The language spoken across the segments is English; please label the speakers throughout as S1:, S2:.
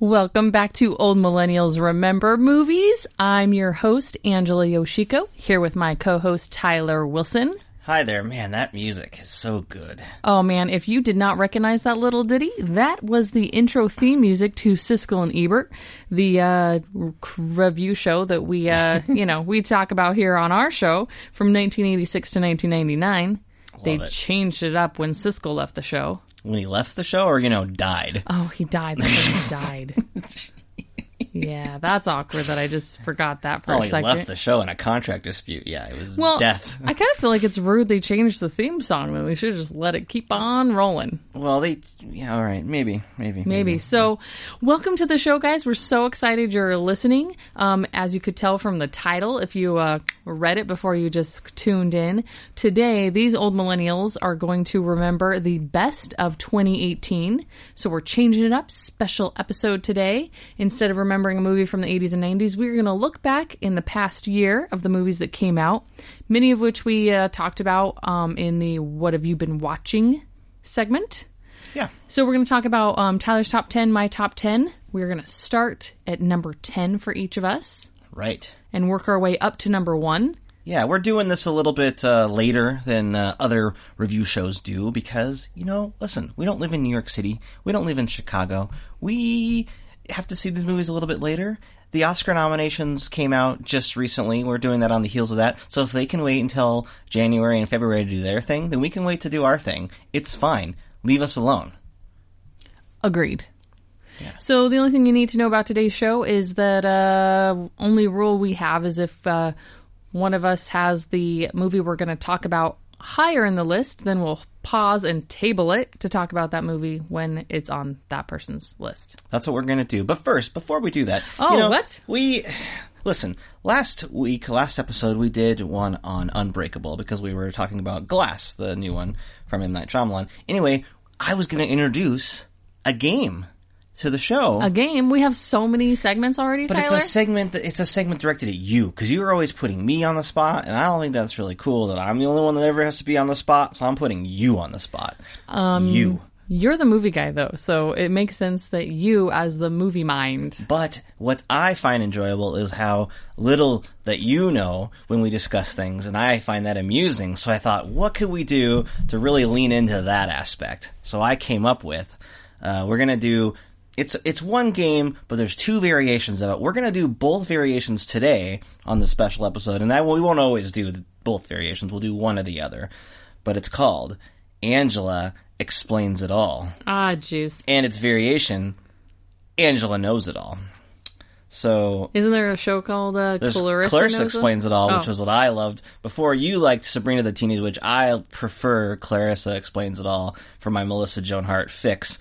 S1: Welcome back to Old Millennials Remember Movies. I'm your host, Angela Yoshiko, here with my co host, Tyler Wilson.
S2: Hi there, man. That music is so good.
S1: Oh man, if you did not recognize that little ditty, that was the intro theme music to Siskel and Ebert, the uh, c- review show that we, uh, you know, we talk about here on our show from 1986 to 1999. They
S2: it.
S1: changed it up when Siskel left the show.
S2: When he left the show, or you know, died.
S1: Oh, he died. That's when he died. yeah, that's awkward that I just forgot that for
S2: Oh,
S1: a
S2: he
S1: second.
S2: left the show in a contract dispute. Yeah, it was
S1: well,
S2: death.
S1: I kind of feel like it's rude they changed the theme song when we should have just let it keep on rolling.
S2: Well, they. Yeah, all right. Maybe, maybe,
S1: Maybe. So, welcome to the show, guys. We're so excited you're listening. Um, as you could tell from the title, if you uh, read it before you just tuned in, today these old millennials are going to remember the best of 2018. So, we're changing it up. Special episode today. Instead of remembering a movie from the 80s and 90s, we're going to look back in the past year of the movies that came out, many of which we uh, talked about um, in the What Have You Been Watching segment.
S2: Yeah.
S1: So we're going to talk about um, Tyler's top 10, my top 10. We're going to start at number 10 for each of us
S2: Right.
S1: and work our way up to number 1.
S2: Yeah, we're doing this a little bit uh, later than uh, other review shows do because, you know, listen, we don't live in New York City. We don't live in Chicago. We have to see these movies a little bit later. The Oscar nominations came out just recently. We're doing that on the heels of that. So if they can wait until January and February to do their thing, then we can wait to do our thing. It's fine. Leave us alone.
S1: Agreed. So the only thing you need to know about today's show is that uh, only rule we have is if uh, one of us has the movie we're going to talk about higher in the list, then we'll pause and table it to talk about that movie when it's on that person's list.
S2: That's what we're going to do. But first, before we do that,
S1: Oh,
S2: you know,
S1: what?
S2: We listen. Last week, last episode, we did one on Unbreakable because we were talking about Glass, the new one from M Night Shyamalan. Anyway, I was going to introduce a game to the show.
S1: A game. We have so many segments already,
S2: but
S1: Tyler.
S2: it's a segment that it's a segment directed at you because you're always putting me on the spot, and I don't think that's really cool that I'm the only one that ever has to be on the spot. So I'm putting you on the spot. Um, you.
S1: You're the movie guy, though, so it makes sense that you, as the movie mind,
S2: But what I find enjoyable is how little that you know when we discuss things, and I find that amusing. So I thought, what could we do to really lean into that aspect? So I came up with, uh, we're gonna do. It's it's one game, but there's two variations of it. We're gonna do both variations today on the special episode, and that we won't always do the- both variations. We'll do one or the other, but it's called Angela explains it all
S1: ah, jeez,
S2: and its variation, Angela knows it all. So
S1: isn't there a show called uh,
S2: there's
S1: Clarissa?
S2: Clarissa
S1: Knows
S2: explains it all, which
S1: Oh.
S2: was what I loved. Before you liked Sabrina the Teenage Witch, I prefer Clarissa explains it all for my Melissa Joan Hart fix.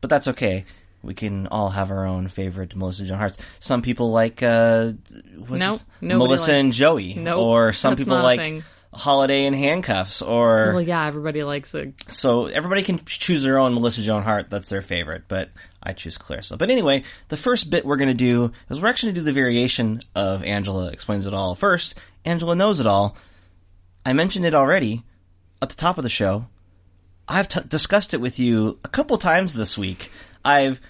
S2: But that's okay. We can all have our own favorite Melissa Joan Harts. Some people like uh, what's
S1: Nope, nobody
S2: Melissa and
S1: likes-
S2: Joey,
S1: Nope,
S2: or some
S1: that's
S2: people
S1: not a
S2: like
S1: thing. Mm-hmm.
S2: Holiday in Handcuffs, or
S1: Well, yeah, everybody likes it.
S2: so everybody can choose their own Melissa Joan Hart. That's their favorite, but I choose Clarissa. But anyway, the first bit we're going to do is we're actually going to do the variation of Angela Explains It All first. Angela Knows It All. I mentioned it already at the top of the show. I've t- discussed it with you a couple times this week. I've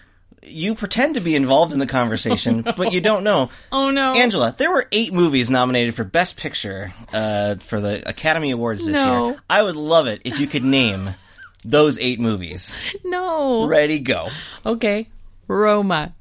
S2: you pretend to be involved in the conversation, but you don't know.
S1: Oh no,
S2: Angela, there were eight movies nominated for Best Picture uh, for the Academy Awards this
S1: No.
S2: year. I would love it if you could name those eight movies.
S1: no.
S2: Ready, go.
S1: Okay, Roma,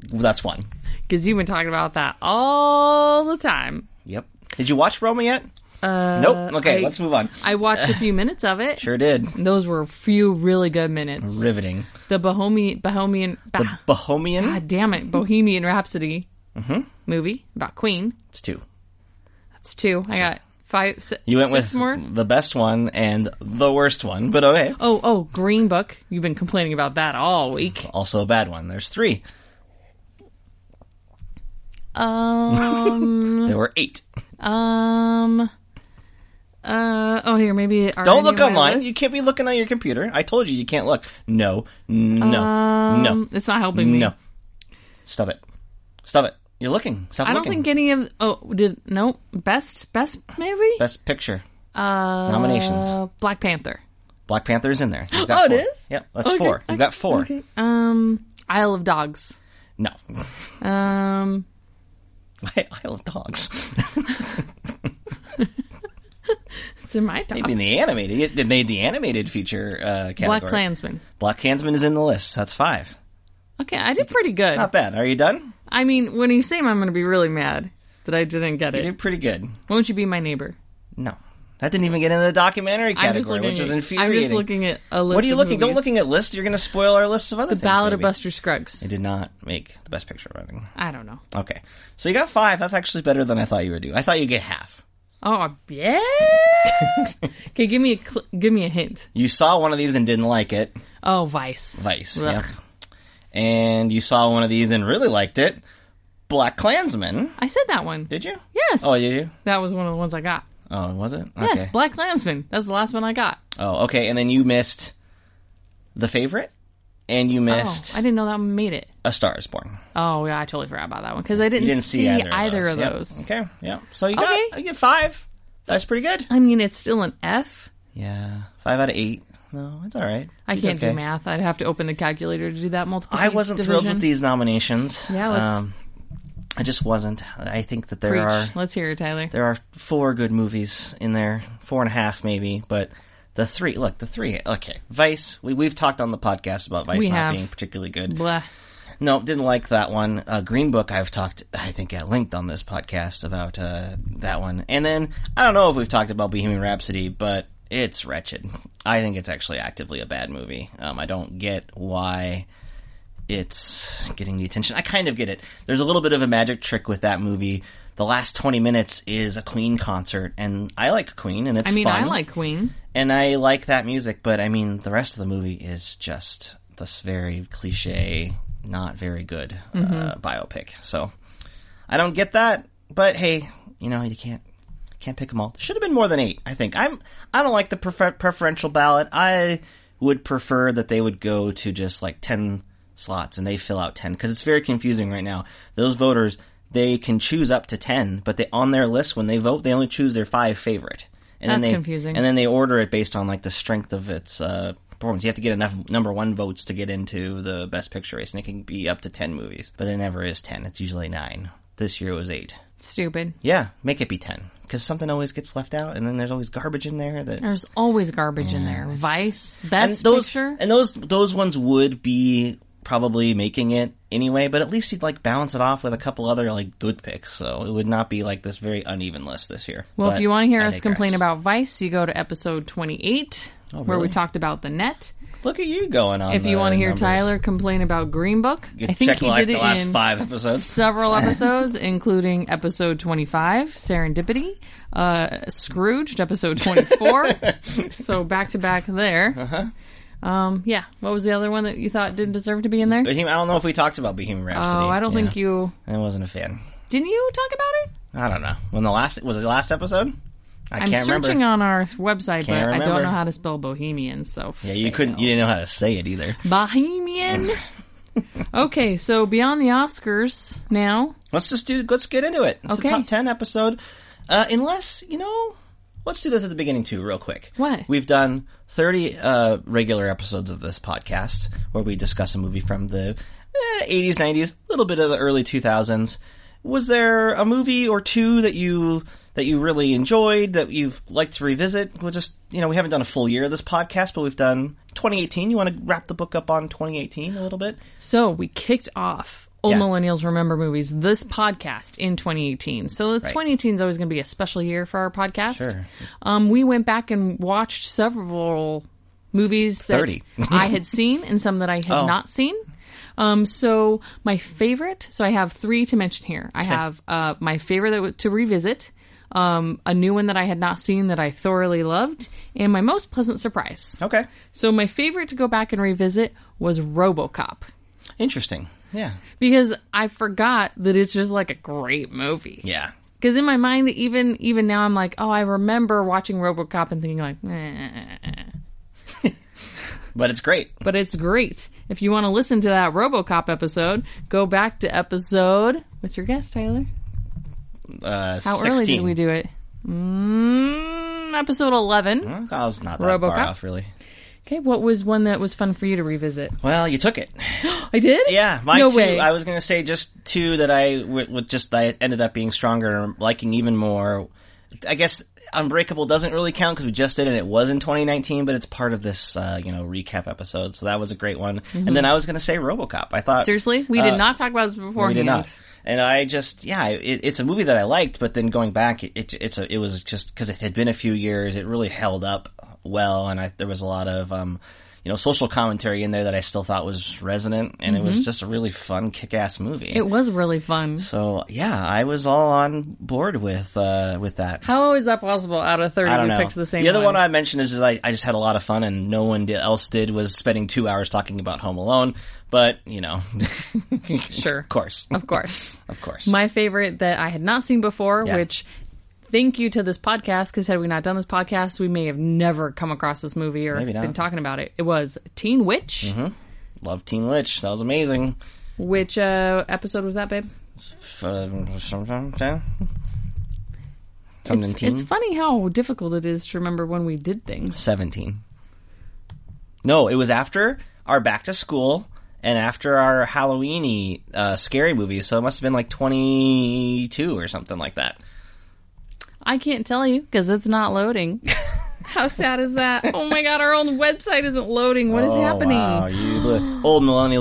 S2: That's one.
S1: because you've been talking about that all the time.
S2: Yep. Did you watch Roma yet? Uh, nope. Okay,
S1: I-
S2: let's move on.
S1: I watched a few minutes of it.
S2: Sure did.
S1: Those were a few really good minutes.
S2: Riveting.
S1: The Bohemian, Bohemian, bah,
S2: Bohemian.
S1: God damn it, Bohemian Rhapsody
S2: Mm-hmm.
S1: movie about Queen.
S2: It's two.
S1: That's two. I got five. si-
S2: You went
S1: six
S2: with
S1: more.
S2: the best one and the worst one, but okay.
S1: Oh, oh, Green Book. You've been complaining about that all week.
S2: Also a bad one. There's three.
S1: Um,
S2: There were eight.
S1: um, uh, oh, here, maybe. are
S2: Don't
S1: any
S2: look
S1: on my
S2: online.
S1: list?
S2: You can't be looking on your computer. I told you you can't look. No. No. no.
S1: Um, It's not helping me.
S2: No. Stop it. Stop it. You're looking. Stop
S1: I don't
S2: looking.
S1: think any of. Oh, did. No. Best, best, maybe?
S2: Best picture
S1: uh,
S2: nominations.
S1: Black Panther.
S2: Black Panther is in there. You've
S1: Oh,
S2: got
S1: it
S2: four.
S1: is?
S2: Yep, that's
S1: Okay,
S2: four. You got four.
S1: Okay. Um, Isle of Dogs.
S2: No.
S1: Um,
S2: I, I love dogs.
S1: it's in my top.
S2: I mean, the animated. It, it made the animated feature uh, category.
S1: Black Klansman.
S2: Black Klansman is in the list. That's five.
S1: Okay, I did pretty good.
S2: Not bad. Are you done?
S1: I mean, when you say 'em, I'm going to be really mad that I didn't get
S2: You
S1: it.
S2: did pretty good.
S1: Won't you be my neighbor?
S2: No. That didn't even get into the documentary
S1: I'm just
S2: category,
S1: looking
S2: which
S1: at-
S2: is
S1: I'm
S2: infuriating.
S1: just looking at a list.
S2: what are you
S1: of
S2: looking? Don't
S1: movies.
S2: looking at lists. You're going to spoil our lists of other things.
S1: Ballad of
S2: maybe.
S1: Buster Scruggs.
S2: It did not make the best picture running.
S1: I don't know.
S2: Okay, so you got five. That's actually better than I thought you would do. I thought you'd get half.
S1: Oh yeah. okay, give me a cl- give me a hint.
S2: You saw one of these and didn't like it.
S1: Oh, Vice.
S2: Vice.
S1: Ugh.
S2: Yep. And you saw one of these and really liked it. Black Klansman.
S1: I said that one.
S2: Did you?
S1: Yes.
S2: Oh, did you?
S1: that was one of the ones I got.
S2: Oh, was it?
S1: Yes,
S2: Okay.
S1: Black Klansman. That's the last one I got.
S2: Oh, okay. And then you missed the favorite, and you
S1: Oh,
S2: missed
S1: I didn't know that one made it.
S2: A Star Is Born.
S1: Oh yeah, I totally forgot about that one because I didn't,
S2: You didn't see, either, of
S1: of
S2: those.
S1: those.
S2: Yep. Okay. Yeah. So you got
S1: Okay.
S2: you get five. That's pretty good.
S1: I mean, it's still an F.
S2: Yeah, five out of eight. No, it's all right.
S1: I
S2: Did
S1: can't
S2: okay.
S1: do math. I'd have to open a calculator to do that multiple.
S2: I wasn't
S1: division.
S2: thrilled with these nominations. Um,
S1: Yeah, let's-
S2: I just wasn't. I think that there
S1: Reach.
S2: are
S1: Let's hear it, Tyler.
S2: there are four good movies in there, four and a half maybe, but the three. Look, the three. Okay, Vice. We we've talked on the podcast about Vice
S1: We
S2: not
S1: have.
S2: being particularly good.
S1: Blah.
S2: No, didn't like that one. Uh, Green Book, I've talked, I think, at length on this podcast about uh, that one. And then I don't know if we've talked about Bohemian Rhapsody, but it's wretched. I think it's actually actively a bad movie. Um, I don't get why it's getting the attention. I kind of get it. There's a little bit of a magic trick with that movie. The last 20 minutes is a Queen concert, and I like Queen, and it's
S1: I mean, I
S2: fun
S1: like Queen.
S2: and I like that music, but I mean, the rest of the movie is just this very cliche, not very good
S1: Mm-hmm.
S2: uh, biopic. So I don't get that, but hey, you know, you can't can't pick them all. Should have been more than eight, I think. I'm I don't like the prefer- preferential ballot. I would prefer that they would go to just like ten slots and they fill out ten because it's very confusing right now. Those voters they can choose up to ten, but they on their list when they vote they only choose their five favorite. And
S1: That's
S2: then they,
S1: confusing.
S2: And then they order it based on like the strength of its uh, performance. You have to get enough number one votes to get into the best picture race, and it can be up to ten movies, but it never is ten. It's usually nine. This year it was eight.
S1: Stupid.
S2: Yeah, make it be 10. Because something always gets left out, and then there's always garbage in there that.
S1: There's always garbage in there. Vice,
S2: and
S1: Mm. best
S2: those,
S1: picture.
S2: And those, those ones would be probably making it anyway, but at least you'd like balance it off with a couple other like good picks, so it would not be like this very uneven list this year.
S1: well, if
S2: But
S1: you want to hear
S2: I
S1: us
S2: digress. Oh,
S1: complain about Vice, you go to episode 28, where we
S2: really?
S1: talked about the net.
S2: Look at you going on.
S1: If you
S2: want to
S1: hear Tyler complain about Green Book, I think
S2: check
S1: he
S2: like
S1: did
S2: the
S1: it
S2: last
S1: in
S2: five episodes.
S1: several episodes, including episode 25, Serendipity, uh, Scrooged, episode 24. so back to back there. Uh-huh. Um, yeah. What was the other one that you thought didn't deserve to be in there?
S2: Bohem- I don't know if we talked about Bohemian Rhapsody.
S1: Oh, I don't think you
S2: I wasn't a fan.
S1: didn't you talk about it.
S2: I don't know. When the last was it the last episode? I
S1: I'm
S2: can't remember.
S1: searching on our website, but
S2: Can't
S1: I don't
S2: remember.
S1: know how to spell bohemian. So
S2: Yeah, you couldn't. You didn't know how to say it either.
S1: bohemian. okay, so beyond the Oscars now.
S2: Let's just do. Let's get into it. It's
S1: Okay.
S2: a top ten episode. Uh, unless you know, let's do this at the beginning too, real quick.
S1: What?
S2: we've done thirty uh, regular episodes of this podcast where we discuss a movie from the eh, eighties, nineties, a little bit of the early two thousands. Was there a movie or two that you that you really enjoyed that you've liked to revisit? We'll just you know we haven't done a full year of this podcast, but we've done twenty eighteen. You want to wrap the book up on twenty eighteen a little bit?
S1: So we kicked off Old
S2: Yeah.
S1: Millennials Remember Movies, this podcast in 2018. So the 2018 is always going to be a special year for our podcast.
S2: Sure.
S1: Um, we went back and watched several movies that
S2: 30.
S1: I had seen and some that I
S2: Oh.
S1: had not seen. Um, so my favorite, so I have three to mention here. I have uh, my favorite that w- to revisit, um, a new one that I had not seen that I thoroughly loved, and my most pleasant surprise.
S2: Okay,
S1: So my favorite to go back and revisit was RoboCop
S2: interesting. Yeah,
S1: because I forgot that it's just like a great movie.
S2: yeah.
S1: Because in my mind, even even now, I'm like, oh, I remember watching RoboCop and thinking like, eh.
S2: But it's great.
S1: but it's great. If you want to listen to that RoboCop episode, go back to episode. What's your guess, Tyler?
S2: Uh,
S1: How
S2: 16.
S1: early did we do it? Mm, episode eleven.
S2: Well, I was not that
S1: RoboCop?
S2: far off, really.
S1: Okay, what was one that was fun for you to revisit?
S2: Well, you took it.
S1: I did.
S2: Yeah, my
S1: no
S2: two.
S1: way.
S2: I was gonna say just two that I would would just I ended up being stronger and liking even more. I guess Unbreakable doesn't really count because we just did it. It was in 2019, but it's part of this uh, you know recap episode, so that was a great one. And then I was gonna say RoboCop. I thought
S1: Mm-hmm. Seriously, we
S2: uh,
S1: did not talk about this beforehand.
S2: we did not. And I just, yeah, it, it's a movie that I liked, but then going back, it, it it's a, it was just because it had been a few years, it really held up well, and I, there was a lot of, um, you know, social commentary in there that I still thought was resonant, and it was just a really fun, kick-ass movie.
S1: Mm-hmm. It was really fun.
S2: so yeah, I was all on board with uh, with that.
S1: How is that possible? Out of thirty,
S2: I don't
S1: you
S2: know.
S1: picked the same.
S2: other one. I mentioned is, is I, I just had a lot of fun, and no one di- else did was spending two hours talking about Home Alone. But you know,
S1: sure,
S2: of course,
S1: of course.
S2: of course.
S1: My favorite that I had not seen before,
S2: Yeah.
S1: which thank you to this podcast because had we not done this podcast, we may have never come across this movie or
S2: Maybe not. Mm-hmm.
S1: been talking about it. It was Teen Witch.
S2: Love Teen Witch. That was amazing.
S1: Which uh, episode was that, babe?
S2: F- uh, Something yeah. Something
S1: It's,
S2: teen?
S1: it's funny how difficult it is to remember when we did things.
S2: 17. No, it was after our back to school and after our Halloweeny uh, scary movie, so it must have been like 22 or something like that.
S1: I can't tell you because it's not loading. how sad is that? Oh my god, our own website isn't loading. What is
S2: oh,
S1: happening?
S2: Wow, you blew it.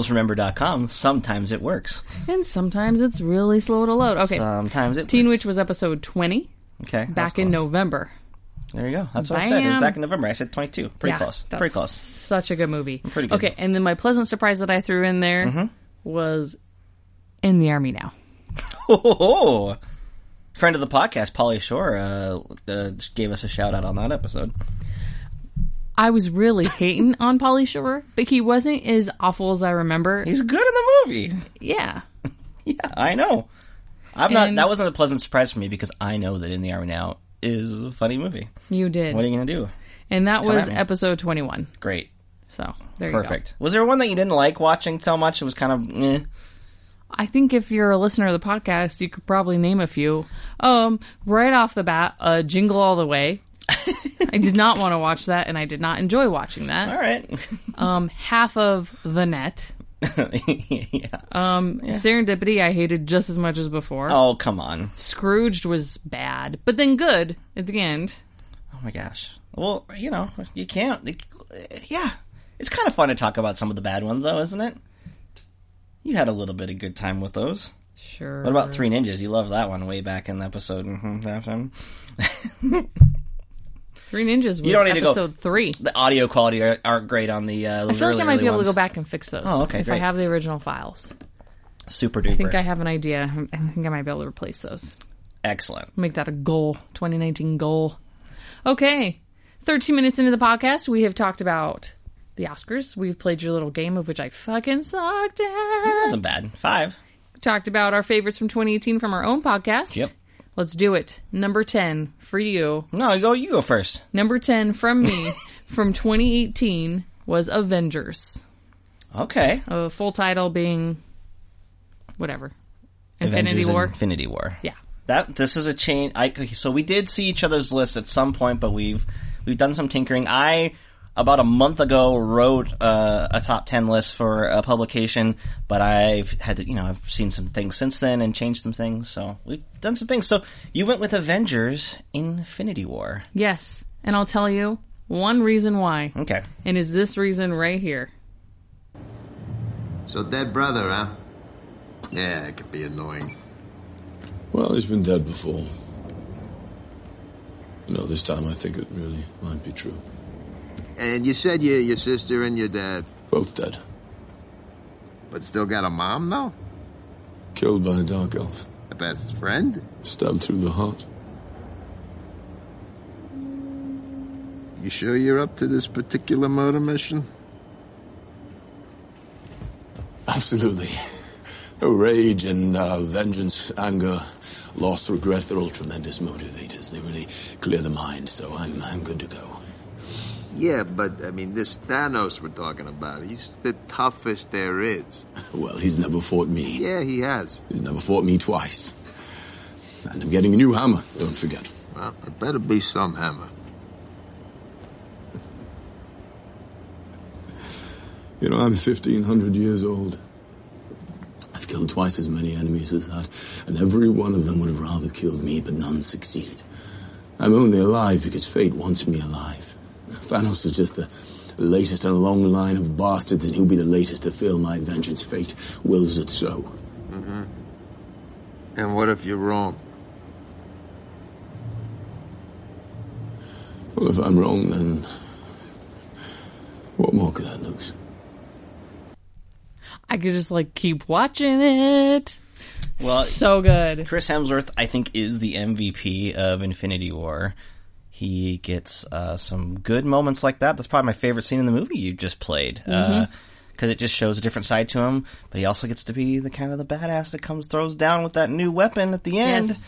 S2: oldmillennialsremember.com. Sometimes it works.
S1: And sometimes it's really slow to load. Okay,
S2: Sometimes it
S1: Teen
S2: works.
S1: Witch was episode twenty
S2: Okay. that's
S1: back in
S2: close.
S1: November.
S2: There you go. That's what I said. It was
S1: Bam.
S2: back in November. I said 22. Pretty
S1: Yeah,
S2: close.
S1: that's
S2: Pretty close.
S1: Such a good movie.
S2: Pretty good. Mm-hmm.
S1: Okay, and then my pleasant surprise that I threw in there was in the army now.
S2: Oh, ho, ho. friend of the podcast, Polly Shore, uh, uh, gave us a shout out on that episode.
S1: I was really hating on Polly Shore, but he wasn't as awful as I remember.
S2: He's good in the movie.
S1: yeah.
S2: Yeah, I know. I'm not.
S1: And-
S2: That wasn't a pleasant surprise for me because I know that In the Army Now is a funny movie.
S1: You did.
S2: What are you gonna do?
S1: and that was
S2: at me.
S1: episode 21.
S2: Great,
S1: So, there you go.
S2: perfect. Was there one that you didn't like watching so much? It was kind of. Eh.
S1: I think if you're a listener of the podcast, you could probably name a few. Um, right off the bat, uh, Jingle All the Way. I did not want to watch that, and I did not enjoy watching that.
S2: All right.
S1: Um, half of The Net.
S2: yeah.
S1: Um, Serendipity, I hated just as much as before.
S2: Oh come on.
S1: Scrooged was bad, but then good at the end.
S2: Oh my gosh. Well, you know, you can't. yeah, it's kind of fun to talk about some of the bad ones, though, isn't it? You had a little bit of good time with those.
S1: Sure.
S2: What about Three Ninjas? You loved that one way back in the episode. hmm that one.
S1: Three Ninjas? Was
S2: don't need to go-
S1: episode three.
S2: The audio quality are, aren't great on the. Uh,
S1: I feel like I might be able to go back and fix those.
S2: Oh, okay,
S1: If I
S2: great.
S1: have the original files,
S2: Super
S1: I think I
S2: duper.
S1: have an idea. I think I might be able to replace those.
S2: Excellent.
S1: Make that a goal. 2019 goal. Okay. 13 minutes into the podcast, we have talked about the Oscars. We've played your little game of which I fucking sucked at.
S2: Wasn't bad. Five.
S1: talked about our favorites from 2018 from our own podcast.
S2: Yep.
S1: Let's do it. Number 10 for you.
S2: No, you go. You go first.
S1: Number 10 from me from 2018 was Avengers.
S2: Okay.
S1: Uh, full title being whatever. Infinity
S2: Avengers and
S1: War.
S2: Infinity War.
S1: yeah.
S2: That this is a change. I okay, so we did see each other's lists at some point, but we've we've done some tinkering. I about a month ago wrote uh, a top ten list for a publication, but I've had to you know I've seen some things since then and changed some things. So we've done some things. So you went with Avengers Infinity War.
S1: Yes. And I'll tell you one reason why.
S2: Okay.
S1: And is this reason right here?
S3: So dead brother, huh? Yeah, it could be annoying.
S4: Well, he's been dead before. You know, this time I think it really might be true.
S3: And you said you, your sister and your dad,
S4: Both dead.
S3: but still got a mom though?
S4: Killed by a dark elf.
S3: A best friend?
S4: Stabbed through the heart.
S3: You sure you're up to this particular murder mission?
S4: Absolutely. No rage and uh, vengeance, anger, loss, regret, they're all tremendous motivators. They really clear the mind, so I'm, I'm good to go.
S3: Yeah, but I mean, this Thanos we're talking about, he's the toughest there is.
S4: Well, he's never fought me.
S3: Yeah, he has.
S4: He's never fought me twice. And I'm getting a new hammer, don't forget.
S3: Well, it better be some hammer.
S4: You know, I'm 1500 years old. I've killed twice as many enemies as that, and every one of them would have rather killed me, but none succeeded. I'm only alive because fate wants me alive. Thanos is just the latest in a long line of bastards, and he'll be the latest to feel my vengeance. Fate wills it so.
S3: And what if you're wrong?
S4: Well, if I'm wrong, then what more could I lose?
S1: I could just like keep watching it.
S2: Well,
S1: So good.
S2: Chris Hemsworth, I think, is the MVP of Infinity War. He gets uh, some good moments like that. That's probably my favorite scene in the movie you just played. because it just shows a different side to him, but he also gets to be the kind of the badass that comes throws down with that new weapon at the end.
S1: Yes.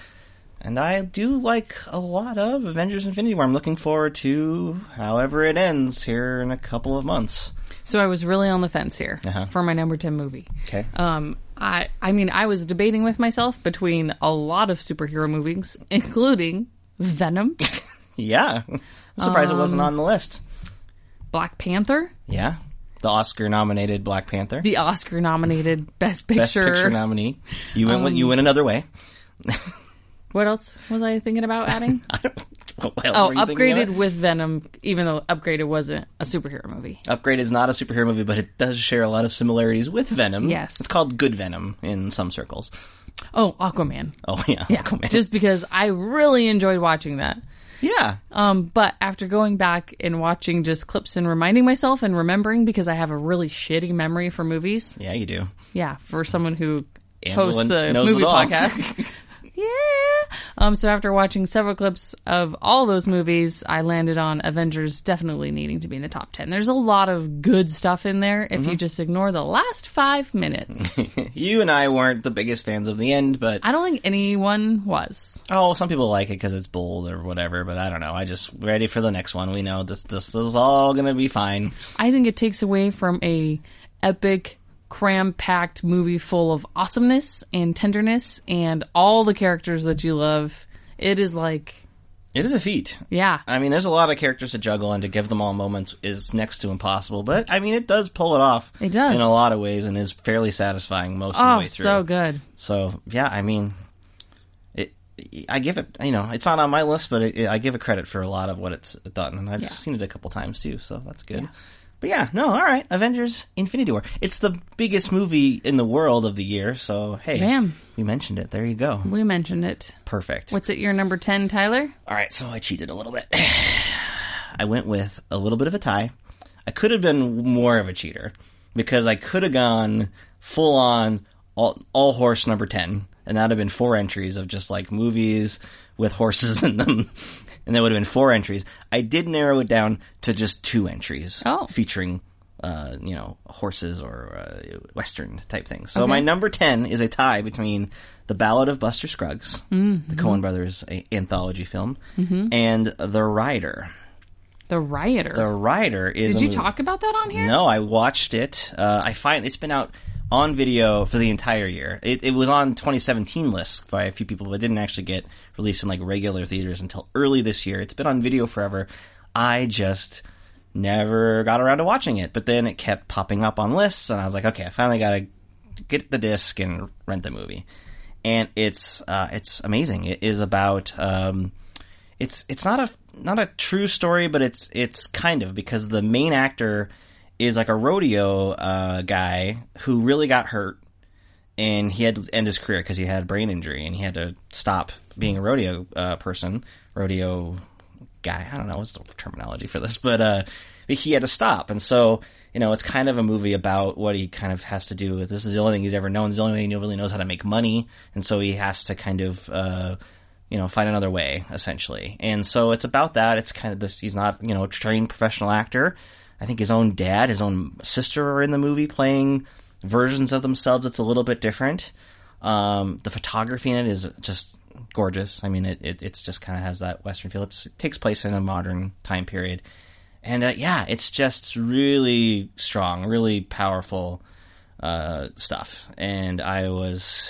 S2: And I do like a lot of Avengers Infinity War. I'm looking forward to however it ends here in a couple of months.
S1: So I was really on the fence here
S2: Uh-huh.
S1: for my number 10 movie.
S2: Okay.
S1: Um, I, I mean, I was debating with myself between a lot of superhero movies, including Venom,
S2: Yeah. I'm surprised it wasn't on the list.
S1: Black Panther,
S2: Yeah. The Oscar nominated Black Panther.
S1: the Oscar nominated Best Picture.
S2: Best Picture nominee. You went with, you
S1: Um,
S2: went another way.
S1: what else was I thinking about adding?
S2: I don't. What else
S1: oh,
S2: were you thinking
S1: Upgraded
S2: of?
S1: with Venom, even though Upgraded wasn't a superhero movie.
S2: Upgrade is not a superhero movie, but it does share a lot of similarities with Venom.
S1: Yes.
S2: it's called Good Venom in some circles.
S1: Oh, Aquaman.
S2: Oh yeah,
S1: Yeah,
S2: Aquaman.
S1: just because I really enjoyed watching that.
S2: yeah.
S1: Um, but after going back and watching just clips and reminding myself and remembering because I have a really shitty memory for movies.
S2: yeah, you do.
S1: Yeah, for someone who
S2: And
S1: hosts
S2: Melinda
S1: a
S2: knows
S1: movie
S2: it all.
S1: podcast. yeah. Um, so after watching several clips of all those movies, I landed on Avengers definitely needing to be in the top 10. There's a lot of good stuff in there if
S2: Mm-hmm.
S1: you just ignore the last five minutes.
S2: You and I weren't the biggest fans of the end, but
S1: I don't think anyone was.
S2: oh, some people like it because it's bold or whatever. But I don't know. I just ready for the next one. We know this. This is all gonna be fine.
S1: I think it takes away from a epic, cram-packed movie full of awesomeness and tenderness and all the characters that you love. It is like,
S2: It is a feat.
S1: yeah,
S2: I mean, there's a lot of characters to juggle, and to give them all moments is next to impossible. But I mean, it does pull it off.
S1: It does.
S2: in a lot of ways, and is fairly satisfying most of the
S1: oh,
S2: way through.
S1: so good.
S2: So yeah, I mean, it. I give it. You know, it's not on my list, but it, I give it credit for a lot of what it's done, and I've seen it a couple times too. So that's good. But yeah, no, all right. Avengers: Infinity War. It's the biggest movie in the world of the year. So hey,
S1: Damn.
S2: we mentioned it. There you go.
S1: We mentioned it.
S2: Perfect.
S1: What's it? Your number ten, Tyler?
S2: All right, so I cheated a little bit. I went with a little bit of a tie. I could have been more of a cheater because I could have gone full on all, all horse number 10, and that would have been four entries of just like movies with horses in them. And that would have been four entries. I did narrow it down to just two entries
S1: Oh.
S2: featuring, uh, you know, horses or uh, Western type things. So my number 10 is a tie between The Ballad of Buster Scruggs, the Coen Brothers a- anthology film, and The Rider.
S1: The rioter.
S2: The Rider is.
S1: Did
S2: a
S1: you
S2: movie-
S1: talk about that on here?
S2: No, I watched it. Uh, I find it's been out on video for the entire year. It, it was on 2017 lists by a few people, but it didn't actually get released in like regular theaters until early this year. It's been on video forever. I just never got around to watching it, but then it kept popping up on lists, and I was like, okay, I finally got to get the disc and rent the movie. And it's uh, it's amazing. It is about um, it's it's not a not a true story, but it's it's kind of because the main actor is like a rodeo uh, guy who really got hurt, and he had to end his career because he had a brain injury, and he had to stop being a rodeo uh, person, rodeo guy. I don't know what's the terminology for this, but uh, he had to stop, and so you know it's kind of a movie about what he kind of has to do with. This is the only thing he's ever known. It's the only way he really knows how to make money, and so he has to kind of. Uh, you know, find another way, essentially. And so it's about that. It's kind of this, he's not, you know, a trained professional actor. I think his own dad, his own sister are in the movie playing versions of themselves. It's a little bit different. Um, the photography in it is just gorgeous. I mean, it, it it's just kind of has that Western feel. It's, it takes place in a modern time period. And, uh, yeah, it's just really strong, really powerful, uh, stuff. And I was,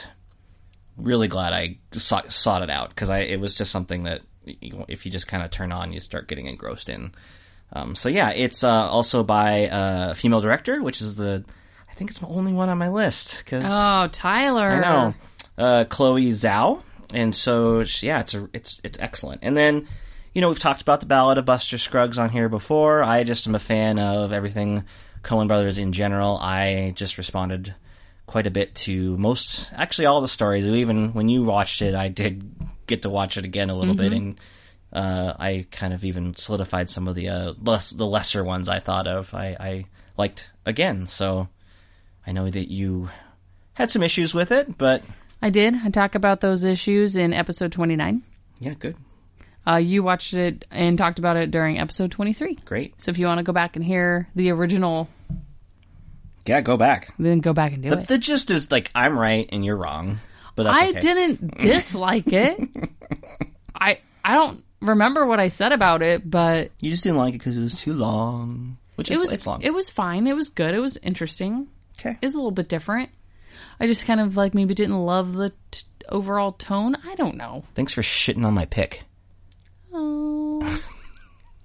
S2: really glad I sought, sought it out because I it was just something that you know, if you just kind of turn on, you start getting engrossed in. Um, so yeah, it's uh, also by uh, female director, which is the I think it's the only one on my list because
S1: Oh, Tyler.
S2: I know uh, Chloe Zhao, and so she- yeah, it's a, it's it's excellent. And then you know we've talked about the Ballad of Buster Scruggs on here before. I just am a fan of everything Coen Brothers in general. I just responded quite a bit to most, actually all the stories. Even when you watched it, I did get to watch it again a little bit and. Uh, I kind of even solidified some of the uh, less, the lesser ones I thought of. I, I liked again, so I know that you had some issues with it, but
S1: I did. I talk about those issues in episode 29.
S2: Yeah, good.
S1: Uh, you watched it and talked about it during episode 23.
S2: Great.
S1: So if you want to go back and hear the original,
S2: Yeah, go back.
S1: then go back and do
S2: The,
S1: it.
S2: the gist is like I'm right and you're wrong. But that's
S1: I
S2: okay.
S1: didn't dislike it. I I don't remember what I said about it, but
S2: You just didn't like it because it was too long. Which
S1: it
S2: is
S1: was
S2: it's long.
S1: it was fine. It was good. It was interesting.
S2: okay.
S1: It was a little bit different. I just kind of like maybe didn't love the t- overall tone. I don't know.
S2: Thanks for shitting on my pick.
S1: Oh.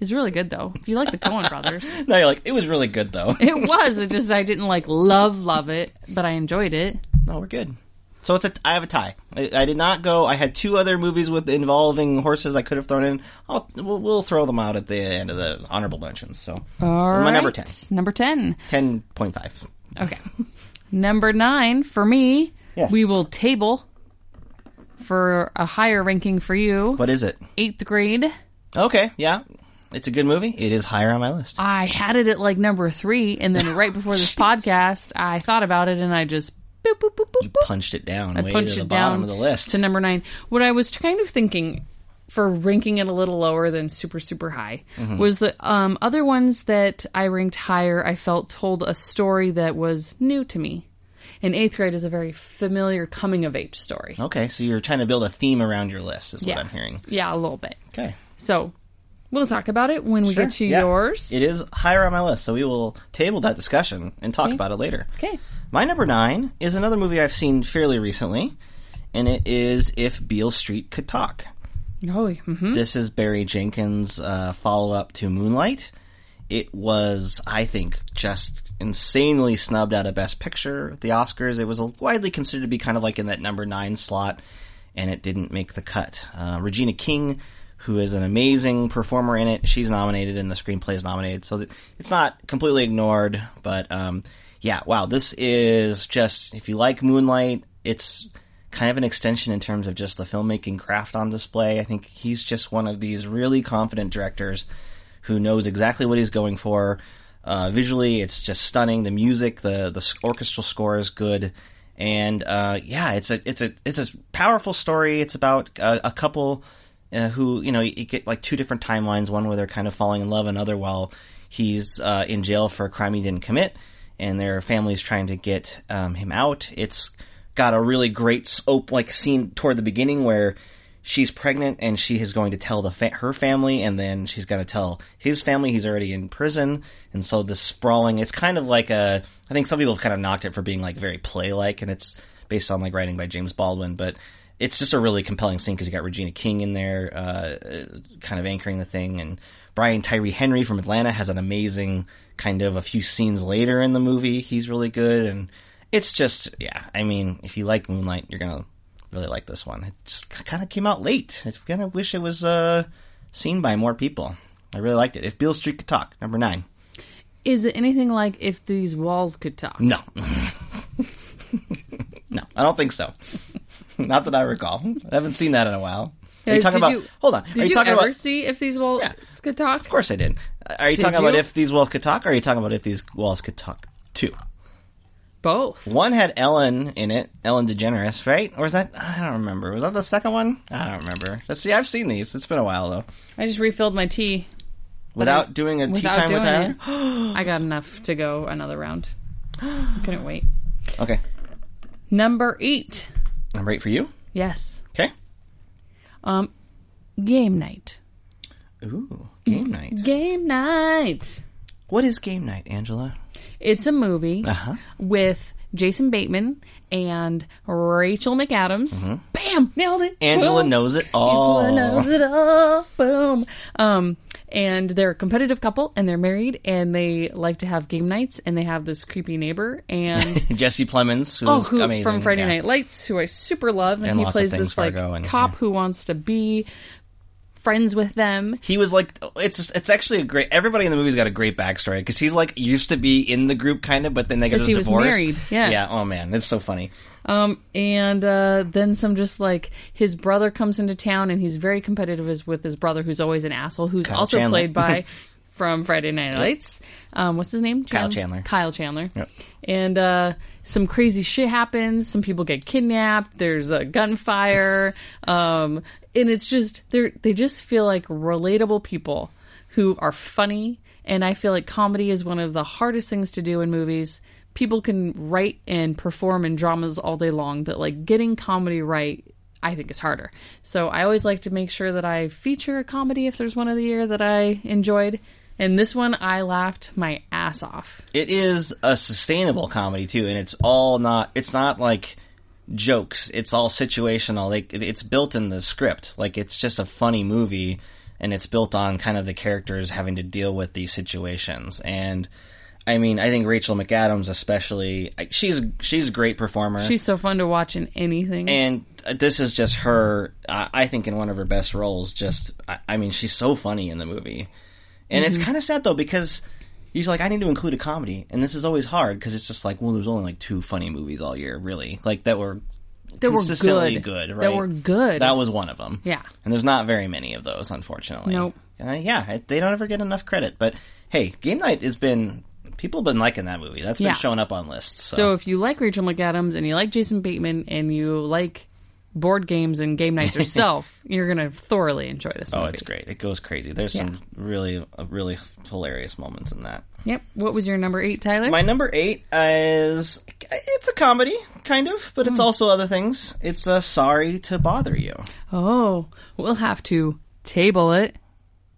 S1: it's really good though. If you like the Coen Brothers,
S2: No, you're like it was really good though.
S1: it was. It just I didn't like love love it, but I enjoyed it.
S2: no, we're good. So it's a I have a tie. I, I did not go. I had two other movies with involving horses I could have thrown in. I'll we'll, we'll throw them out at the end of the honorable mentions. So
S1: All
S2: They're my number
S1: right.
S2: 10.
S1: Number ten.
S2: ten point five.
S1: Okay. Number nine for me.
S2: Yes.
S1: We will table for a higher ranking for you.
S2: What is it?
S1: Eighth grade.
S2: Okay, yeah, it's a good movie. It is higher on my list.
S1: I had it at like number three, and then right before this podcast, I thought about it and I just boop boop boop boop boop
S2: punched it down. way
S1: punched
S2: to the
S1: it
S2: bottom
S1: down
S2: of the list.
S1: to number nine. What I was kind of thinking for ranking it a little lower than super super high
S2: Mm-hmm.
S1: was the um, other ones that I ranked higher. I felt told a story that was new to me. And eighth grade is a very familiar coming of age story.
S2: Okay, so you're trying to build a theme around your list, is what I'm hearing.
S1: Yeah, a little bit.
S2: Okay.
S1: So we'll talk about it when we get to
S2: Yeah.
S1: yours.
S2: It is higher on my list, so we will table that discussion and talk about it later.
S1: Okay.
S2: My number nine is another movie I've seen fairly recently, and it is If Beale Street Could Talk.
S1: Oh, hmm
S2: This is Barry Jenkins' uh, follow up to Moonlight. It was, I think, just insanely snubbed out of Best Picture at the Oscars. It was widely considered to be kind of like in that number nine slot, and it didn't make the cut. Uh, Regina King, who is an amazing performer in it, she's nominated and the screenplay is nominated, so th- it's not completely ignored. But um, yeah, wow, this is just if you like Moonlight, it's kind of an extension in terms of just the filmmaking craft on display. I think he's just one of these really confident directors who knows exactly what he's going for. Uh, visually, it's just stunning. The music, the the s- orchestral score is good, and uh, yeah, it's a it's a it's a powerful story. It's about a, a couple uh, who you know you get like two different timelines one where they're kind of falling in love another while he's uh, in jail for a crime he didn't commit and their family's trying to get um, him out it's got a really great soap like scene toward the beginning where she's pregnant and she is going to tell the fa- her family and then she's going to tell his family he's already in prison and so this sprawling it's kind of like a i think some people have kind of knocked it for being like very play like and it's based on like writing by james baldwin but it's just a really compelling scene because you got Regina King in there, uh, uh, kind of anchoring the thing, and Brian Tyree Henry from Atlanta has an amazing kind of a few scenes later in the movie. He's really good, and it's just yeah. I mean, if you like Moonlight, you're gonna really like this one. It just kind of came out late. I kind of wish it was uh, seen by more people. I really liked it. If Beale Street could talk, number nine.
S1: Is it anything like if these walls could talk?
S2: No. no, I don't think so. Not that I recall. I haven't seen that in a while. Are you
S1: Uh,
S2: talking
S1: did
S2: about?
S1: you-
S2: hold on.
S1: Did
S2: are you,
S1: you,
S2: talking
S1: ever
S2: about? Of
S1: see if these walls
S2: Yeah.
S1: could talk? Of
S2: course, I did. Are you
S1: Did
S2: talking about
S1: you?
S2: if these walls could talk? Or are you talking about if these walls could talk? Two.
S1: Both.
S2: One had Ellen in it, Ellen DeGeneres, right? Or was that? I don't remember. Was that the second one? I don't remember. Let's see, I've seen these. It's been a while though.
S1: I just refilled my tea.
S2: Without doing a tea
S1: without
S2: time with Tyler.
S1: doing I got enough to go another round. I couldn't wait.
S2: Okay,
S1: Number eight.
S2: number eight for you.
S1: Yes.
S2: Okay.
S1: Um, game night.
S2: Ooh, game night.
S1: Game night.
S2: What is game night, Angela?
S1: It's a movie
S2: Uh huh.
S1: with Jason Bateman, and Rachel McAdams. Bam! Nailed it.
S2: Mm-hmm. Angela
S1: Boom.
S2: knows it all.
S1: Angela knows it all. Boom. Um, and they're a competitive couple, and they're married, and they like to have game nights, and they have this creepy neighbor, and
S2: Jesse Plemons, who's
S1: Oh, who
S2: amazing.
S1: from Friday
S2: yeah.
S1: Night Lights, who I super love, and,
S2: And
S1: he
S2: lots of
S1: plays
S2: things,
S1: this like
S2: Fargo and-
S1: cop
S2: yeah.
S1: who wants to be friends with them.
S2: he was like it's it's actually a great everybody in the movie's got a great backstory because he's like used to be in the group kind of but then they got
S1: 'Cause he was
S2: divorced
S1: married, yeah.
S2: yeah oh man that's so funny
S1: Um, and uh, then some just like his brother comes into town, and he's very competitive as with his brother, who's always an asshole, who's
S2: Kyle
S1: also
S2: Chandler.
S1: played by. From Friday Night Lights, um, what's his name?
S2: Kyle
S1: Chan-
S2: Chandler.
S1: Kyle Chandler.
S2: Yep.
S1: And uh, some crazy shit happens. Some people get kidnapped. There's a gunfire. um, and it's just they they just feel like relatable people who are funny. And I feel like comedy is one of the hardest things to do in movies. People can write and perform in dramas all day long, but like getting comedy right. I think is harder. So I always like to make sure that I feature a comedy if there's one of the year that I enjoyed. And this one I laughed my ass off.
S2: it is a sustainable comedy too and it's all not it's not like jokes it's all situational like it- it's built in the script like it's just a funny movie and it's built on kind of the characters having to deal with these situations and I mean I think Rachel McAdams especially I- she's she's a great performer
S1: She's so fun to watch in anything.
S2: and this is just her I i think in one of her best roles just i, I mean she's so funny in the movie and
S1: Mm-hmm.
S2: it's kind of sad though because he's like i need to include a comedy and this is always hard because it's just like well there's only like two funny movies all year really like that were
S1: that were
S2: consistently
S1: good.
S2: good, right?
S1: That were good.
S2: that was one of them
S1: Yeah.
S2: and there's not very many of those unfortunately
S1: Nope.
S2: uh, yeah I- they don't ever get enough credit but hey game night has been people have been liking that movie that's been
S1: Yeah.
S2: showing up on lists so,
S1: so if you like Rachel McAdams and you like Jason Bateman and you like board games and game nights yourself, you're gonna thoroughly enjoy this
S2: Oh,
S1: movie.
S2: it's great. It goes crazy. There's some really, uh, really hilarious moments in that.
S1: Yep. What was your number eight, Tyler?
S2: My number eight is it's a comedy, kind of, but
S1: Hmm.
S2: it's also other things. It's uh, Sorry to Bother You.
S1: oh, we'll have to table it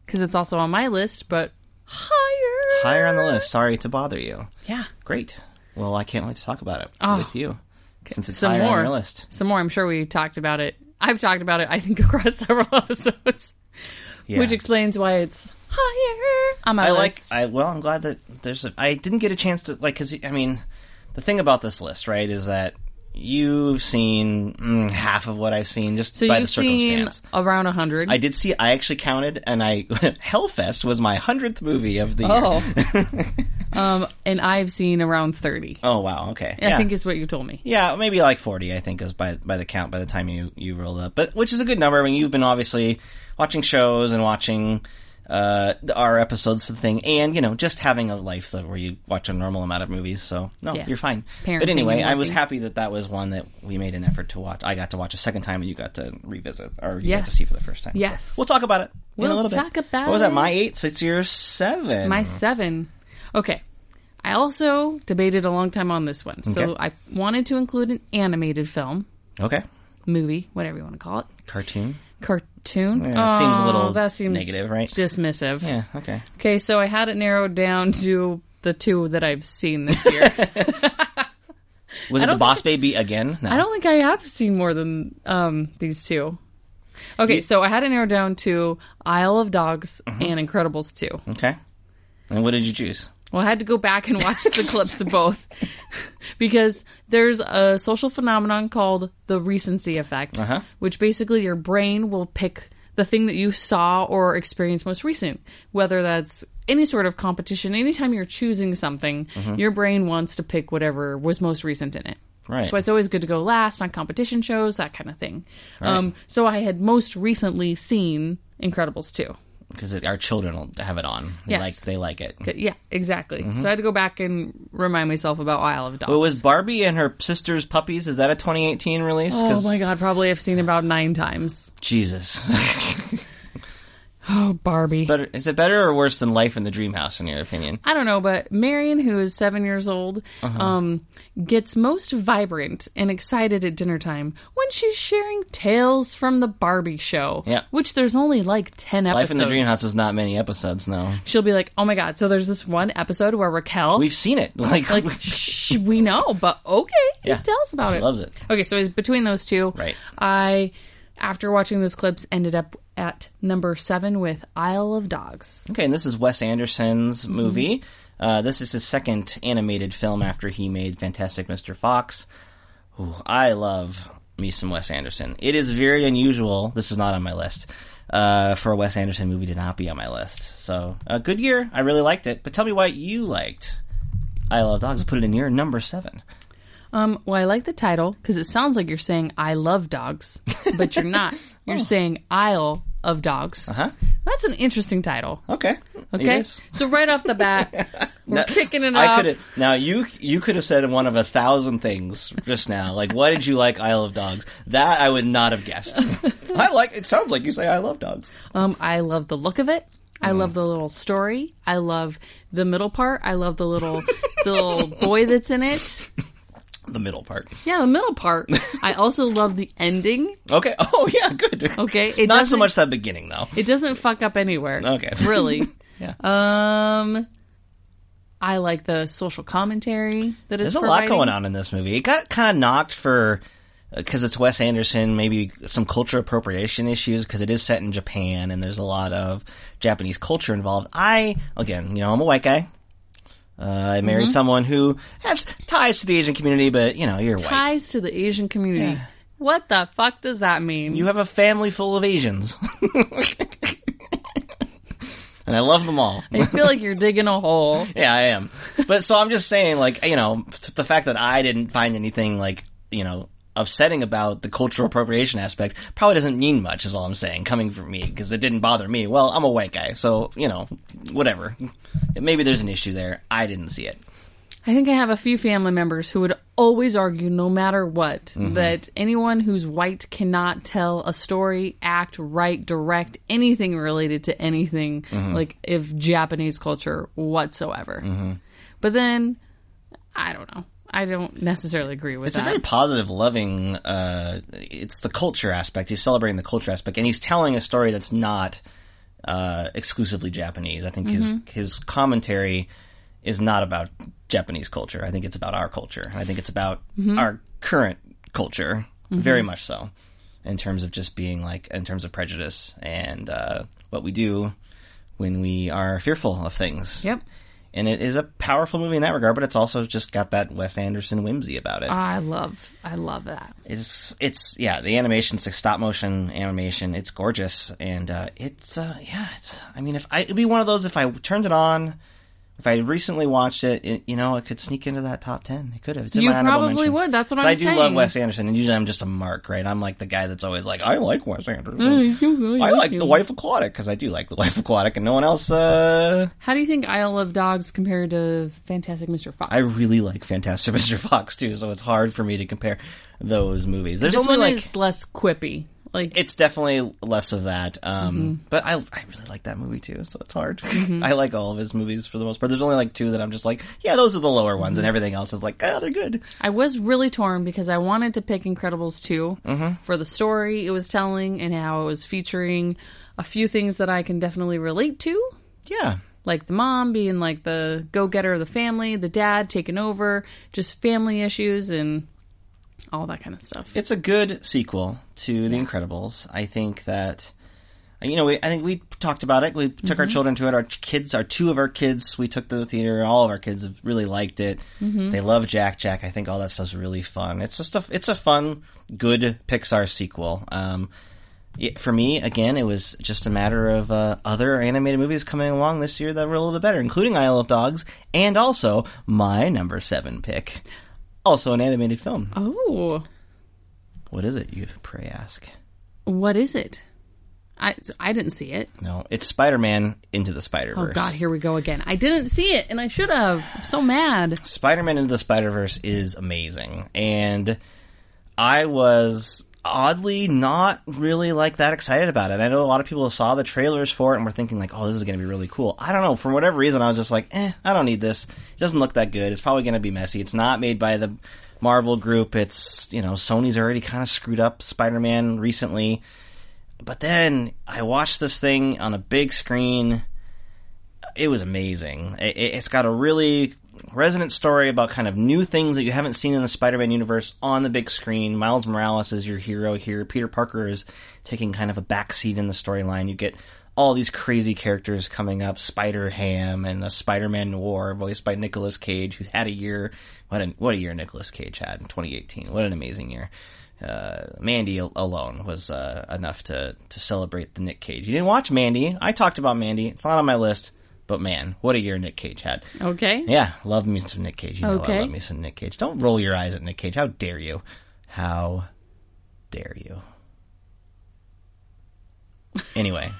S1: because it's also on my list, but higher.
S2: Higher on the list, Sorry to Bother You.
S1: Yeah.
S2: Great. Well, I can't wait to talk about it with you since it's
S1: Ah. Some
S2: higher
S1: more.
S2: on your list.
S1: Some more. I'm sure we talked about it. I've talked about it. I think across several episodes,
S2: Yeah.
S1: which explains why it's higher on my
S2: I like.
S1: list.
S2: I well, I'm glad that there's. A, I didn't get a chance to like because I mean, the thing about this list, right, is that you've seen mm, half of what I've seen just
S1: so
S2: by
S1: you've
S2: the
S1: seen
S2: circumstance.
S1: around hundred.
S2: I did see. I actually counted, and I Hellfest was my hundredth movie of the year.
S1: Oh. um, and I've seen around 30.
S2: Oh wow, okay.
S1: I think is what you told me.
S2: yeah, maybe like forty. I think is by by the count by the time you you rolled up, but which is a good number. I mean, you've been obviously watching shows and watching uh our episodes for the thing, and you know just having a life that where you watch a normal amount of movies. So no,
S1: Yes.
S2: you're fine.
S1: Parenting
S2: but anyway,
S1: and
S2: I was
S1: working.
S2: happy that that was one that we made an effort to watch. I got to watch a second time, and you got to revisit or you got to
S1: Yes.
S2: see for the first time. So
S1: Yes.
S2: we'll talk about it. in a
S1: We'll
S2: little bit.
S1: talk about
S2: What was that?
S1: it.
S2: My eight, six, your seven.
S1: My seven. Okay. I also debated a long time on this one. So
S2: Okay.
S1: I wanted to include an animated film,
S2: Okay.
S1: movie, whatever you want to call it,
S2: Cartoon.
S1: cartoon.
S2: it seems a
S1: Oh,
S2: little
S1: that seems
S2: negative, right?
S1: Dismissive.
S2: Yeah. Okay.
S1: Okay, so I had it narrowed down to the two that I've seen this year.
S2: Was it the
S1: don't
S2: Boss Baby again? No.
S1: I don't think I have seen more than um, these two. Okay, so I had it narrowed down to Isle of Dogs and Incredibles 2.
S2: Okay. And what did you choose?
S1: Well, I had to go back and watch the clips of both because there's a social phenomenon called the recency effect,
S2: Uh-huh.
S1: which basically your brain will pick the thing that you saw or experienced most recent, whether that's any sort of competition, anytime you're choosing something, your brain wants to pick whatever was most recent in it.
S2: Right.
S1: So it's always good to go last on competition shows, that kind of thing. Um, so I had most recently seen Incredibles 2.
S2: Because our children will have it on. They
S1: Yes.
S2: like they like it.
S1: But yeah, exactly.
S2: Mm-hmm.
S1: So I had to go back and remind myself about Isle of Dogs.
S2: But was Barbie and her sister's puppies? Is that a 2018 release?
S1: Oh my god, probably I've seen about nine times.
S2: Jesus.
S1: Oh, Barbie.
S2: Better, is it better or worse than Life in the Dream House, in your opinion?
S1: I don't know, but Marion, who is seven years old,
S2: Uh-huh.
S1: um, gets most vibrant and excited at dinner time when she's sharing tales from the Barbie show.
S2: Yeah.
S1: Which there's only like 10 episodes.
S2: Life in the Dream House is not many episodes, no.
S1: She'll be like, oh my God. So there's this one episode where Raquel.
S2: We've seen it. Like,
S1: like, shh, we know, but okay.
S2: Yeah.
S1: Tell us about
S2: She
S1: it.
S2: loves it.
S1: Okay, so it's between those two.
S2: Right.
S1: I, after watching those clips, ended up at number seven with Isle of Dogs.
S2: Okay, and this is Wes Anderson's movie. Uh, this is his second animated film after he made Fantastic Mr. Fox. Ooh, I love me some Wes Anderson. It is very unusual. This is not on my list. Uh, for a Wes Anderson movie to not be on my list. So, a good year. I really liked it. But tell me why you liked I Love Dogs. Put it in your number seven.
S1: Um, well, I like the title because it sounds like you're saying I love dogs, but you're not. You're saying Isle of Dogs.
S2: Huh?
S1: That's an interesting title.
S2: Okay.
S1: Okay,
S2: Uh-huh. It is.
S1: so right off the bat, we're kicking it
S2: I
S1: off.
S2: could have now you you could have said one of a thousand things just now. Like, why did you like Isle of Dogs? That I would not have guessed. I like. It sounds like you say I love dogs.
S1: Um, I love the look of it. I love the little story. I love the middle part. I love the little the little boy that's in it.
S2: The middle part.
S1: Yeah, the middle part. I also love the ending.
S2: Okay. Oh yeah, good.
S1: Okay, it
S2: not so
S1: doesn't-
S2: much that beginning though.
S1: It doesn't fuck up anywhere.
S2: Okay.
S1: Really.
S2: Yeah.
S1: Um I like the social commentary that is
S2: There's a lot going on in this movie. It got kind of knocked for because it's Wes Anderson, maybe some culture appropriation issues because it is set in Japan and there's a lot of Japanese culture involved. I again, you know, I'm a white guy. Uh, I married someone who has ties to the Asian community, but you know, you're white.
S1: Ties to the Asian community. What the fuck does that mean?
S2: You have a family full of Asians, and I love them all.
S1: I feel like you're digging a hole.
S2: Yeah, I am. But so I'm just saying, like, you know, f- the fact that I didn't find anything, like, you know, upsetting about the cultural appropriation aspect probably doesn't mean much, is all I'm saying, coming from me, because it didn't bother me. Well, I'm a white guy, so, you know, whatever. Maybe there's an issue there. I didn't see it.
S1: I think I have a few family members who would always argue, no matter what,
S2: Mm-hmm.
S1: that anyone who's white cannot tell a story, act, write, direct anything related to anything
S2: Mm-hmm.
S1: like if Japanese culture whatsoever. But then, I don't know. I don't necessarily agree with
S2: It's
S1: that.
S2: a very positive, loving, uh, it's the culture aspect. He's celebrating the culture aspect, and he's telling a story that's not, uh, exclusively Japanese. I think
S1: Mm-hmm.
S2: his, his commentary is not about Japanese culture. I think it's about our culture. I think it's about
S1: Mm-hmm.
S2: our current culture, very much so, in terms of just being like, in terms of prejudice and, uh, what we do when we are fearful of things.
S1: Yep.
S2: And it is a powerful movie in that regard, but it's also just got that Wes Anderson whimsy about it
S1: I love, I love that.
S2: it's it's yeah the animation it's like stop motion animation it's gorgeous and uh, it's uh, yeah it's I mean if I it'd be one of those if I turned it on if I recently watched it, it you know it could sneak into that top ten it could have it's in
S1: You
S2: my honorable
S1: probably
S2: mention.
S1: would, that's what
S2: 'Cause
S1: I'm
S2: I do love
S1: saying.
S2: Wes Anderson and usually I'm just a mark right I'm like the guy that's always like I like Wes Anderson
S1: Mm,
S2: I
S1: I
S2: like The Life Aquatic because I do like The Life Aquatic and no one else uh
S1: How do you think Isle of Dogs compared to Fantastic Mr. Fox?
S2: I really like Fantastic Mr Fox too so it's hard for me to compare those movies there's
S1: this
S2: only
S1: one
S2: like
S1: is less quippy. Like
S2: it's definitely less of that. Um, But I, I really like that movie too, so it's hard. I like all of his movies for the most part. There's only like two that I'm just like, yeah, those are the lower ones, and everything else is like, ah, they're good.
S1: I was really torn because I wanted to pick Incredibles 2
S2: Mm-hmm.
S1: for the story it was telling and how it was featuring a few things that I can definitely relate to,
S2: Yeah.
S1: like the mom being like the go-getter of the family, the dad taking over, just family issues and all that kind of stuff.
S2: It's a good sequel to The Incredibles. I think that, you know, we, I think we talked about it. We took our children to it. Our ch- kids, our two of our kids, we took to the theater. All of our kids have really liked it. They love Jack Jack. I think all that stuff's really fun. It's just a, it's a fun, good Pixar sequel. Um, it, for me, again, it was just a matter of uh, other animated movies coming along this year that were a little bit better, including Isle of Dogs and also my number seven pick, also an animated film.
S1: Oh,
S2: What is it? You pray ask.
S1: what is it? I I didn't see it.
S2: No, it's Spider Man into the Spider
S1: Oh
S2: Verse.
S1: god, here we go again. I didn't see it and I should have. I'm so mad.
S2: Spider Man into the Spider Verse is amazing, and I was oddly not really like that excited about it. I know a lot of people saw the trailers for it and were thinking like, "Oh, this is going to be really cool." I don't know. For whatever reason, I was just like, "Eh, I don't need this. It doesn't look that good. It's probably going to be messy. It's not made by the Marvel group. It's you know Sony's already kind of screwed up Spider-Man recently." But then I watched this thing on a big screen. It was amazing. It, it- it's got a really resonant story about kind of new things that you haven't seen in the Spider-Man universe on the big screen. Miles Morales is your hero here. Peter Parker is taking kind of a backseat in the storyline. You get all these crazy characters coming up, Spider-Ham and the Spider-Man Noir voiced by Nicolas Cage who had a year, what a, what a year Nicolas Cage had in 2018. What an amazing year. Uh, Mandy al- alone was, uh, enough to, to celebrate the Nick Cage. You didn't watch Mandy. I talked about Mandy. It's not on my list, but man, what a year Nick Cage had.
S1: Okay.
S2: Yeah, love me some Nick Cage. You know I
S1: Okay.
S2: love me some Nick Cage. Don't roll your eyes at Nick Cage. How dare you? How dare you? Anyway.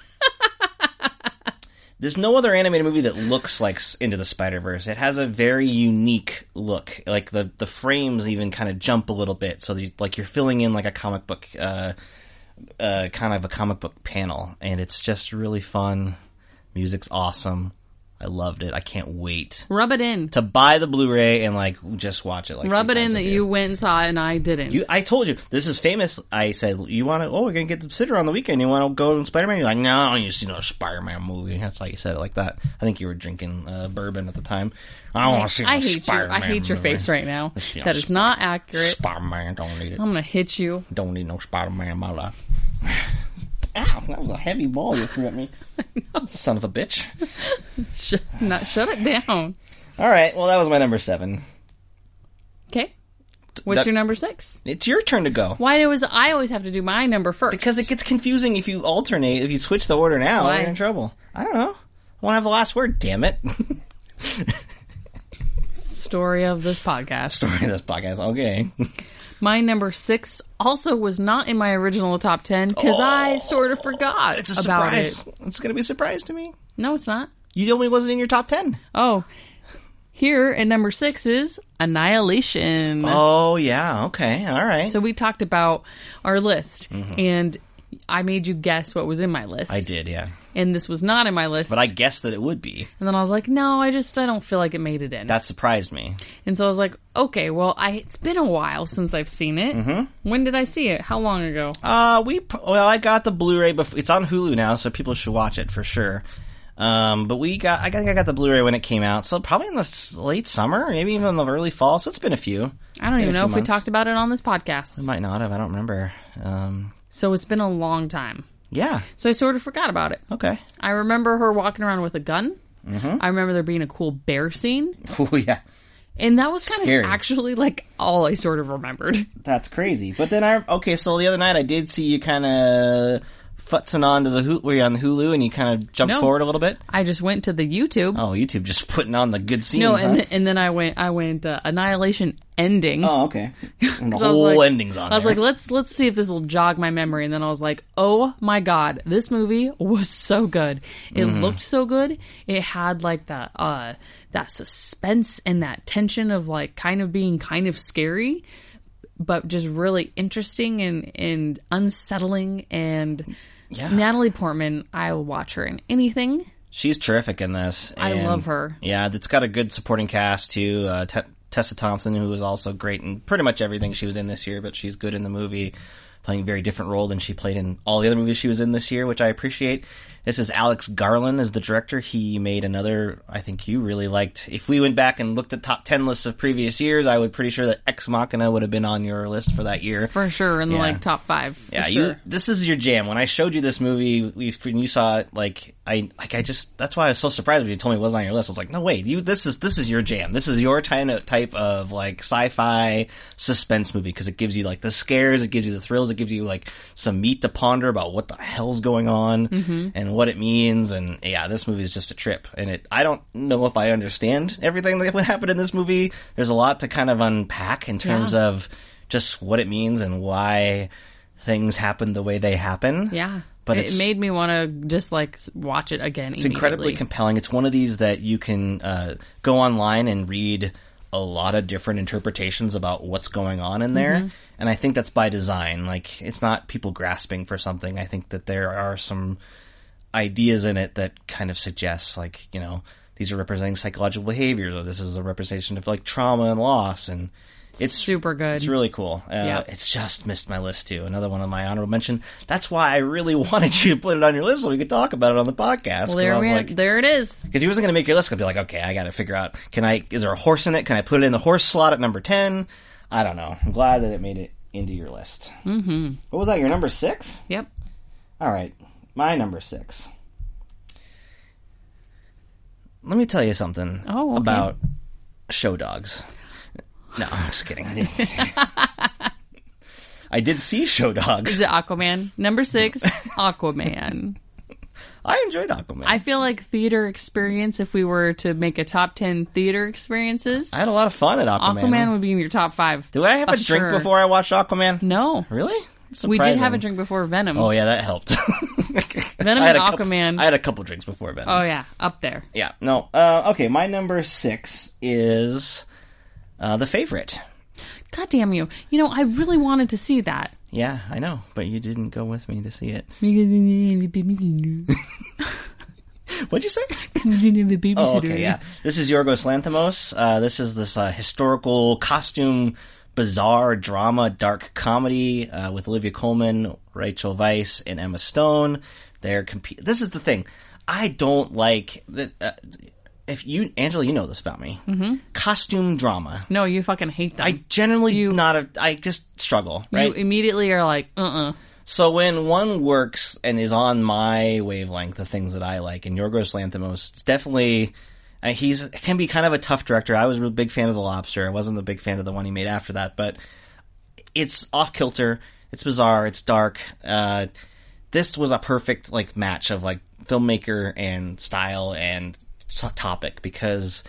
S2: There's no other animated movie that looks like S- Into the Spider Verse. It has a very unique look. Like the the frames even kind of jump a little bit, so that you, like you're filling in like a comic book, uh, uh, kind of a comic book panel, and it's just really fun. Music's awesome. I loved it. I can't wait
S1: Rub it in.
S2: to buy the Blu-ray and like just watch it. Like
S1: Rub it
S2: three
S1: in
S2: times
S1: that
S2: a day.
S1: you went and saw it and I didn't.
S2: You, I told you this is famous. I said you want to. Oh, we're gonna get the sitter on the weekend. You want to go to Spider Man? You're like, no, I don't need to see no Spider Man movie. That's why you said it like that. I think you were drinking uh, bourbon at the time. I don't want to see. No
S1: I hate
S2: Spider-Man
S1: you. I hate your
S2: movie.
S1: face right Um, now.
S2: Yeah,
S1: That is not accurate.
S2: Spider Man don't need it.
S1: I'm gonna hit you.
S2: Don't need no Spider Man in my life. Ow, that was a heavy ball you threw at me. Son of a bitch.
S1: Sh- not shut it down.
S2: All right, well that was my number seven.
S1: Okay. What's
S2: That-
S1: your number six?
S2: It's your turn to go.
S1: Why do is I always have to do my number first?
S2: Because it gets confusing if you alternate, if you switch the order now,
S1: Why?
S2: you're in trouble. I don't know. I want to have the last word, damn it.
S1: story of this podcast.
S2: Sorry, this podcast. Okay.
S1: My number six also was not in my original top ten because I sort of forgot
S2: Oh. It's a
S1: about
S2: surprise.
S1: it.
S2: It's going to be a surprise to me.
S1: No, it's not.
S2: You told me it wasn't in your top 10.
S1: Oh, here at number six is Annihilation.
S2: Oh, yeah. Okay. All right.
S1: So we talked about our list, and I made you guess what was in my list.
S2: Mm-hmm. I did, yeah.
S1: and this was not in my list.
S2: But I guessed that it would be.
S1: and then I was like, no, I just I don't feel like it made it in.
S2: That surprised me.
S1: and so I was like, okay, well, I it's been a while since I've seen it. When did I see it? How long ago?
S2: Mm-hmm. Uh, we p- well, I got the Blu-ray. Before, it's on Hulu now, so people should watch it for sure. Um, but we got I think I got the Blu-ray when it came out, so probably in the s- late summer, maybe even in the early fall. So it's been a few.
S1: I don't
S2: Been a
S1: even know
S2: few
S1: if we
S2: months.
S1: talked about it on this podcast.
S2: Might not have. I don't remember. Um,
S1: So it's been a long time.
S2: yeah.
S1: So I sort of forgot about it.
S2: Okay.
S1: I remember her walking around with a gun.
S2: Mm-hmm.
S1: I remember there being a cool bear scene,
S2: Oh yeah,
S1: and that was kind
S2: Scary.
S1: of actually like all I sort of remembered.
S2: that's crazy. But then I okay. So the other night I did see you kind of futzing onto the Hulu. Were you on Hulu and you kind of jumped
S1: No.
S2: forward a little bit?
S1: I just went to the YouTube.
S2: Oh, YouTube just putting on the good scenes.
S1: no,
S2: huh?
S1: and, th- and then I went. I went uh, Annihilation ending.
S2: oh okay. And the
S1: 'Cause I was
S2: whole
S1: like-
S2: ending's on.
S1: I was
S2: there.
S1: like, let's let's see if this will jog my memory, and then I was like, oh my god, this movie was so good. It
S2: Mm-hmm.
S1: looked so good. It had like that uh that suspense and that tension of like kind of being kind of scary, but just really interesting and and unsettling. And
S2: Yeah.
S1: Natalie Portman, I will watch her in anything.
S2: She's terrific in this.
S1: I
S2: and-
S1: love her.
S2: Yeah, it's got a good supporting cast too. Uh, Te- Tessa Thompson, who was also great in pretty much everything she was in this year, but she's good in the movie, playing a very different role than she played in all the other movies she was in this year, which I appreciate. This is Alex Garland as the director. He made another. I think you really liked. If we went back and looked at top ten lists of previous years, I would pretty sure that Ex Machina would have been on your list for that year.
S1: For sure, in the
S2: Yeah.
S1: like top five. for
S2: Yeah,
S1: sure.
S2: you. This is your jam. When I showed you this movie, we when you saw it, like I, like I just. That's why I was so surprised when you told me it wasn't on your list. I was like, no way, you. This is this is your jam. This is your kind of type of like sci-fi suspense movie because it gives you like the scares, it gives you the thrills, it gives you like some meat to ponder about what the hell's going on
S1: Mm-hmm.
S2: and what it means. And yeah, this movie is just a trip. And it. I don't know if I understand everything that happened in this movie. There's a lot to kind of unpack in terms
S1: Yeah.
S2: of just what it means and why things happen the way they happen.
S1: Yeah.
S2: But
S1: it
S2: it's-
S1: made me want to just like s- watch it again.
S2: It's incredibly compelling. It's one of these that you can uh, go online and read a lot of different interpretations about what's going on in there.
S1: Mm-hmm.
S2: And I think that's by design. Like, it's not people grasping for something. I think that there are some ideas in it that kind of suggests, like, you know, these are representing psychological behaviors, or this is a representation of like trauma and loss. And it's
S1: Super good.
S2: It's really cool. Uh,
S1: Yeah.
S2: It's just missed my list too. Another one on my honorable mention. That's why I really wanted you to put it on your list so we could talk about it on the podcast. 'Cause
S1: Well, there,
S2: I was
S1: we-
S2: like,
S1: there it is.
S2: because he wasn't going to make your list. I'd be like, okay, I got to figure out. Can I? Is there a horse in it? Can I put it in the horse slot at number ten? I don't know. I'm glad that it made it into your list. Mm-hmm. What was that? Your number six?
S1: Yep.
S2: All right, my number six. Let me tell you something
S1: Oh, okay.
S2: about show dogs. No, I'm just kidding. I didn't. I did see show dogs.
S1: Is it Aquaman? Number six, Aquaman.
S2: I enjoyed Aquaman.
S1: I feel like theater experience, if we were to make a top 10 theater experiences,
S2: I had a lot of fun at Aquaman.
S1: Aquaman would be in your top five.
S2: Did I have
S1: Uh,
S2: a drink
S1: sure.
S2: before I watched Aquaman?
S1: No.
S2: Really?
S1: We did have a
S2: Surprising.
S1: drink before Venom.
S2: Oh yeah, that helped.
S1: Venom
S2: I
S1: and
S2: had a couple-
S1: Aquaman.
S2: I had a couple drinks before Venom.
S1: oh, yeah. Up there.
S2: yeah. No. Uh, okay, my number six is uh, the favorite.
S1: God damn you. You know, I really wanted to see that.
S2: Yeah, I know, but you didn't go with me to see it.
S1: Babysitter.
S2: What'd you say? Oh, okay, yeah. This is Yorgos Lanthimos. Uh, this is this uh, historical costume, bizarre drama, dark comedy uh, with Olivia Colman, Rachel Weisz, and Emma Stone. They're comp- This is the thing. I don't like that. Uh, if you, Angela, you know this about me. Mm-hmm. Costume drama.
S1: No, you fucking hate them.
S2: I generally
S1: You-
S2: not. A, I just struggle. Right.
S1: You immediately are like, uh uh
S2: So when one works and is on my wavelength, the things that I like, and Yorgos Lanthimos it's definitely, uh, he's can be kind of a tough director. I was a real big fan of The Lobster. I wasn't a big fan of the one he made after that, but it's off kilter. It's bizarre. It's dark. Uh, this was a perfect like match of like filmmaker and style and t- topic because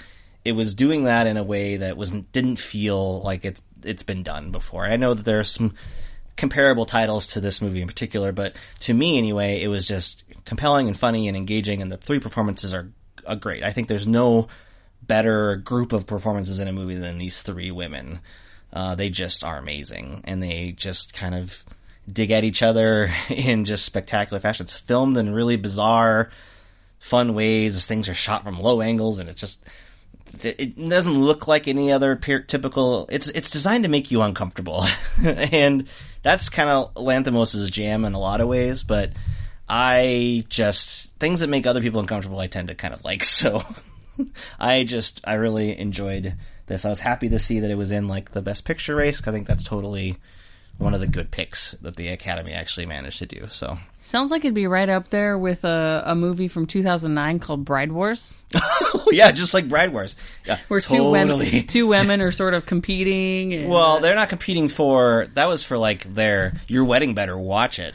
S2: it was doing that in a way that was didn't feel like it it's been done before. I know that there are some comparable titles to this movie in particular, but to me anyway, it was just compelling and funny and engaging, and the three performances are, are great. I think there's no better group of performances in a movie than these three women. Uh, they just are amazing, and they just kind of dig at each other in just spectacular fashion. It's filmed in really bizarre, fun ways. Things are shot from low angles, and it's just it doesn't look like any other peer, typical. It's it's designed to make you uncomfortable, and that's kind of Lanthimos' jam in a lot of ways. But I just things that make other people uncomfortable, I tend to kind of like. So I just I really enjoyed this. I was happy to see that it was in like the best picture race. 'cause I think that's totally one of the good picks that the Academy actually managed to do. So
S1: Sounds like it'd be right up there with a, a movie from 2009 called Bride Wars,
S2: Oh, yeah, just like Bride Wars, yeah,
S1: where two
S2: totally.
S1: women two women are sort of competing. and-
S2: Well, they're not competing for that was for like their your wedding better watch it.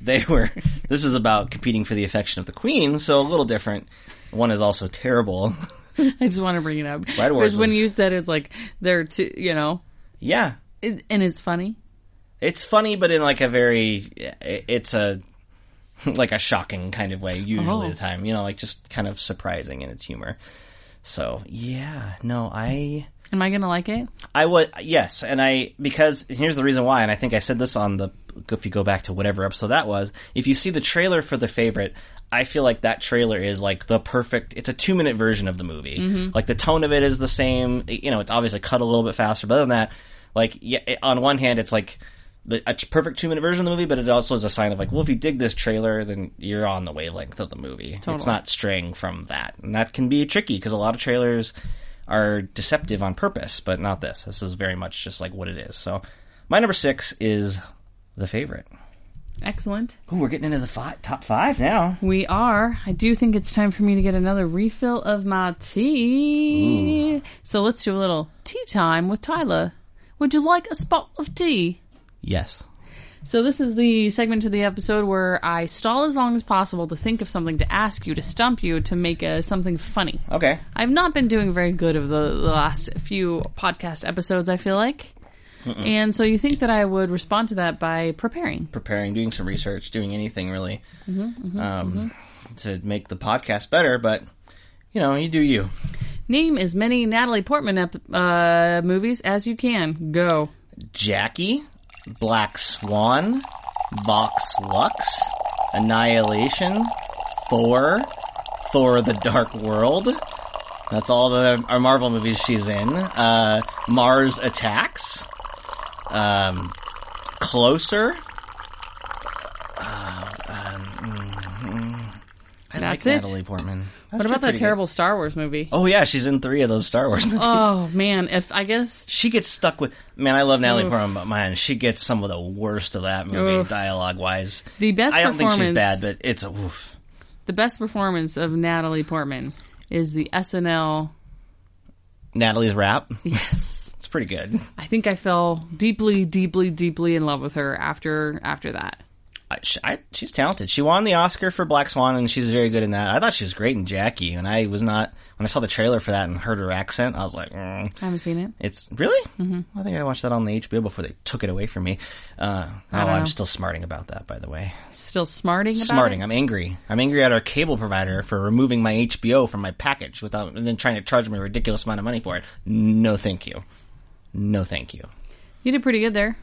S2: They were this is about competing for the affection of the queen, so a little different. One is also terrible.
S1: I just want to bring it up
S2: Bride Wars
S1: because when
S2: was-
S1: you said it's like they're two, you know,
S2: Yeah.
S1: it, and it's funny.
S2: It's funny but in like a very it- it's a like a shocking kind of way usually
S1: Oh.
S2: the time, you know, like just kind of surprising in its humor. So, yeah, no, I
S1: Am I gonna like it?
S2: I was yes, and I because here's the reason why, and I think I said this on the if you go back to whatever episode that was, if you see the trailer for the favorite, I feel like that trailer is like the perfect. It's a two minute version of the movie. Like the tone of it is the same. You know, it's obviously cut a little bit faster, but other than that, like yeah, it- on one hand, it's like. The, a perfect two minute version of the movie, but it also is a sign of like, well, if you dig this trailer, then you're on the wavelength of the movie. It's
S1: Totally.
S2: not straying from that, and that can be tricky because a lot of trailers are deceptive on purpose, but not this. This is very much just like what it is. So, my number six is the favorite.
S1: Excellent.
S2: Ooh, we're getting into the fi- top five now.
S1: We are. I do think it's time for me to get another refill of my tea. So let's do a little tea time with Tyler. Would you like a spot of tea?
S2: Yes.
S1: So this is the segment of the episode where I stall as long as possible to think of something to ask you to stump you to make uh something funny.
S2: Okay.
S1: I've not been doing very good of the, the last few podcast episodes. I feel like, and so you think that I would respond to that by preparing.
S2: Preparing, doing some research, doing anything really um, to make the podcast better, but you know, you do you.
S1: Name as many Natalie Portman ep- uh, movies as you can. Go.
S2: Jackie, Black Swan, Vox Lux, Annihilation, Thor, Thor the Dark World. That's all the our Marvel movies she's in. Uh, Mars Attacks, um, Closer. Uh, um, mm, mm. I
S1: That's
S2: like
S1: it.
S2: Natalie Portman.
S1: What about that terrible Star Wars movie?
S2: Oh yeah, she's in three of those Star Wars movies.
S1: Oh, man, if I guess
S2: She gets stuck with man. I love Natalie
S1: Oof.
S2: Portman, but man, she gets some of the worst of that movie
S1: Oof.
S2: dialogue wise.
S1: The best
S2: I don't think she's
S1: performance-
S2: bad, but it's a oof.
S1: the best performance of Natalie Portman is the SNL.
S2: Natalie's rap.
S1: Yes,
S2: It's pretty good.
S1: I think I fell deeply, deeply, deeply in love with her after after that.
S2: I, she, I, she's talented. She won the Oscar for Black Swan, and she's very good in that. I thought she was great in Jackie, and I was not when I saw the trailer for that and heard her accent. I was like, mm.
S1: I haven't seen it.
S2: it's really. Mm-hmm. I think I watched that on the HBO before they took it away from me. Uh, oh,
S1: don't know.
S2: I'm still smarting about that, by the way.
S1: Still smarting. About
S2: smarting.
S1: It?
S2: I'm angry. I'm angry at our cable provider for removing my HBO from my package without and then trying to charge me a ridiculous amount of money for it. No, thank you. No, thank you.
S1: You did pretty good there.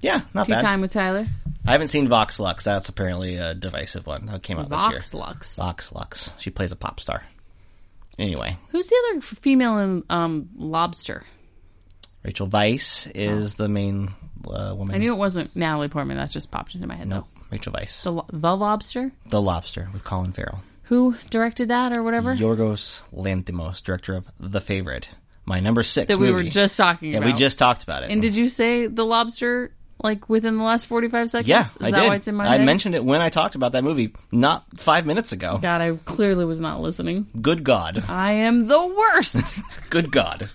S2: Yeah, not
S1: Tea
S2: bad.
S1: time with Tyler.
S2: I haven't seen Vox Lux. That's apparently a divisive one that came out this
S1: Vox
S2: year.
S1: Lux.
S2: Vox Lux. She plays a pop star. Anyway,
S1: Who's the other f- female in um, Lobster?
S2: Rachel Vice is the main uh, woman.
S1: Oh. I knew it wasn't Natalie Portman. That just popped into my head.
S2: no,
S1: though.
S2: Rachel Vice.
S1: The, lo- the Lobster.
S2: The Lobster with Colin Farrell.
S1: Who directed that or whatever
S2: Yorgos Lanthimos, director of The Favorite. My number six
S1: that we were
S2: movie.
S1: just talking
S2: Yeah,
S1: about?
S2: we just talked about it.
S1: and did you say the Lobster like within the last forty five seconds?
S2: Yeah,
S1: is
S2: I
S1: that
S2: did.
S1: why it's in my
S2: I
S1: head?
S2: mentioned it when I talked about that movie not five minutes ago.
S1: God, I clearly was not listening.
S2: Good God,
S1: I am the worst.
S2: good God.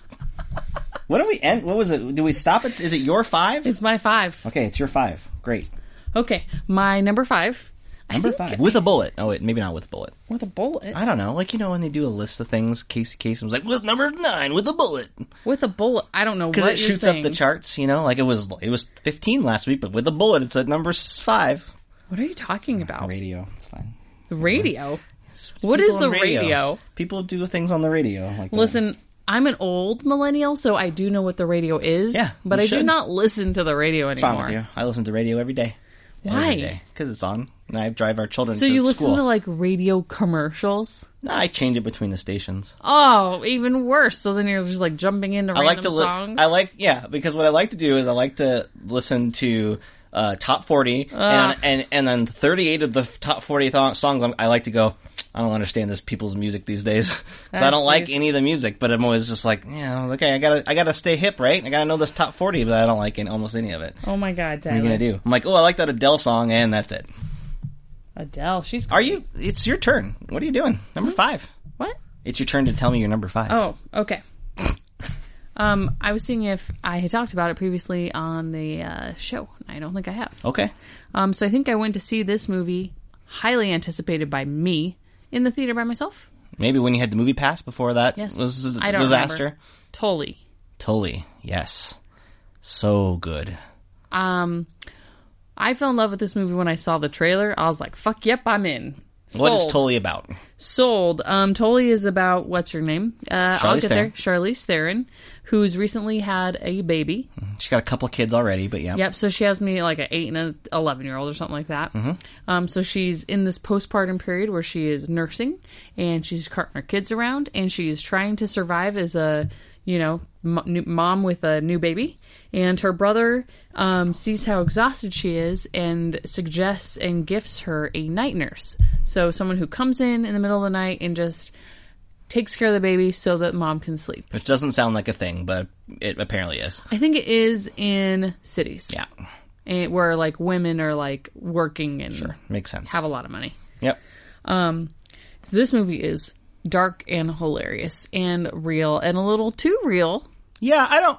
S2: what do we end? What was it? Do we stop? It? Is it your five?
S1: it's my five.
S2: okay, it's your five. Great,
S1: Okay, my number five. I
S2: number
S1: think-
S2: five with a bullet. Oh wait, maybe not with a bullet.
S1: with a bullet.
S2: I don't know. Like you know when they do a list of things, Casey Kasem's like with number nine with a bullet
S1: With a bullet. I don't know what
S2: because
S1: you're
S2: it shoots
S1: saying.
S2: up the charts. You know, like it was it was fifteen last week, but with a bullet, it's at number s- five.
S1: What are you talking about?
S2: Radio, it's fine.
S1: The radio. What
S2: What is
S1: is the radio?
S2: People do things on the radio. Like that.
S1: Listen, I'm an old millennial, so I do know what the radio is.
S2: Yeah,
S1: but
S2: you
S1: I do
S2: should.
S1: not listen to the radio
S2: What's
S1: anymore.
S2: wrong with you? I listen to radio every day.
S1: Why?
S2: Because it's on, and I drive our children.
S1: So
S2: to
S1: you
S2: school.
S1: listen to like radio commercials?
S2: No, I change it between the stations.
S1: Oh, even worse. So then you're just like jumping into
S2: I
S1: random
S2: like to. Li-
S1: songs.
S2: I like yeah, because what I like to do is I like to listen to. Uh, top 40 and, and and then 38 of the f- top 40 th- songs I'm, I like to go I don't understand this people's music these days so I
S1: Ah,
S2: don't like
S1: jeez.
S2: any of the music but I'm always just like yeah okay I gotta I gotta stay hip right I gotta know this top 40 but I don't like in almost any of it what
S1: oh my god,
S2: are
S1: Tyler.
S2: you gonna do I'm like oh I like that Adele song and that's it
S1: Adele, she's
S2: Are you? It's your turn. What are you doing? Number five.
S1: what?
S2: It's your turn to tell me you're number five.
S1: Hmm? Oh, okay. um, I was seeing if I had talked about it previously on the uh, show. I don't think I have.
S2: Okay.
S1: Um, so I think I went to see this movie, highly anticipated by me, in the theater by myself.
S2: Maybe when you had the movie pass before that
S1: Yes.
S2: was a
S1: I don't
S2: disaster.
S1: remember. Totally.
S2: Tully. Yes. So good.
S1: Um, I fell in love with this movie when I saw the trailer. I was like, "Fuck, yep, I'm in." Sold.
S2: What is Tully about?
S1: Sold. Um, Tolly is about what's her name? Uh, I'll
S2: Charlize
S1: get there. Charlize Theron, who's recently had a baby.
S2: She got a couple kids already, but yeah.
S1: Yep. So she has me like an eight and an eleven year old or something like that. Um, so she's in this postpartum period where she is nursing and she's carting her kids around and she's trying to survive as a you know m- new mom with a new baby. And her brother um, sees how exhausted she is and suggests and gifts her a night nurse. So someone who comes in in the middle of the night and just takes care of the baby so that mom can sleep.
S2: Which doesn't sound like a thing, but it apparently is.
S1: I think it is in cities
S2: Yeah.
S1: and eh, where like women are like working and
S2: Makes sense.
S1: have a lot of money.
S2: yep.
S1: So this movie is dark and hilarious and real and a little too real.
S2: Yeah, I don't.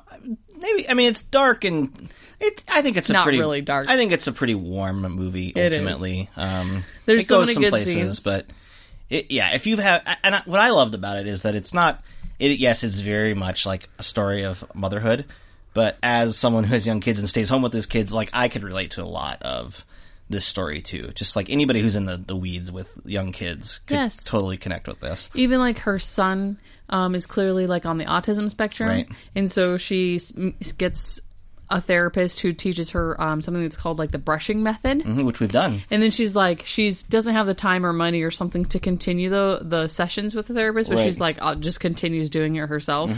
S2: Maybe I mean it's dark and it. I think it's a
S1: Not
S2: pretty
S1: really dark.
S2: I think it's a pretty warm movie
S1: It is.
S2: ultimately. Um,
S1: There's
S2: it
S1: so
S2: goes
S1: many
S2: some
S1: good
S2: places,
S1: scenes.
S2: but it, yeah, if you have and I, what I loved about it is that it's not. It yes, it's very much like a story of motherhood, but as someone who has young kids and stays home with his kids, like I could relate to a lot of this story too. Just like anybody who's in the, the weeds with young kids could
S1: Yes.
S2: totally connect with this.
S1: even like her son um, is clearly like on the autism spectrum
S2: Right.
S1: and so she s- m- gets a therapist who teaches her um, something that's called like the brushing method
S2: Mhm, Which we've done.
S1: and then she's like she's doesn't have the time or money or something to continue the the sessions with the therapist but
S2: Right. Mm-hmm.
S1: she's like uh, just continues doing it herself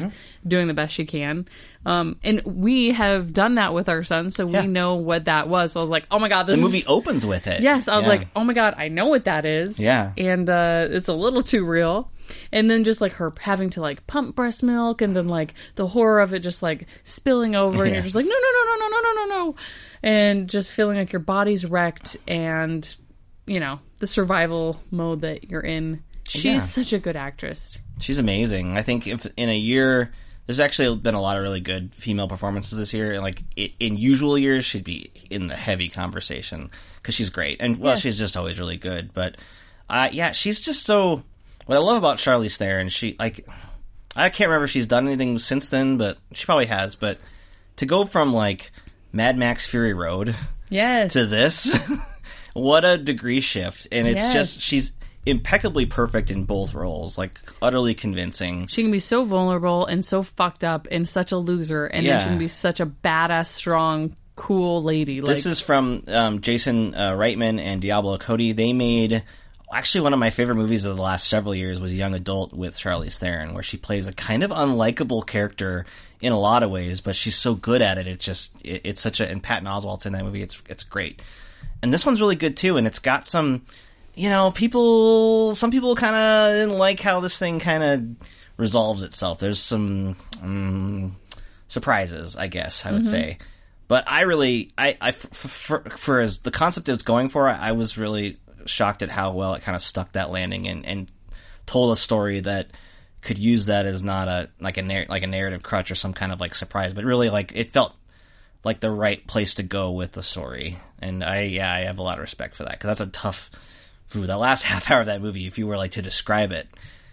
S1: doing the best she can um, and we have done that with our son so
S2: Yeah.
S1: we know what that was so i was like oh my god this
S2: The
S1: is-
S2: movie opens with it.
S1: Yes, I was
S2: Yeah.
S1: like, oh my god, I know what that is.
S2: Yeah.
S1: and uh, it's a little too real. And then just like her having to like pump breast milk, and then like the horror of it just like spilling over, and
S2: Yeah.
S1: you're just like, no, no, no, no, no, no, no, no, no, and just feeling like your body's wrecked, and you know the survival mode that you're in. She's
S2: Yeah.
S1: such a good actress.
S2: She's amazing. I think if in a year, there's actually been a lot of really good female performances this year. And like i- in usual years, she'd be in the heavy conversation because she's great, and well,
S1: Yes.
S2: she's just always really good. But uh, yeah, she's just so. What I love about Charlize Theron, she like, I can't remember if she's done anything since then, but she probably has. But to go from like Mad Max Fury Road
S1: Yes,
S2: to this. what a degree shift. And it's
S1: Yes.
S2: just she's impeccably perfect in both roles, like utterly convincing.
S1: she can be so vulnerable and so fucked up and such a loser, and then she
S2: Yeah.
S1: can be such a badass, strong, cool lady. Like
S2: This is from um, Jason uh, Reitman and Diablo Cody. They made actually one of my favorite movies of the last several years was Young Adult with Charlize Theron, where she plays a kind of unlikable character in a lot of ways, but she's so good at it. It just it, it's such a and Patton Oswalt's in that movie. It's it's great, and this one's really good too. And it's got some, you know, people. Some people kind of didn't like how this thing kind of resolves itself. There's some. mm surprises, I guess I would say. But I really, I, I f- f- for, for as the concept it was going for, I, I was really shocked at how well it kind of stuck that landing and, and told a story that could use that as not a like a narr- like a narrative crutch or some kind of like surprise, but really like it felt like the right place to go with the story. And I, yeah, I have a lot of respect for that because that's a tough. Ooh, that last half hour of that movie, if you were like to describe it,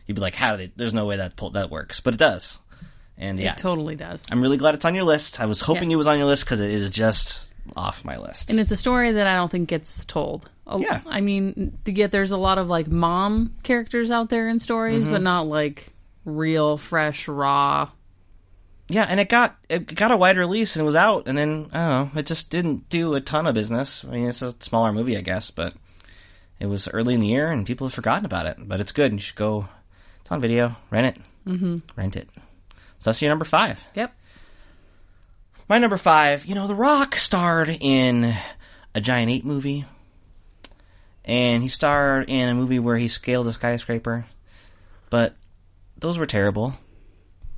S2: you'd be like, "How did? It, there's no way that pull- that works," but it does. And yeah,
S1: it totally does.
S2: I'm really glad it's on your list. I was hoping
S1: Yes.
S2: it was on your list because it is just off my list.
S1: And it's a story that I don't think gets told. A-
S2: Yeah.
S1: I mean, to get there's a lot of like mom characters out there in stories,
S2: Mm-hmm.
S1: but not like real, fresh, raw.
S2: yeah, and it got it got a wide release and it was out, and then oh, it just didn't do a ton of business. I mean, it's a smaller movie, I guess, but it was early in the year and people have forgotten about it. But it's good. and You should go. It's on video. Rent it. Mm-hmm. Rent it. So that's your number five.
S1: Yep.
S2: My number five, you know, The Rock starred in a Giant Ape movie. And he starred in a movie where he scaled a skyscraper. But those were terrible.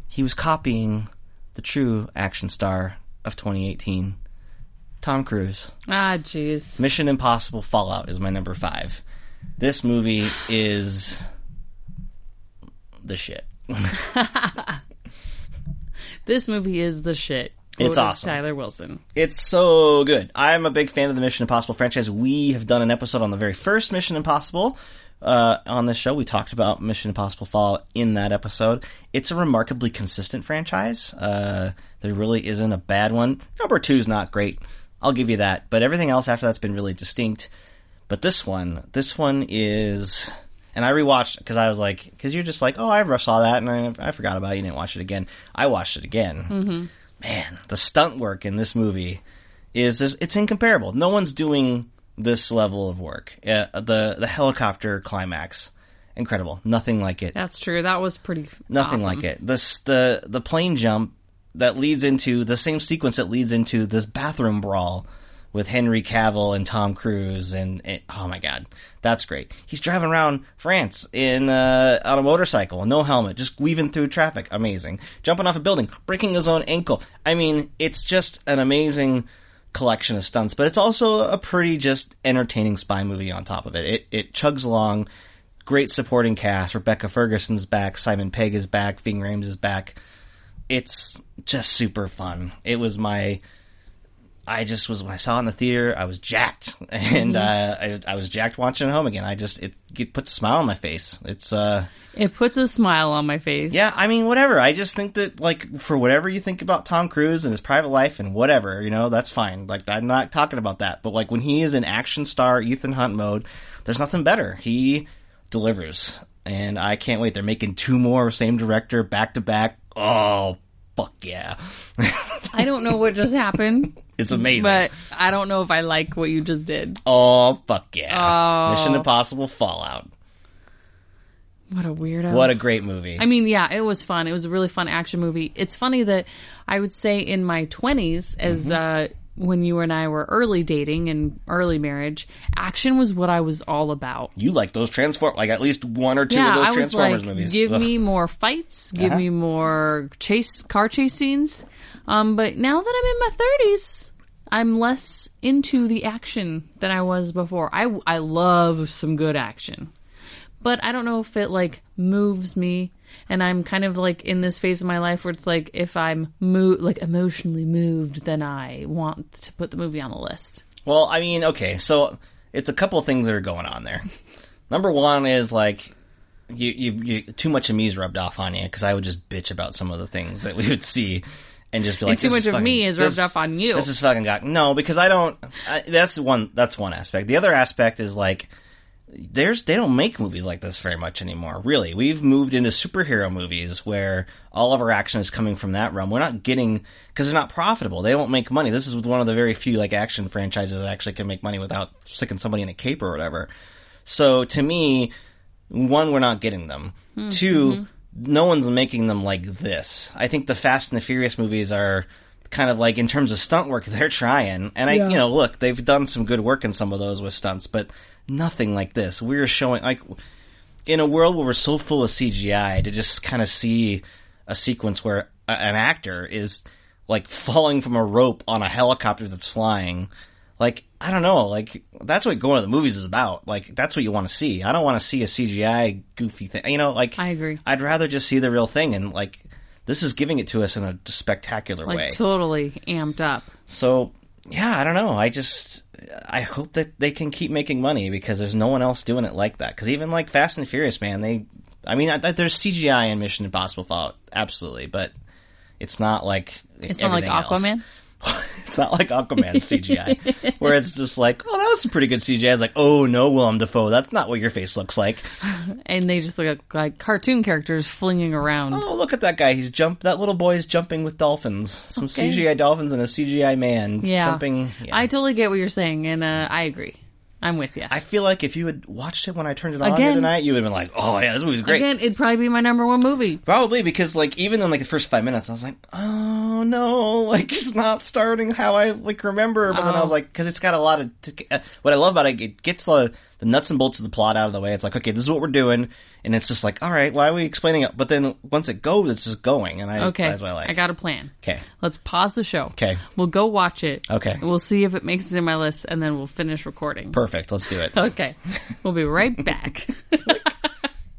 S2: He was copying the true action star of 2018, Tom Cruise.
S1: Ah, jeez.
S2: Mission Impossible Fallout is my number five. This movie is the shit.
S1: This movie is the shit.
S2: It's
S1: Quoted
S2: awesome.
S1: Tyler Wilson.
S2: It's so good. I'm a big fan of the Mission Impossible franchise. We have done an episode on the very first Mission Impossible uh, on this show. We talked about Mission Impossible Fallout in that episode. It's a remarkably consistent franchise. Uh, there really isn't a bad one. Number two is not great. I'll give you that. But everything else after that's been really distinct. But this one, this one is, and I rewatched because I was like, because you're just like, oh, I saw that and I, I forgot about it. You didn't watch it again. I watched it again. Mm-hmm man, the stunt work in this movie is there's- it's incomparable. No one's doing this level of work. Uh, the the helicopter climax, incredible. Nothing like it.
S1: That's true. That was pretty.
S2: Nothing
S1: awesome.
S2: like it. This the the plane jump that leads into the same sequence that leads into this bathroom brawl with Henry Cavill and Tom Cruise and, and- oh my god, that's great. He's driving around France in uh, on a motorcycle, no helmet, just weaving through traffic. Amazing. Jumping off a building, breaking his own ankle. I mean, it's just an amazing collection of stunts, but it's also a pretty just entertaining spy movie on top of it. It it chugs along. Great supporting cast. Rebecca Ferguson's back. Simon Pegg is back. Ving Rhames is back. It's just super fun. It was my I just was when I saw it in the theater, I was jacked, and uh, I, I was jacked watching it home again. I just it, it puts a smile on my face. It's uh
S1: It puts a smile on my face.
S2: yeah, I mean whatever. I just think that like for whatever you think about Tom Cruise and his private life and whatever, you know, that's fine. Like I'm not talking about that, but like when he is in action star Ethan Hunt mode, there's nothing better. He delivers, and I can't wait. They're making two more, same director, back to back. Oh fuck yeah,
S1: I don't know what just happened,
S2: it's amazing.
S1: but I don't know if I like what you just did.
S2: Oh fuck
S1: Oh.
S2: yeah! Mission Impossible Fallout.
S1: What a weirdo.
S2: What a great movie.
S1: I mean, yeah, it was fun. It was a really fun action movie. It's funny that I would say in my 20s, as uh, when you and I were early dating and early marriage, action was what I was all about.
S2: you like those Transform, like at least one or two
S1: yeah,
S2: of those
S1: I was
S2: Transformers
S1: like,
S2: movies. Uh-huh.
S1: give
S2: Ugh.
S1: me more fights, give me more chase car chase scenes. Um, but now that I'm in my 30s, I'm less into the action than I was before. I I love some good action, but I don't know if it like moves me. And I'm kind of like in this phase of my life where it's like if I'm mo- like emotionally moved, then I want to put the movie on the list.
S2: Well, I mean, okay, so it's a couple things that are going on there. Number one is like you, you, you too much of me's rubbed off on you because I would just bitch about some of the things that we would see. And just be like,
S1: too
S2: this
S1: much
S2: is
S1: of
S2: fucking-
S1: me is rubbed
S2: this-
S1: off on you.
S2: This is fucking got no, because I don't. I, that's one. That's one aspect. The other aspect is like, there's they don't make movies like this very much anymore. Really, we've moved into superhero movies where all of our action is coming from that realm. We're not getting because they're not profitable. They don't make money. This is one of the very few like action franchises that actually can make money without sticking somebody in a cape or whatever. So to me, one, we're not getting them. 2 no one's making them like this. I think the Fast and the Furious movies are kind of like in terms of stunt work, they're trying. And I, you know, look, they've done some good work in some of those with stunts, but nothing like this. We're showing like in a world where we're so full of CGI to just kind of see a sequence where a, an actor is like falling from a rope on a helicopter that's flying. Like, I don't know, like, that's what going to the movies is about. Like, that's what you want to see. I don't want to see a CGI goofy thing. You know, like,
S1: I agree.
S2: I'd rather just see the real thing and, like, this is giving it to us in a spectacular
S1: Like
S2: way.
S1: totally amped up.
S2: So yeah, I don't know. I just I hope that they can keep making money because there's no one else doing it like that. Because even like Fast and Furious, man, they I mean I, there's CGI in Mission Impossible Fallout, absolutely, but it's not like
S1: It's not like Aquaman.
S2: it's not like Aquaman CGI, where it's just like, oh, that was some pretty good CGI. It's like, oh no, Willem Dafoe, that's not what your face looks like.
S1: and they just look like cartoon characters flinging around.
S2: Oh, look at that guy. He's jump. That little boy is jumping with dolphins. Some
S1: Okay.
S2: CGI dolphins and a CGI man
S1: yeah.
S2: jumping. Yeah.
S1: I totally get what you're saying, and uh, I agree. I'm with you.
S2: I feel like if you had watched it when I turned it on the
S1: Again.
S2: other night, you would have been like, "Oh yeah, this movie's great."
S1: Again, it'd probably be my number one movie.
S2: Probably because like even in like the first five minutes, I was like, "Oh no, like it's not starting how I like remember." But then I was like, "Cause it's got a lot of t- uh, what I love about it. It gets the the nuts and bolts of the plot out of the way. It's like, okay, this is what we're doing, and it's just like, all right, why are we explaining it? But then once it goes, it's just going, and I
S1: Okay,
S2: that's what I like.
S1: got a plan.
S2: okay,
S1: Let's pause the show.
S2: Okay.
S1: we'll go watch it.
S2: Okay.
S1: we'll see if it makes it in my list, and then we'll finish recording.
S2: perfect. Let's do it.
S1: okay, we'll be right back.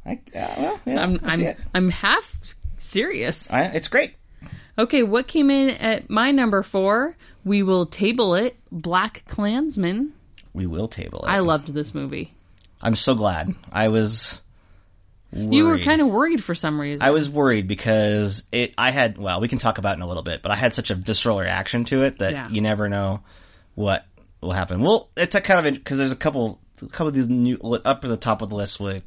S2: I, uh, well, yeah,
S1: I'm
S2: I
S1: I'm
S2: see it.
S1: I'm half serious.
S2: I, it's great.
S1: Okay, what came in at my number four? We will table it. Black Klansman.
S2: We will table it.
S1: I loved this movie.
S2: I'm so glad. I was.
S1: You were
S2: worried.
S1: kind of worried for some reason.
S2: I was worried because it. I had well, we can talk about it in a little bit, but I had such a visceral reaction to it that
S1: Yeah.
S2: you never know what will happen. Well, it's a kind of because there's a couple, a couple of these new up at the top of the list. We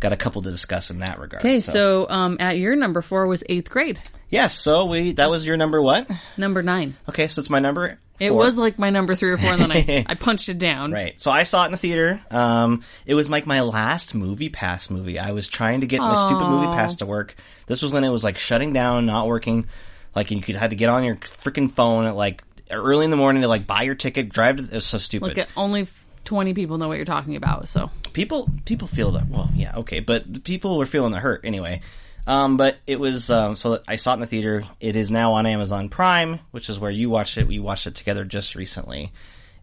S2: got a couple to discuss in that regard.
S1: Okay, so, um, at your number four was eighth grade,
S2: yes, so we that was your number what?
S1: number nine.
S2: Okay, so it's my number.
S1: It
S2: four.
S1: was like my number three or four, and then I, I punched it down.
S2: Right. So I saw it in the theater. Um, it was like my last movie pass movie. I was trying to get my stupid movie pass to work. This was when it was like shutting down, not working. Like you could had to get on your freaking phone at like early in the morning to like buy your ticket, drive to. It was so stupid.
S1: Like uh, only f- twenty people know what you're talking about. So
S2: people people feel that. Well, yeah, okay, but the people were feeling the hurt anyway. Um, but it was um, so I saw it in the theater. It is now on Amazon Prime, which is where you watched it. We watched it together just recently,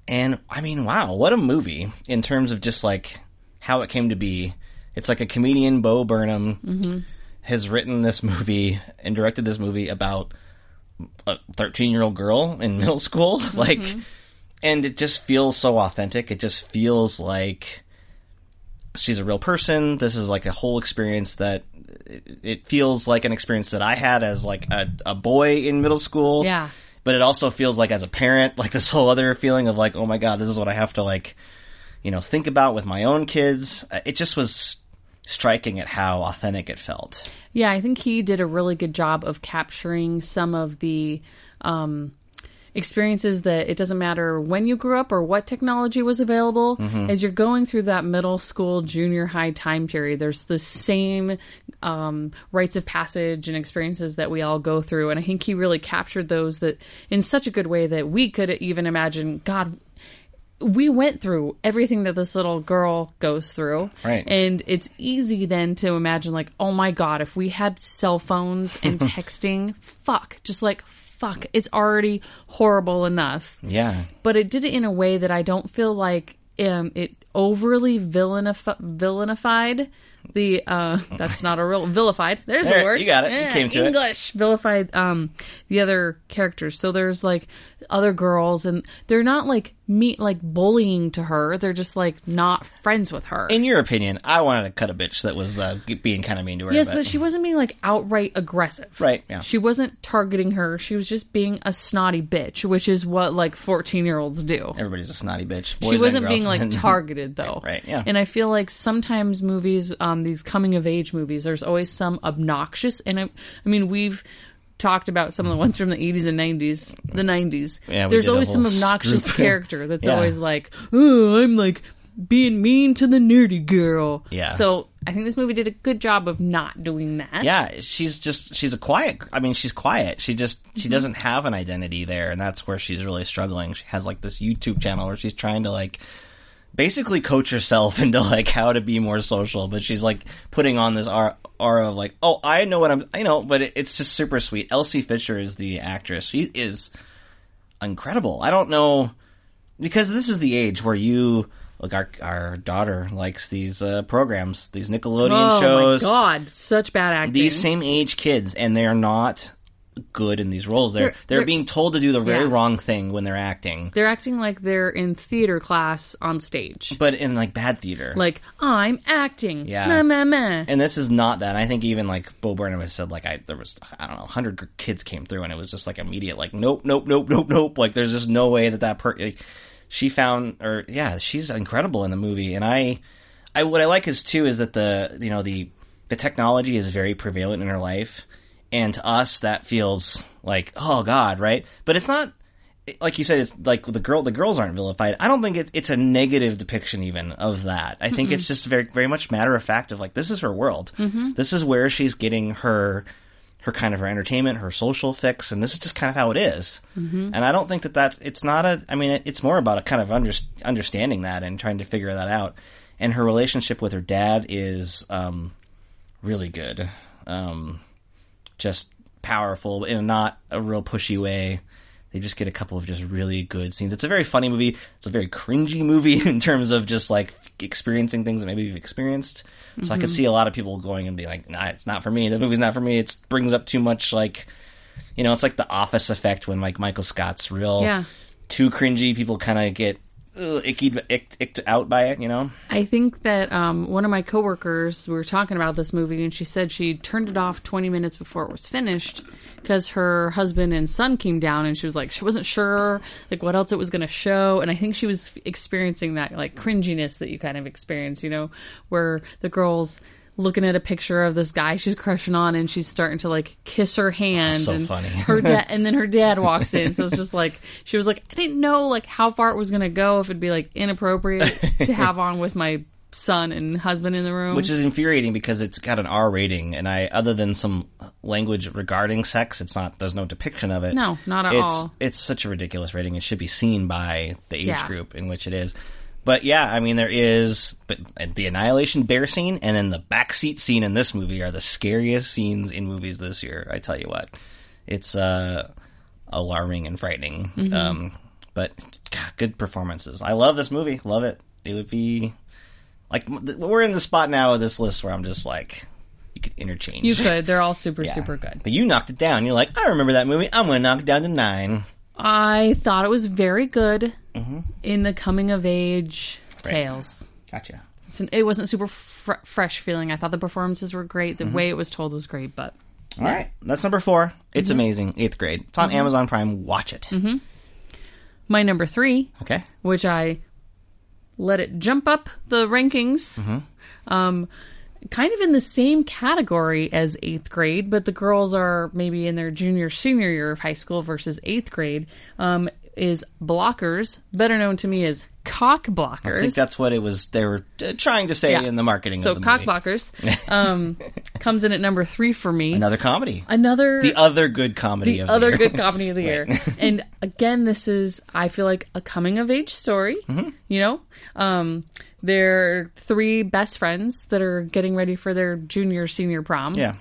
S2: and I mean, wow, what a movie in terms of just like how it came to be. It's like a comedian, Bo Burnham, has written this movie and directed this movie about a 13 year old girl in middle school. Like, and it just feels so authentic. It just feels like she's a real person. This is like a whole experience that it, it feels like an experience that I had as like a, a boy in middle school.
S1: Yeah.
S2: But it also feels like as a parent, like this whole other feeling of like, oh my God, this is what I have to like, you know, think about with my own kids. Uh, It just was striking at how authentic it felt.
S1: Yeah, I think he did a really good job of capturing some of the um, experiences that it doesn't matter when you grew up or what technology was available. As you're going through that middle school, junior high time period, there's the same um, rites of passage and experiences that we all go through. And I think he really captured those that in such a good way that we could even imagine, God, we went through everything that this little girl goes through.
S2: Right.
S1: And it's easy then to imagine, like, oh my God, if we had cell phones and texting, fuck, just like, fuck, it's already horrible enough.
S2: Yeah.
S1: But it did it in a way that I don't feel like um, it overly villanif- villainified the, uh, that's not a real, vilified. There's
S2: Oh There,
S1: the word.
S2: you got it. You
S1: Yeah,
S2: came to it.
S1: English much vilified um the other characters. So there's like other girls and they're not like meet like bullying to her. They're just like not friends with her.
S2: In your opinion, I wanted to cut a bitch that was uh, being kind of mean to her.
S1: yes, but she wasn't being like outright aggressive.
S2: Right, yeah.
S1: She wasn't targeting her. She was just being a snotty bitch, which is what like 14-year-olds do.
S2: everybody's a snotty bitch. Boys
S1: She
S2: and
S1: wasn't being
S2: girls.
S1: like targeted though.
S2: Right, yeah.
S1: And I feel like sometimes movies, um, these coming of age movies, there's always some obnoxious. And I, I mean, we've talked about some of the ones from the 80s and 90s, the 90s.
S2: Yeah, we
S1: there's
S2: did a
S1: always some
S2: whole
S1: obnoxious
S2: group.
S1: character that's
S2: Yeah.
S1: always like, oh, I'm like being mean to the nerdy girl.
S2: Yeah.
S1: So I think this movie did a good job of not doing that.
S2: yeah, she's just she's a quiet. I mean, she's quiet. She just
S1: Mm-hmm.
S2: she doesn't have an identity there, and that's where she's really struggling. She has like this YouTube channel where she's trying to like basically coach herself into like how to be more social, but she's like putting on this ar- aura of like, oh, I know what I'm, you know, but it, it's just super sweet. Elsie Fisher is the actress. She is incredible. I don't know because this is the age where you. Like our our daughter likes these uh, programs, these Nickelodeon
S1: Oh
S2: shows
S1: my god, such bad acting.
S2: these same age kids and they're not good in these roles. They're
S1: They're-
S2: they're,
S1: they're-
S2: being told to do the very
S1: Yeah.
S2: wrong thing when they're acting,
S1: They're acting like they're in theater class on stage.
S2: but in like bad theater.
S1: like I'm acting.
S2: Yeah.
S1: Meh, meh, meh.
S2: and this is not that. I think even like Bo Burnham has said, like I there was I don't know, hundred kids came through, and it was just like immediate, like nope, nope, nope, nope, nope. Like there's just no way that that per like, she found or yeah, she's incredible in the movie, and I, I what I like is too is that the you know the the technology is very prevalent in her life, and to us that feels like oh god, right? But it's not like you said, it's like the girl, the girls aren't vilified. I don't think it, it's a negative depiction even of that. I think it's just very, very much matter of fact of like this is her world. This is where she's getting her, her kind of her entertainment, her social fix, and this is just kind of how it is. And I don't think that that's it's not a. I mean, it, it's more about a kind of under, understanding that and trying to figure that out. And her relationship with her dad is um, really good. Um, just powerful but in not a real pushy way. They just get a couple of just really good scenes. It's a very funny movie. It's a very cringy movie in terms of just like experiencing things that maybe you've experienced. So I could see a lot of people going and being like, "Nah, it's not for me. The movie's not for me. It brings up too much like, you know, it's like the Office effect when like Michael Scott's real
S1: Yeah.
S2: too cringy. People kind of get ugh, icky, icked, icked out by it. You know,
S1: I think that um, one of my coworkers we were talking about this movie, and she said she turned it off 20 minutes before it was finished because her husband and son came down, and she was like, she wasn't sure like what else it was going to show, and I think she was experiencing that like cringiness that you kind of experience, you know, where the girls. Looking at a picture of this guy she's crushing on, and she's starting to like kiss her hand.
S2: Oh, So
S1: and
S2: funny.
S1: her dad, and then her dad walks in. So it's just like she was like, I didn't know like how far it was gonna go if it'd be like inappropriate to have on with my son and husband in the room.
S2: which is infuriating because it's got an R rating, and I other than some language regarding sex, it's not. There's no depiction of it.
S1: No, not at
S2: it's,
S1: all.
S2: It's such a ridiculous rating. It should be seen by the age
S1: Yeah.
S2: group in which it is. But yeah, I mean, there is but the annihilation bear scene, and then the backseat scene in this movie are the scariest scenes in movies this year. I tell you what, it's uh, alarming and frightening.
S1: Mm-hmm.
S2: Um, but God, good performances. I love this movie. Love it. It would be like m- th- we're in the spot now of this list where I'm just like, you could interchange.
S1: You could. They're all super,
S2: Yeah.
S1: super good.
S2: But you knocked it down. You're like, I remember that movie. I'm going to knock it down to nine.
S1: I thought it was very good
S2: Mm-hmm.
S1: in the coming of age tales.
S2: Gotcha.
S1: It's an, it wasn't super fr- fresh feeling. I thought the performances were great.
S2: Mm-hmm.
S1: The way it was told was great, but
S2: All right. That's number four. It's
S1: Mm-hmm.
S2: amazing. Eighth grade. It's on Amazon Prime. Watch it.
S1: my number three,
S2: Okay.
S1: which I let it jump up the rankings,
S2: Mm-hmm.
S1: um, kind of in the same category as eighth grade, but the girls are maybe in their junior, senior year of high school versus eighth grade. Um, is Blockers, better known to me as Cock Blockers.
S2: I think that's what it was. They were uh, trying to say
S1: Yeah.
S2: in the marketing.
S1: So
S2: of the
S1: cock
S2: movie.
S1: blockers um, comes in at number three for me.
S2: Another comedy.
S1: Another
S2: the other good comedy. of the
S1: other
S2: year.
S1: good comedy of the year. and again, this is I feel like a coming of age story.
S2: Mm-hmm.
S1: You know, um, they're three best friends that are getting ready for their junior senior prom.
S2: Yeah.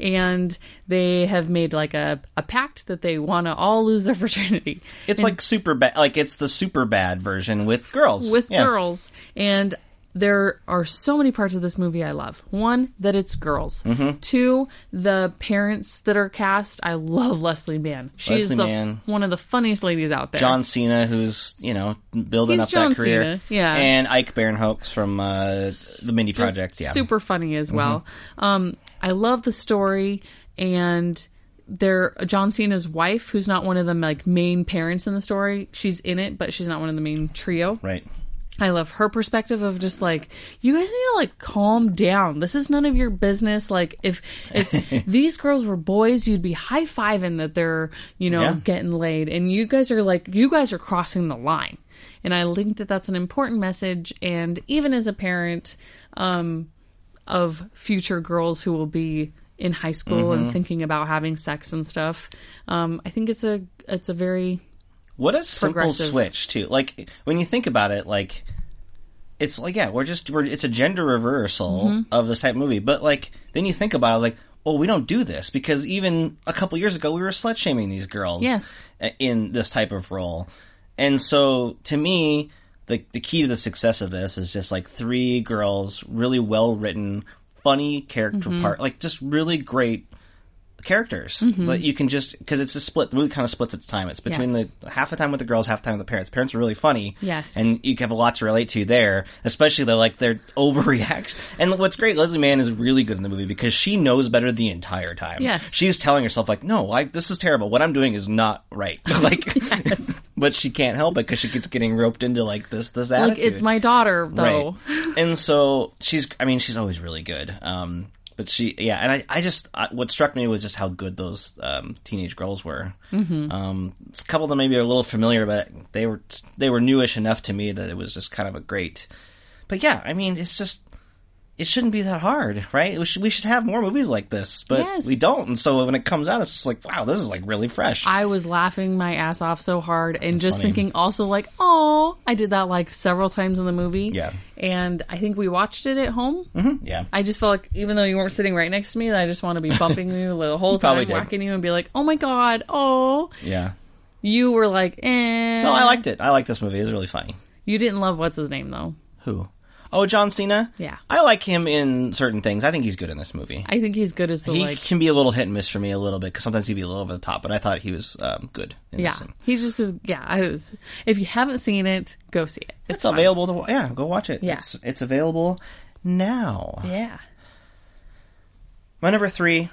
S1: and they have made like a, a pact that they want to all lose their fraternity.
S2: It's like super bad. Like it's the super bad version with girls.
S1: with
S2: Yeah.
S1: girls and there are so many parts of this movie I love. One, that it's girls.
S2: Mm-hmm.
S1: Two, the parents that are cast. I love Leslie Mann. She's
S2: Leslie
S1: the
S2: Mann.
S1: one of the funniest ladies out there.
S2: John Cena, who's you know building
S1: He's
S2: up
S1: John
S2: that career,
S1: Cena, yeah.
S2: and Ike Barinholtz from uh, the Mindy Project, yeah, Mm-hmm.
S1: super funny as well. Um, I love the story and their John Cena's wife, who's not one of the like main parents in the story. She's in it, but she's not one of the main trio.
S2: right?
S1: I love her perspective of just like you guys need to like calm down. This is none of your business. Like if if these girls were boys, you'd be high fiving that they're you know
S2: Yeah.
S1: getting laid, and you guys are like you guys are crossing the line. And I think that that's an important message. And even as a parent um, of future girls who will be in high school
S2: Mm-hmm.
S1: and thinking about having sex and stuff, um, I think it's a it's a very
S2: What a simple
S1: Progressive.
S2: switch too. Like when you think about it, like it's like yeah, we're just we're it's a gender reversal
S1: Mm-hmm.
S2: of this type of movie. But like then you think about it, like well, we don't do this because even a couple years ago we were slut shaming these girls,
S1: Yes.
S2: i- in this type of role. And so to me, the the key to the success of this is just like three girls, really well written, funny character
S1: Mm-hmm.
S2: part, like just really great characters
S1: Mm-hmm.
S2: that you can just because it's a split. The movie kind of splits its time. It's between
S1: Yes.
S2: the half the time with the girls, half the time with the parents. Parents are really funny,
S1: Yes.
S2: and you have a lot to relate to there. Especially the like their overreaction. And what's great, Leslie Mann is really good in the movie because she knows better the entire time.
S1: Yes.
S2: she's telling herself like, "No, I this is terrible. What I'm doing is not right." like, but she can't help it because she keeps getting roped into like this this attitude.
S1: like it's my daughter though.
S2: Right. and so she's, I mean, she's always really good. Um, but she, yeah, and I, I just, I, what struck me was just how good those um, teenage girls were. Mm-hmm. Um, a couple of them maybe are a little familiar, but they were they were newish enough to me that it was just kind of a great. But yeah, I mean, it's just it shouldn't be that hard, right? We should, we should have more movies like this, but
S1: Yes.
S2: we don't. And so when it comes out, it's just like, wow, this is like really fresh.
S1: I was laughing my ass off so hard and just thinking also like, oh, I did that like several times in the movie.
S2: Yeah.
S1: And I think we watched it at home. Mm-hmm.
S2: yeah.
S1: I just felt like even though you weren't sitting right next to me, that I just want to be bumping you the whole
S2: probably
S1: time,
S2: did.
S1: whacking you and be like, oh my God, oh.
S2: yeah.
S1: You were like, eh.
S2: No, I liked it. I liked this movie. It was really funny.
S1: You didn't love what's his name though.
S2: Who? Oh, John Cena.
S1: Yeah.
S2: I like him in certain things. I think he's good in this movie.
S1: I think he's good as the
S2: he
S1: like.
S2: can be a little hit and miss for me a little bit because sometimes he'd be a little over the top, but I thought he was um, good. In
S1: Yeah,
S2: this one.
S1: he just is. Yeah, I was. If you haven't seen it, go see it.
S2: It's,
S1: It's, fun.
S2: available to yeah. Go watch it.
S1: Yeah.
S2: It's it's available now.
S1: Yeah,
S2: My number three.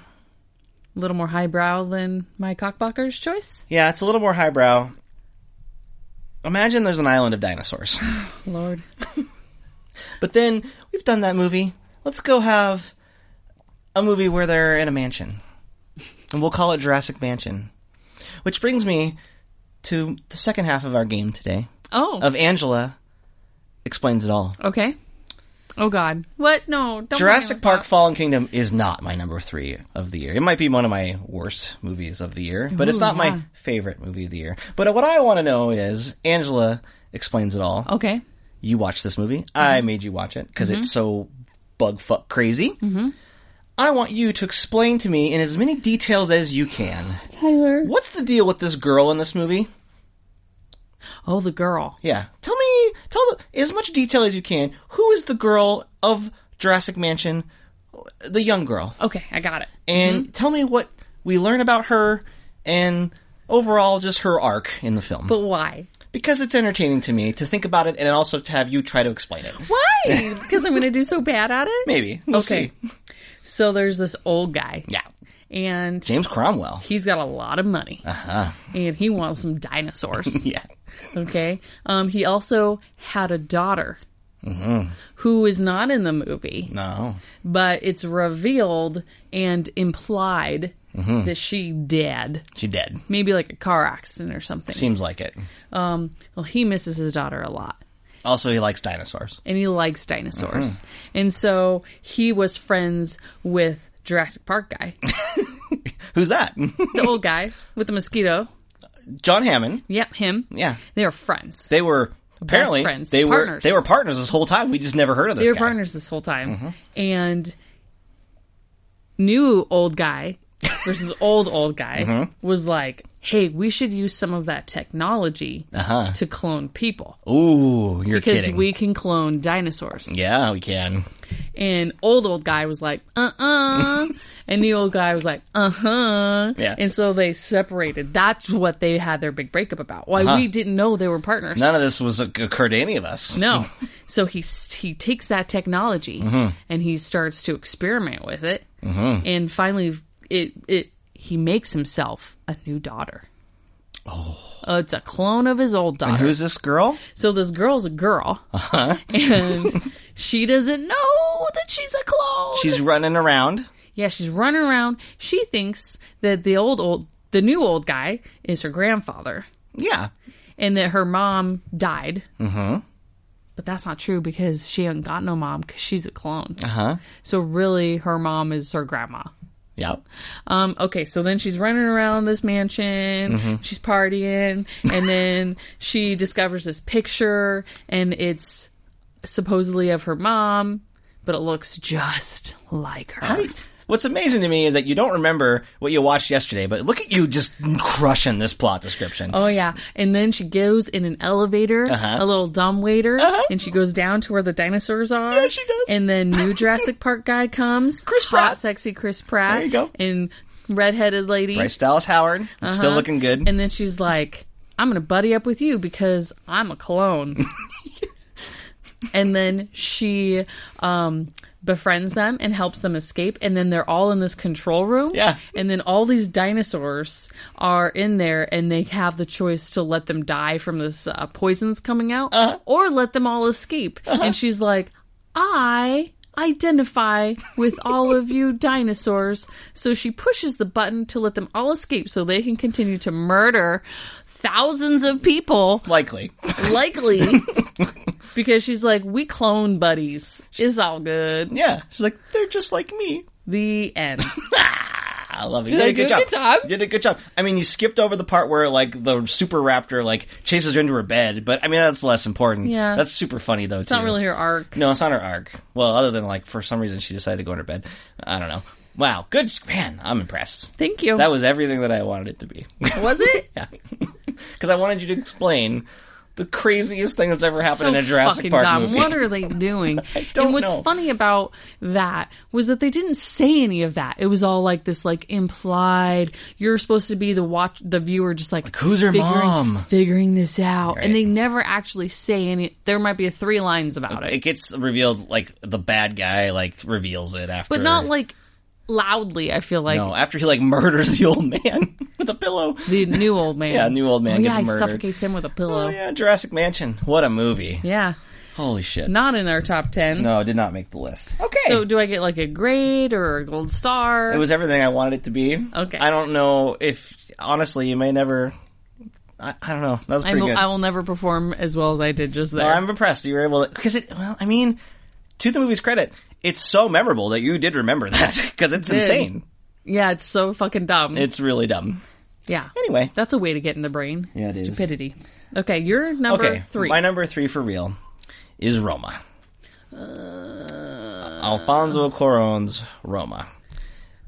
S1: a little more highbrow than my cockblocker's choice.
S2: Yeah, it's a little more highbrow. Imagine there's an island of dinosaurs,
S1: Lord,
S2: but then we've done that movie. Let's go have a movie where they're in a mansion, and we'll call it Jurassic Mansion. Which brings me to the second half of our game today.
S1: oh,
S2: of Angela explains it all.
S1: Okay. Oh God. What? No. Don't
S2: Jurassic
S1: worry, I
S2: Park
S1: was
S2: Fallen Kingdom is not my number three of the year. It might be one of my worst movies of the year, but it's
S1: Ooh,
S2: not
S1: yeah.
S2: my favorite movie of the year. But what I want to know is Angela explains it all.
S1: not. Okay.
S2: You watched this movie. I
S1: Mm-hmm.
S2: made you watch it because it's so bug fuck crazy.
S1: Mm-hmm.
S2: I want you to explain to me in as many details as you can.
S1: Tyler.
S2: What's the deal with this girl in this movie?
S1: Oh, the girl.
S2: Yeah. Tell me, tell the, as much detail as you can. Who is the girl of Jurassic Mansion? the young girl,
S1: Okay, I got it.
S2: and
S1: Mm-hmm.
S2: tell me what we learn about her and overall just her arc in the film.
S1: But why?
S2: because it's entertaining to me to think about it and also to have you try to explain it.
S1: Why? Because I'm going to do so bad at it?
S2: Maybe. We'll
S1: okay.
S2: see.
S1: So there's this old guy.
S2: Yeah.
S1: And
S2: James Cromwell.
S1: he's got a lot of money. Uh-huh. And he wants some dinosaurs.
S2: Yeah.
S1: Okay. Um, he also had a daughter who is not in the movie,
S2: No.
S1: but it's revealed and implied that she dead.
S2: She dead.
S1: Maybe like a car accident or something.
S2: Seems like it.
S1: um, well, he misses his daughter a lot.
S2: Also, he likes dinosaurs.
S1: and he likes dinosaurs.
S2: Mm-hmm.
S1: And so he was friends with Jurassic Park guy,
S2: Who's that?
S1: the old guy with the mosquito.
S2: John Hammond.
S1: Yep, him.
S2: Yeah.
S1: They were friends.
S2: They were apparently
S1: friends.
S2: they were
S1: Partners.
S2: they were partners this whole time. We just never heard of this
S1: They were
S2: guy. Mm-hmm.
S1: partners this whole time. And new old guy versus old old guy
S2: Mm-hmm.
S1: was like, "Hey, we should use some of that technology to clone people
S2: Ooh, you're
S1: because
S2: Uh-huh. kidding.
S1: we can clone dinosaurs."
S2: yeah, we can.
S1: And old old guy was like, uh uh and the old guy was like, uh huh.
S2: Yeah.
S1: And so they separated. That's what they had their big breakup about. Why we didn't know they were partners.
S2: None of this was occurred to any of us.
S1: No. so he s- he takes that technology and he starts to experiment with it. And finally, it it he makes himself a new daughter. Oh. it's a clone of his old daughter.
S2: Who's this girl?
S1: So this girl's a girl, and she doesn't know that she's a clone.
S2: She's running around.
S1: Yeah, she's running around. She thinks that the old old the new old guy is her grandfather
S2: Yeah.
S1: and that her mom died. Mm-hmm. But that's not true because she ain't got no mom because she's a clone. Uh huh. So really, her mom is her grandma.
S2: Yeah.
S1: Um, okay, so then she's running around this mansion, she's partying, and then she discovers this picture, and it's supposedly of her mom, but it looks just like her.
S2: What's amazing to me is that you don't remember what you watched yesterday, but look at you just crushing this plot description.
S1: Oh yeah, and then she goes in an elevator,
S2: Uh-huh.
S1: a little dumb waiter, and she goes down to where the dinosaurs are.
S2: Yeah, she does.
S1: And then new Jurassic Park guy comes,
S2: Chris
S1: hot,
S2: Pratt.
S1: sexy Chris Pratt.
S2: There you go.
S1: And redheaded lady,
S2: Bryce Dallas Howard still
S1: Uh-huh.
S2: looking good.
S1: And then she's like, "I'm gonna buddy up with you because I'm a clone." and then she um, befriends them and helps them escape. And then they're all in this control room.
S2: Yeah.
S1: And then all these dinosaurs are in there, and they have the choice to let them die from this uh, poison's coming out, or let them all escape. And she's like, "I." Identify with all of you dinosaurs. So she pushes the button to let them all escape so they can continue to murder thousands of people
S2: Likely.
S1: likely because she's like we clone buddies it's all good
S2: Yeah. She's like, they're just like me.
S1: the end
S2: I love it.
S1: Did I
S2: you did
S1: do
S2: a
S1: a
S2: good
S1: good
S2: job.
S1: job?
S2: You did a good job. I mean, you skipped over the part where like the super raptor like chases her into her bed, but I mean that's less important.
S1: Yeah.
S2: that's super funny though.
S1: it's not really her arc
S2: No, it's not her arc. Well, other than like for some reason she decided to go in her bed. I don't know. Wow, good man. I'm impressed.
S1: thank you
S2: That was everything that I wanted it to be.
S1: was it
S2: Because I wanted you to explain the craziest thing that's ever happened
S1: so
S2: in a Jurassic
S1: fucking
S2: Park
S1: dumb.
S2: movie.
S1: What are they doing?
S2: don't
S1: and what's
S2: know.
S1: funny about that was that they didn't say any of that. It was all like this, like implied. You're supposed to be the watch, the viewer, just like,
S2: who's her
S1: figuring,
S2: mom?
S1: figuring this out,
S2: Right.
S1: and they never actually say any. There might be three lines about it,
S2: it gets revealed like the bad guy like reveals it after
S1: but not like loudly. I feel like
S2: no after he like murders the old man with a pillow
S1: The new old man.
S2: Yeah, new old man
S1: Oh, yeah,
S2: gets
S1: he
S2: murdered.
S1: suffocates him with a pillow.
S2: Oh
S1: yeah.
S2: yeah, Jurassic Mansion. What a movie! Holy shit!
S1: Not in our top ten.
S2: no, it did not make the list. Okay,
S1: So do I get like a grade or a gold star?
S2: it was everything I wanted it to be.
S1: Okay.
S2: I don't know if honestly you may never. I, I don't know. That was
S1: I
S2: pretty
S1: will,
S2: good.
S1: I will never perform as well as I did just there.
S2: Well, I'm impressed. You were able to because it. Well, I mean, to the movie's credit, it's so memorable that you did remember that because it's
S1: Did.
S2: insane.
S1: yeah, it's so fucking dumb.
S2: It's really dumb.
S1: yeah.
S2: Anyway,
S1: That's a way to get in the brain.
S2: Yeah, it is.
S1: Stupidity. Okay, you're number
S2: okay.
S1: three.
S2: My number three for real is Roma.
S1: Uh,
S2: Alfonso Cuarón's Roma.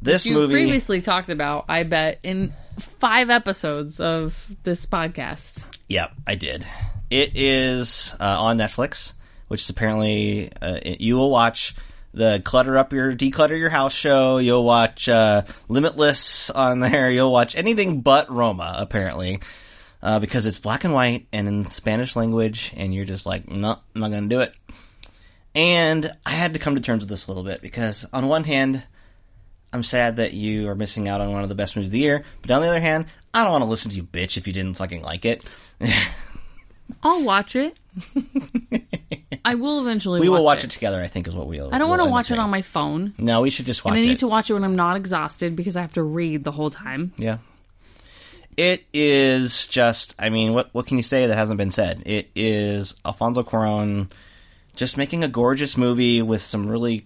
S2: This
S1: you
S2: movie.
S1: previously talked about, I bet, in five episodes of this podcast.
S2: Yep, I did. It is uh, on Netflix, which is apparently uh, it- you will watch the clutter up your declutter your house show. You'll watch uh, Limitless on there. You'll watch anything but Roma apparently. Uh, because it's black and white and in Spanish language, and you're just like, no, I'm not gonna do it. And I had to come to terms with this a little bit because, on one hand, I'm sad that you are missing out on one of the best movies of the year, but on the other hand, I don't want to listen to you bitch if you didn't fucking like it.
S1: I'll watch it. I will eventually.
S2: We
S1: watch
S2: will watch it. together, I think, is what we'll.
S1: I don't want to watch it on E my phone.
S2: No, we should just watch
S1: And I
S2: it.
S1: need to watch it when I'm not exhausted because I have to read the whole time.
S2: Yeah. It is just, I mean, what what can you say that hasn't been said? It is Alfonso Cuarón just making a gorgeous movie with some really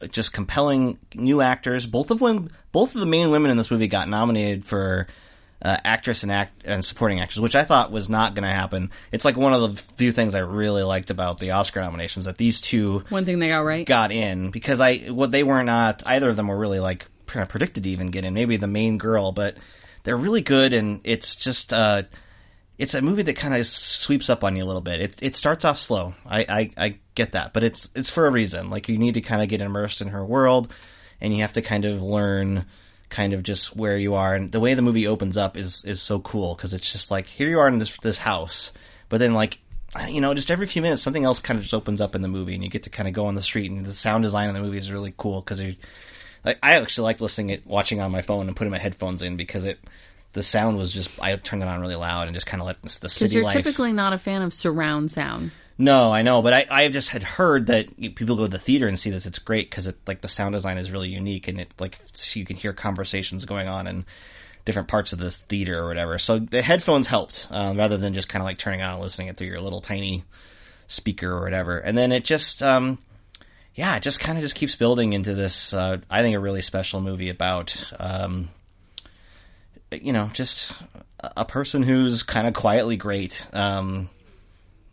S2: c- just compelling new actors. Both of them, both of the main women in this movie got nominated for uh, actress and act and supporting actress, which I thought was not going to happen. It's like one of the few things I really liked about the Oscar nominations that these two
S1: One thing they got right.
S2: got in because I what they were not either of them were really like kind of predicted to even get in. Maybe the main girl, but they're really good, and it's just uh, it's a movie that kind of sweeps up on you a little bit. It it starts off slow. I, I I get that, but it's it's for a reason. Like you need to kind of get immersed in her world, and you have to kind of learn kind of just where you are. And the way the movie opens up is is so cool because it's just like here you are in this this house, but then like you know, just every few minutes, something else kind of just opens up in the movie, and you get to kind of go on the street. And the sound design in the movie is really cool because like, I actually like listening it, watching on my phone and putting my headphones in because it the sound was just I turned it on really loud and just kind of let the, the
S1: Because
S2: city
S1: you're
S2: life.
S1: typically not a fan of surround sound.
S2: No, I know, but I I just had heard that people go to the theater and see this. It's great because it like the sound design is really unique and it like it's- you can hear conversations going on in different parts of this theater or whatever. So the headphones helped um, rather than just kind of like turning on and listening it through your little tiny speaker or whatever. And then it just um yeah, it just kind of just keeps building into this uh, I think a really special movie about um you know just a a person who's kind of quietly great. Um,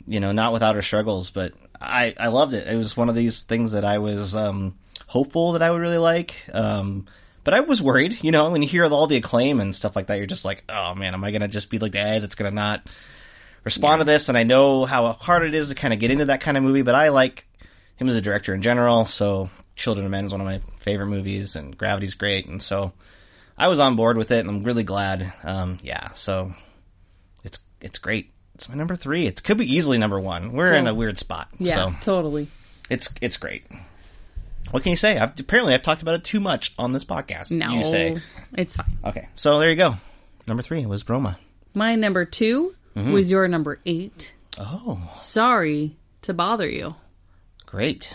S2: you know, not without her struggles, but I, I loved it. It was one of these things that I was um, hopeful that I would really like. Um, but I was worried, you know, when you hear all the acclaim and stuff like that, you're just like, oh man, am I going to just be like the ad that's going to not respond to this? And I know how hard it is to kind of get into that kind of movie, but I like him as a director in general. So Children of Men is one of my favorite movies, and Gravity's great. And so I was on board with it, and I'm really glad. Um, yeah, so it's it's great. It's my number three. It could be easily number one. We're in a weird spot.
S1: Yeah,
S2: So
S1: totally.
S2: it's it's great. What can you say? I've, apparently, I've talked about it too much on this podcast.
S1: No,
S2: You say.
S1: it's fine.
S2: Okay, so there you go. Number three was Broma.
S1: My number 2
S2: Mm-hmm.
S1: was your number eight.
S2: Oh,
S1: Sorry to bother you.
S2: great.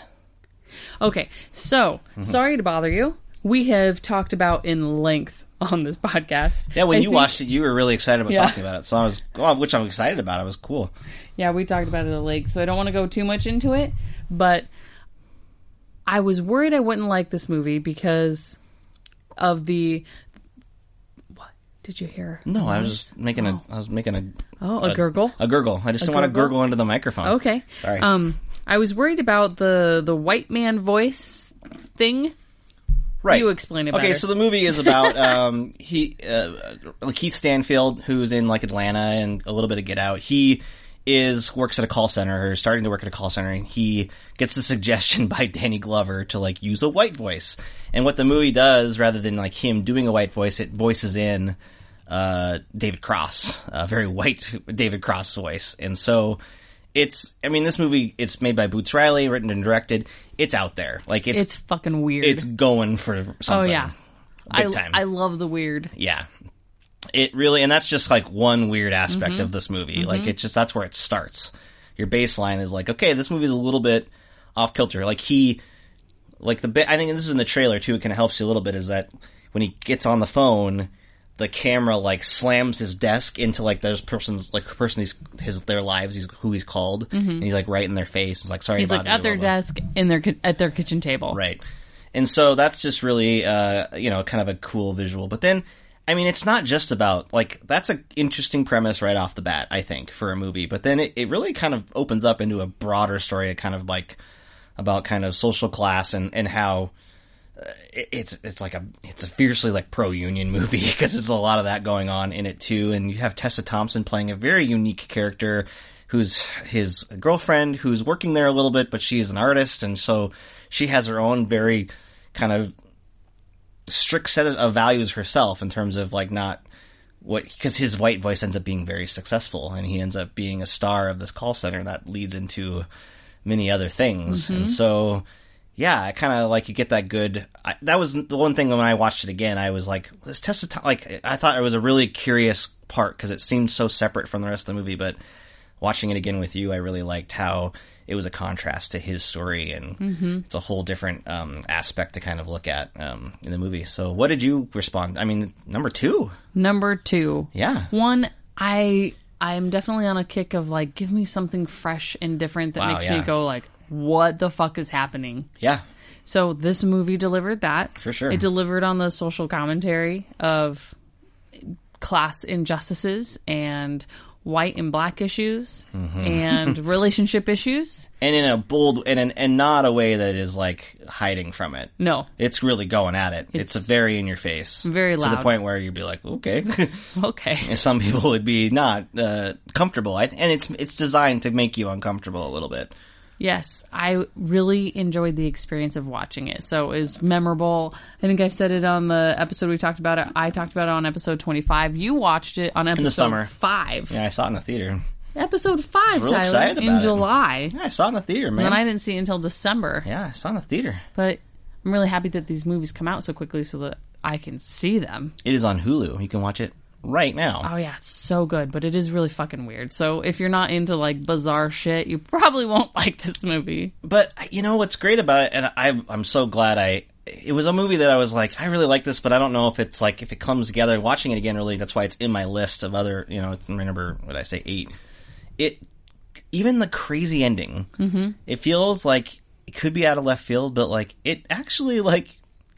S1: Okay, so
S2: Mm-hmm.
S1: sorry to bother you. We have talked about in length on this podcast.
S2: Yeah, when
S1: I
S2: you
S1: think-
S2: watched it, you were really excited about
S1: Yeah.
S2: talking about it. So I was, well, which I'm excited about. It was cool.
S1: Yeah, we talked about it at length, so I don't want to go too much into it, but I was worried I wouldn't like this movie because of the. What did you hear?
S2: No, I was just making a, I was making a,
S1: Oh, a gurgle?
S2: a gurgle. I just didn't want to
S1: gurgle?
S2: gurgle into the microphone.
S1: Okay.
S2: Sorry.
S1: Um, I was worried about the the white man voice thing.
S2: Right.
S1: You explain it
S2: Okay,
S1: better.
S2: so the movie is about um, he uh, Keith Stanfield, who's in like Atlanta and a little bit of Get Out. He is works at a call center or starting to work at a call center, and he gets a suggestion by Danny Glover to like use a white voice. And what the movie does, rather than like him doing a white voice, it voices in uh, David Cross, a very white David Cross voice, and so. It's, I mean, this movie, it's made by Boots Riley, written and directed. It's out there. Like, it's,
S1: It's fucking weird.
S2: it's going for
S1: oh
S2: something.
S1: yeah.
S2: Big
S1: I
S2: time.
S1: I love the weird.
S2: yeah. It really, and that's just like one weird aspect
S1: Mm-hmm.
S2: of this movie. Like it's just, that's where it starts. Your baseline is like, okay, this movie's a little bit off kilter. Like he, like the bit, I think this is in the trailer too, it kind of helps you a little bit is that when he gets on the phone, the camera like slams his desk into like those person's, like person he's, his, their lives, he's, who he's called. And he's like right in their face. It's like, sorry
S1: Mm-hmm. He's
S2: about
S1: like at their desk in their ki- at their kitchen table.
S2: Right. And so that's just really, uh, you know, kind of a cool visual. But then, I mean, it's not just about, like, that's an interesting premise right off the bat, I think, for a movie. But then it, it really kind of opens up into a broader story, kind of like, about kind of social class and, and how uh, it- it's it's like a it's a fiercely like pro union movie because there's a lot of that going on in it too and you have Tessa Thompson playing a very unique character who's his girlfriend, who's working there a little bit, but she's an artist, and so she has her own very kind of strict set of values herself in terms of like not what because his white voice ends up being very successful and he ends up being a star of this call center that leads into many other things and so yeah i kind of like you get that good I, that was the one thing when i watched it again i was like this test of time like i thought it was a really curious part because it seemed so separate from the rest of the movie but watching it again with you i really liked how it was a contrast to his story and it's a whole different um, aspect to kind of look at um, in the movie so what did you respond i mean number two
S1: Number two.
S2: yeah
S1: One, I I'm definitely on a kick of like, give me something fresh and different that
S2: Wow,
S1: makes me
S2: yeah.
S1: go like, what the fuck is happening?
S2: yeah
S1: So this movie delivered that.
S2: For sure.
S1: It delivered on the social commentary of class injustices and white and black issues
S2: Mm-hmm.
S1: and relationship issues.
S2: and in a bold and in, and not a way that is like hiding from it.
S1: No.
S2: It's really going at it. It's,
S1: It's
S2: very in your face,
S1: very
S2: to
S1: loud.
S2: the point where you'd be like, okay.
S1: Okay.
S2: And Some people would be not uh, comfortable, I, and it's it's designed to make you uncomfortable a little bit.
S1: Yes, I really enjoyed the experience of watching it. So it was memorable. I think I've said it on the episode we talked about it. I talked about it on episode 25. You watched it on episode
S2: summer.
S1: 5.
S2: Yeah, I saw it in the theater.
S1: Episode 5,
S2: real
S1: Tyler,
S2: excited
S1: in
S2: about it.
S1: July.
S2: Yeah, I saw it in the theater,
S1: And
S2: man.
S1: then I didn't see it until December.
S2: yeah, I saw it in the theater.
S1: But I'm really happy that these movies come out so quickly so that I can see them.
S2: It is on Hulu. You can watch it right now.
S1: Oh yeah, it's so good, but it is really fucking weird. So if you're not into like bizarre shit, you probably won't like this movie.
S2: but you know what's great about it, and I, I'm so glad I. It was a movie that I was like, I really like this, but I don't know if it's like if it comes together. Watching it again, really, that's why it's in my list of other. You know, it's in my number. What did I say, eight. It even the crazy ending. Mm-hmm. It feels like it could be out of left field, but like it actually like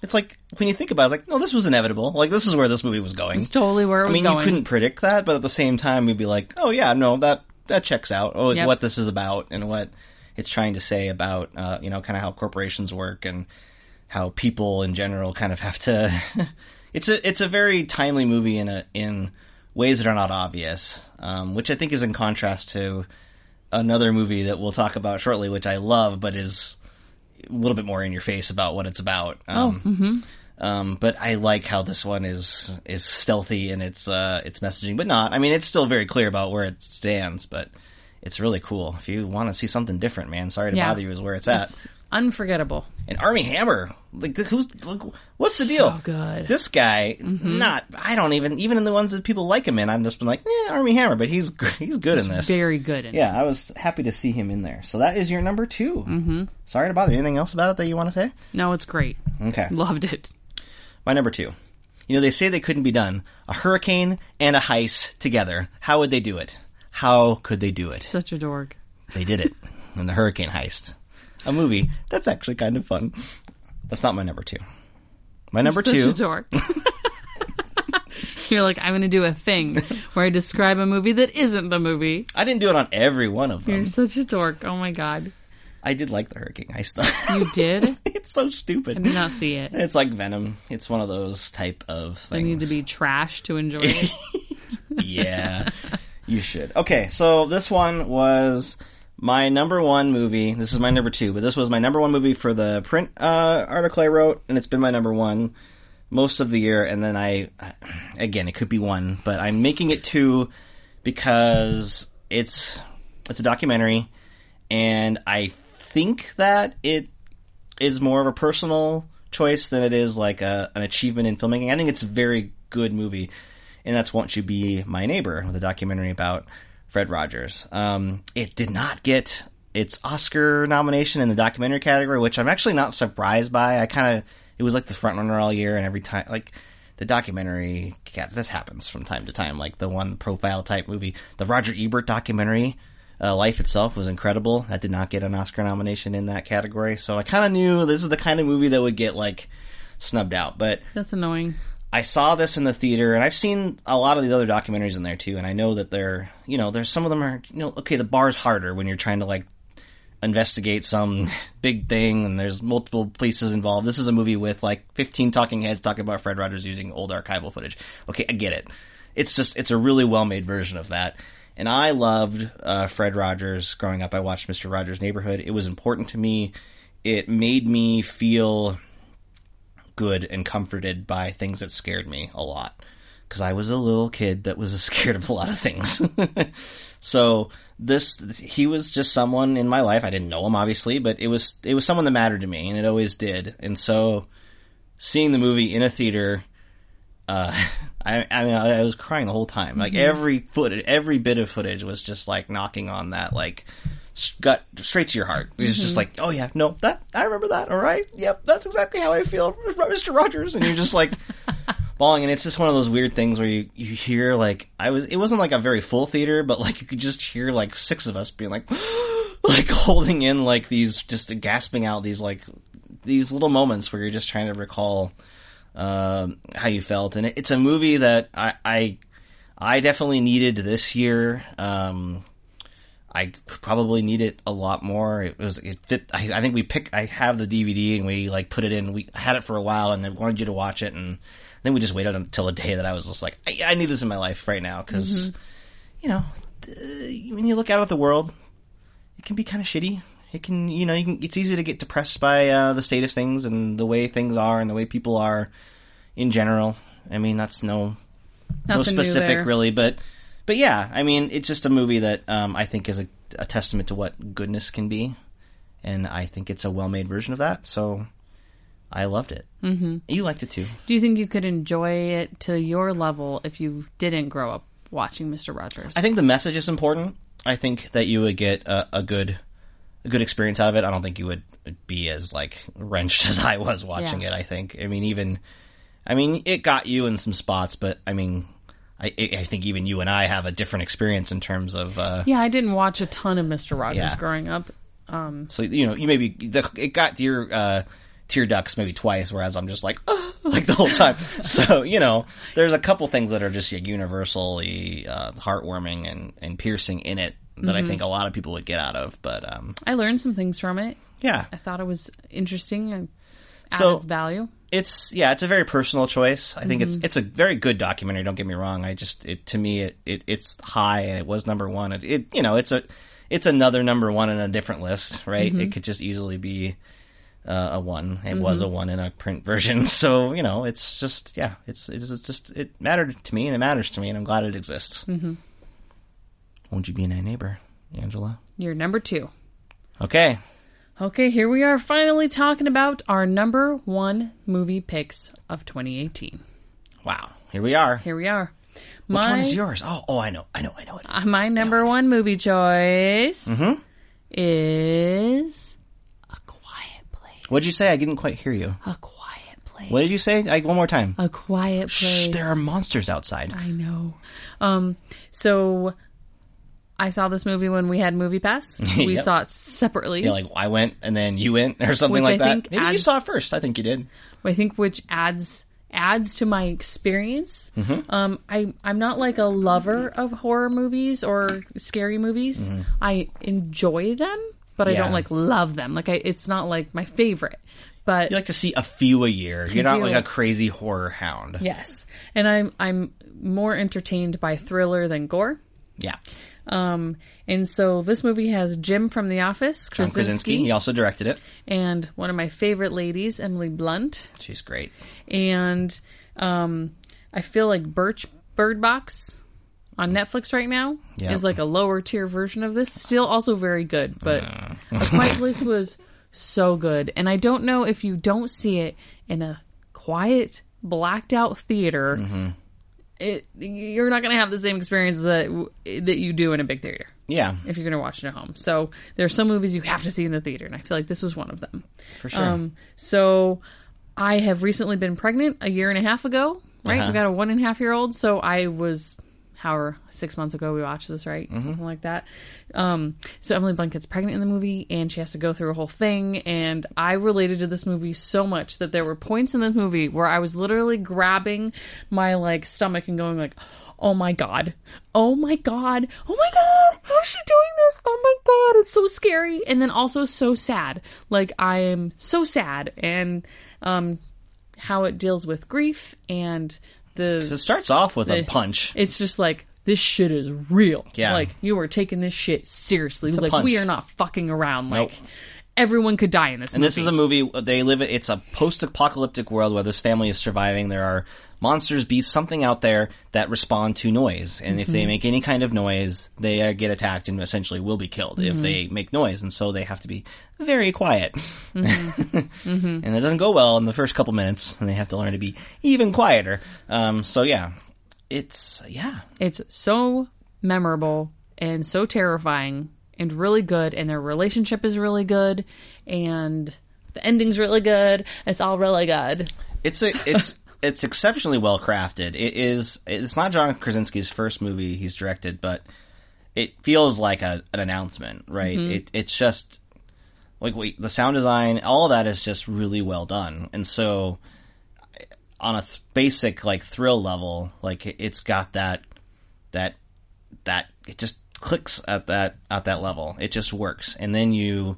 S2: it's like when you think about it, it's like no, this was inevitable. Like this is where this movie was going.
S1: It's totally where it
S2: I
S1: was
S2: mean,
S1: going.
S2: you couldn't predict that, but at the same time, you'd be like, oh yeah, no, that that checks out. Oh,
S1: Yep.
S2: what this is about and what it's trying to say about, uh, you know, kind of how corporations work and how people in general kind of have to. it's a it's a very timely movie in a in ways that are not obvious, um, which I think is in contrast to another movie that we'll talk about shortly, which I love, but is a little bit more in your face about what it's about.
S1: Oh,
S2: Um,
S1: mm-hmm.
S2: um, but I like how this one is is stealthy in its uh, its messaging, but not. I mean, it's still very clear about where it stands, but it's really cool. If you want to see something different, man, sorry to
S1: Yeah.
S2: bother you, is where it's at.
S1: It's unforgettable.
S2: and Army Hammer, like th- who's like, what's the deal?
S1: good. Mm-hmm.
S2: This guy, not I don't even even in the ones that people like him in, I've just been like, eh, Army Hammer, but he's g- he's good in this.
S1: Very good. In
S2: yeah, I was happy to see him in there. So that is your number 2 Mm-hmm. Sorry to bother. you. Anything else about it that you want to say?
S1: No, it's great.
S2: Okay.
S1: Loved it.
S2: My number two. You know, they say they couldn't be done. A hurricane and a heist together. How would they do it? How could they do it?
S1: Such a dork.
S2: They did it. in the hurricane heist. A movie. That's actually kind of fun. That's not my number two. My number
S1: Such
S2: two.
S1: a dork. You're like, I'm going to do a thing where I describe a movie that isn't the movie.
S2: I didn't do it on every one of them.
S1: You're such a dork. Oh my god.
S2: I did like the hurricane heist though.
S1: You did?
S2: it's so
S1: I
S2: stupid.
S1: did not see it.
S2: It's like Venom. It's one of those type of things.
S1: I need to be trash to enjoy it.
S2: yeah, you should. Okay, so this one was my number one movie. This is my number two, but this was my number one movie for the print uh, article I wrote, and it's been my number one most of the year. And then I, uh, again, it could be one, but I'm making it two because it's it's a documentary, and I think that it is more of a personal choice than it is like a, an achievement in filmmaking. I think it's a very good movie, and that's "Won't You Be My Neighbor," the documentary about Fred Rogers. Um, it did not get its Oscar nomination in the documentary category, which I'm actually not surprised by. I kind of it was like the front runner all year, and every time like. The documentary, yeah, this happens from time to time. Like the one profile type movie, the Roger Ebert documentary, uh, Life itself was incredible. That did not get an Oscar nomination in that category, so I kind of knew this is the kind of movie that would get like snubbed out. But
S1: That's annoying.
S2: I saw this in the theater, and I've seen a lot of these other documentaries in there too. And I know that they're, you know, there's some of them are, you know, okay, the bar's harder when you're trying to like investigate some big thing, and there's multiple places involved. This is a movie with like 15 talking heads talking about Fred Rogers using old archival footage. Okay, I get it. It's just it's a really well made version of that, And I loved uh, Fred Rogers growing up. I watched Mr. Rogers' Neighborhood. It was important to me. It made me feel good and comforted by things that scared me a lot because I was a little kid that was scared of a lot of things. so this he was just someone in my life. I didn't know him obviously, but it was it was someone that mattered to me, and it always did. And so seeing the movie in a theater, uh, I, I mean, I, I was crying the whole time. Like every foot, every bit of footage was just like knocking on that like s- gut straight to your heart. It was just like, oh yeah, no, that I remember that. All right, yep, that's exactly how I feel, Mister Rogers. And you're just like. bawling and it's just one of those weird things where you, you hear like I was it wasn't like a very full theater but like you could just hear like six of us being like like holding in like these just gasping out these like these little moments where you're just trying to recall um how you felt and it, it's a movie that I, I I definitely needed this year um I probably need it a lot more. It was it fit. I, I think we pick. I have the DVD and we like put it in. We I had it for a while and I wanted you to watch it, and then we just waited until a day that I was just like, I, I need this in my life right now because, you know, th- when you look out at the world, it can be kind of shitty. It can, you know, you can, it's easy to get depressed by uh, the state of things and the way things are and the way people are in general. I mean, that's no no
S1: Nothing new there.
S2: specific really, but but yeah, I mean, it's just a movie that um, I think is a, a testament to what goodness can be, and I think it's a well-made version of that. So I loved it. Mm-hmm. You liked it too.
S1: Do you think you could enjoy it to your level if you didn't grow up watching Mr. Rogers?
S2: I think the message is important. I think that you would get a, a good a good experience out of it. I don't think you would be as like wrenched as I was watching
S1: Yeah.
S2: it. I think. I mean, even I mean, it got you in some spots, but I mean, I I I think even you and I have a different experience in terms of. Uh,
S1: yeah, I didn't watch a ton of Mr. Rogers
S2: Yeah.
S1: growing up.
S2: So you know, you maybe the, it got to your uh, tear ducts maybe twice, whereas I'm just like like the whole time. so you know, there's a couple things that are just like, universally uh, heartwarming and and piercing in it that I think a lot of people would get out of. But um,
S1: I learned some things from it.
S2: yeah,
S1: I thought it was interesting and added
S2: So-
S1: value.
S2: it's yeah, it's a very personal choice. I think it's it's a very good documentary. Don't get me wrong. I just it to me it, it it's high and it was number one. It, it you know it's a it's another number one in a different list, right? It could just easily be uh, a one. It was a one in a print version, so you know it's just yeah, it's it's just it mattered to me and it matters to me, and I'm glad it exists. Mm-hmm. Won't you be my neighbor, Angela?
S1: You're number two.
S2: Okay,
S1: Okay, here we are finally talking about our number one movie picks of 2018.
S2: wow, here we are.
S1: Here we are.
S2: Which
S1: My,
S2: one is yours? Oh, oh, I know, I know, I know it.
S1: uh, my number one movie choice
S2: Mm-hmm.
S1: is A Quiet Place.
S2: What'd you say? I didn't quite hear you.
S1: A Quiet Place.
S2: What did you say? Like one more time.
S1: A Quiet Place.
S2: Shh, there are monsters outside.
S1: I know. Um, so I saw this movie when we had Movie Pass. We
S2: Yep.
S1: saw it separately.
S2: Yeah, like I went and then you went or something
S1: Which
S2: like
S1: I
S2: that.
S1: think
S2: Maybe you
S1: adds-
S2: saw it first. I think you did.
S1: I think which adds adds to my experience.
S2: Mm-hmm.
S1: Um, I I'm not like a lover of horror movies or scary movies. I enjoy them, but I
S2: Mm-hmm. Yeah.
S1: don't like love them. Like I, it's not like my favorite. But
S2: You like to see a few a year. You're not
S1: do.
S2: like a crazy horror hound.
S1: yes, and I'm I'm more entertained by thriller than gore.
S2: Yeah.
S1: Um, and so this movie has Jim from The Office,
S2: John Krasinski. He also directed it.
S1: and one of my favorite ladies, Emily Blunt.
S2: She's great.
S1: and um, I feel like Birch Bird Box on Netflix right now
S2: Yeah.
S1: is like a lower tier version of this. Still also very good, but A Quiet Place was so good. And I don't know if you don't see it in a quiet, blacked out theater, it, you're not going to have the same experience that that you do in a big theater
S2: Yeah,
S1: if you're going to watch it at home. So there's some movies you have to see in the theater, and I feel like this was one of them.
S2: for sure.
S1: Um, so I have recently been pregnant a year and a half ago, right?
S2: Uh-huh.
S1: We got a one and a half year old. So I was, however, six months ago we watched this, right? Something like that. Um, so Emily Blunt gets pregnant in the movie and she has to go through a whole thing. And I related to this movie so much that there were points in this movie where I was literally grabbing my like stomach and going like, Oh my god. Oh my god. Oh my god. How's she doing this? Oh my god. It's so scary. And then also so sad. Like I am so sad and um how it deals with grief and the
S2: it starts off with a punch.
S1: it's just like this shit is real.
S2: Yeah.
S1: Like you are taking this shit seriously.
S2: a
S1: Like
S2: punch.
S1: we are not fucking around. Like
S2: Nope.
S1: everyone could die in this.
S2: And this is a movie. uh, They live. It's a post-apocalyptic world where this family is surviving. There are monsters, beasts, something out there that respond to noise. And if they make any kind of noise, they uh, get attacked and essentially will be killed if they make noise. And so they have to be very quiet. and it doesn't go well in the first couple minutes, and they have to learn to be even quieter. Um, so yeah, it's yeah.
S1: It's so memorable and so terrifying and really good. And their relationship is really good. And the ending's really good. It's all really good.
S2: It's a, it's it's exceptionally well crafted. It is. It's not John Krasinski's first movie he's directed, but it feels like a, an announcement, right?
S1: Mm-hmm.
S2: It it's just like we, the sound design, all that is just really well done, and so on a th- basic like thrill level, like it, it's got that that that it just clicks at that at that level. It just works, and then you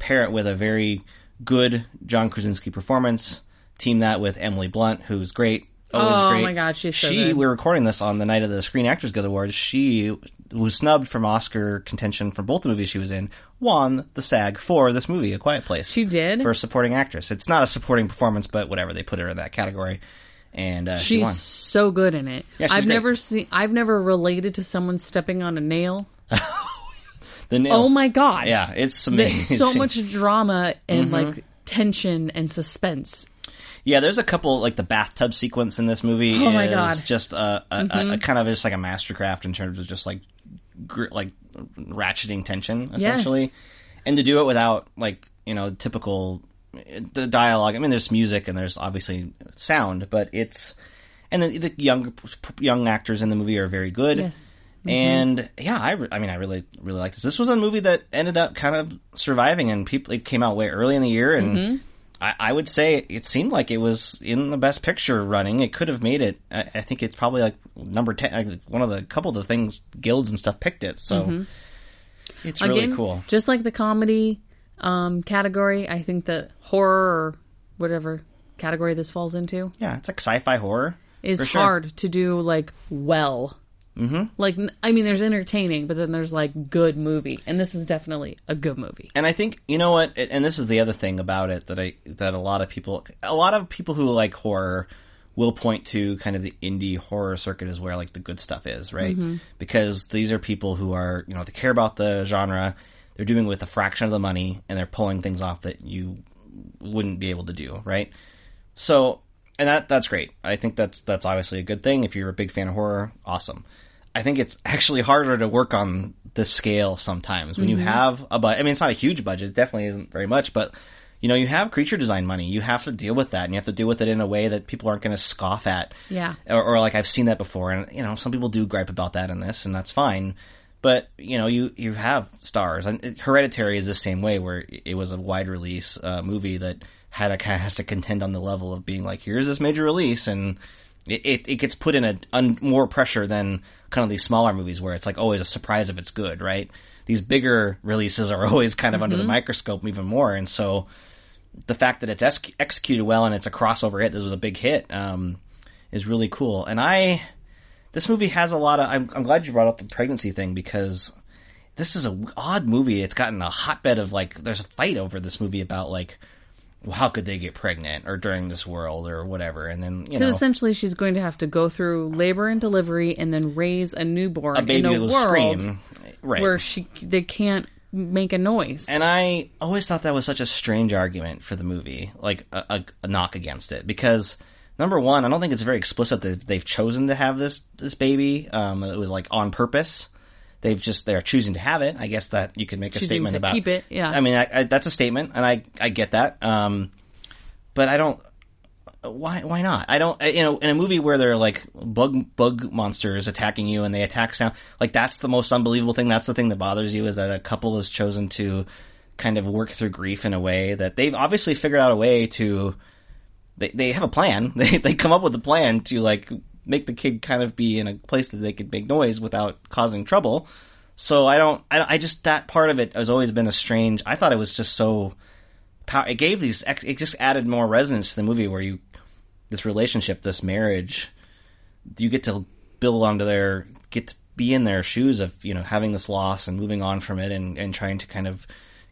S2: pair it with a very good John Krasinski performance. Team that with Emily Blunt, who's great. Always
S1: Oh
S2: great.
S1: my God, she's so
S2: she.
S1: good.
S2: We're recording this on the night of the Screen Actors Guild Awards. She was snubbed from Oscar contention for both the movies she was in. Won the SAG for this movie, A Quiet Place.
S1: She did?
S2: for supporting actress. It's not a supporting performance, but whatever they put her in that category, and uh, she won.
S1: She's so good in it.
S2: Yeah, she's
S1: I've
S2: great.
S1: never seen. I've never related to someone stepping on a nail.
S2: The nail-
S1: Oh my god!
S2: Yeah, Mm-hmm. it's
S1: There's
S2: amazing.
S1: so much drama and like tension and suspense.
S2: Yeah, there's a couple like the bathtub sequence in this movie.
S1: Oh my
S2: is
S1: God. Mm-hmm.
S2: Just a, a, a, a kind of just like a mastercraft in terms of just like gr- like ratcheting tension essentially, and to do it without like you know typical the dialogue. I mean, there's music and there's obviously sound, but it's and the, the young young actors in the movie are very good.
S1: Yes. Mm-hmm.
S2: And yeah, I, re- I mean, I really, really liked this. This was a movie that ended up kind of surviving, and people it came out way early in the year, and
S1: Mm-hmm.
S2: I, I would say it seemed like it was in the best picture running. It could have made it. I, I think it's probably like number ten, like one of the couple of the things guilds and stuff picked it. So it's really
S1: Mm-hmm. Again,
S2: cool.
S1: Just like the comedy um, category, I think the horror or whatever category this falls into
S2: Yeah, it's like sci-fi horror.
S1: is
S2: for sure.
S1: hard to do like well. Mm-hmm. Like n- I mean, there's entertaining, but then there's like good movie, and this is definitely a good movie.
S2: And I think you know what, and this is the other thing about it that I that a lot of people, a lot of people who like horror, will point to kind of the indie horror circuit is where like the good stuff is, right? Because these are people who are you know they care about the genre, they're doing it with a fraction of the money, and they're pulling things off that you wouldn't be able to do, right? So, and that that's great. I think that's that's obviously a good thing. If you're a big fan of horror, awesome. I think it's actually harder to work on this scale sometimes when you have a budget. I mean, it's not a huge budget; it definitely isn't very much, but you know, you have creature design money. You have to deal with that, and you have to deal with it in a way that people aren't going to scoff at.
S1: Yeah.
S2: Or, or like I've seen that before, and you know, some people do gripe about that in this, and that's fine. But you know, you you have stars, and it- Hereditary is the same way, where it- it was a wide release uh, movie that had a kind of has to contend on the level of being like, here's this major release, and it it, it gets put in a un, more pressure than kind of these smaller movies where it's like always a surprise if it's good, right? These bigger releases are always kind of under the microscope even more, and so the fact that it's ex- executed well and it's a crossover hit, this was a big hit, um, is really cool. And I, this movie has a lot of. I'm, I'm glad you brought up the pregnancy thing because this is a w- odd movie. It's gotten a hotbed of like, there's a fight over this movie about like, well, how could they get pregnant or during this world or whatever, and then you know.
S1: Because essentially, she's going to have to go through labor and delivery, and then raise a newborn
S2: A baby
S1: in a
S2: will
S1: world
S2: scream, right?
S1: where she they can't make a noise.
S2: And I always thought that was such a strange argument for the movie, like a, a, a knock against it, because number one, I don't think it's very explicit that they've chosen to have this this baby. Um, it was like on purpose. They've just they're choosing to have it. I guess that you could make a
S1: Choosing
S2: statement
S1: to
S2: about
S1: keep it, yeah.
S2: I mean, I, I, that's a statement, and I I get that. Um, but I don't. Why? Why not? I don't. You know, in a movie where they're like bug bug monsters attacking you, and they attack sound like that's the most unbelievable thing. That's the thing that bothers you is that a couple has chosen to kind of work through grief in a way that they've obviously figured out a way to. They they have a plan. They they come up with a plan to like make the kid kind of be in a place that they could make noise without causing trouble. So I don't. I, I just that part of it has always been a strange. I thought it was just so pow- it gave these ex- it just added more resonance to the movie where you this relationship this marriage you get to build onto their get to be in their shoes of you know having this loss and moving on from it and and trying to kind of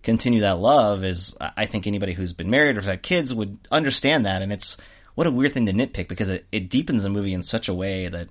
S2: continue that love is I I think anybody who's been married or has had kids would understand that and it's what a weird thing to nitpick because it, it deepens the movie in such a way that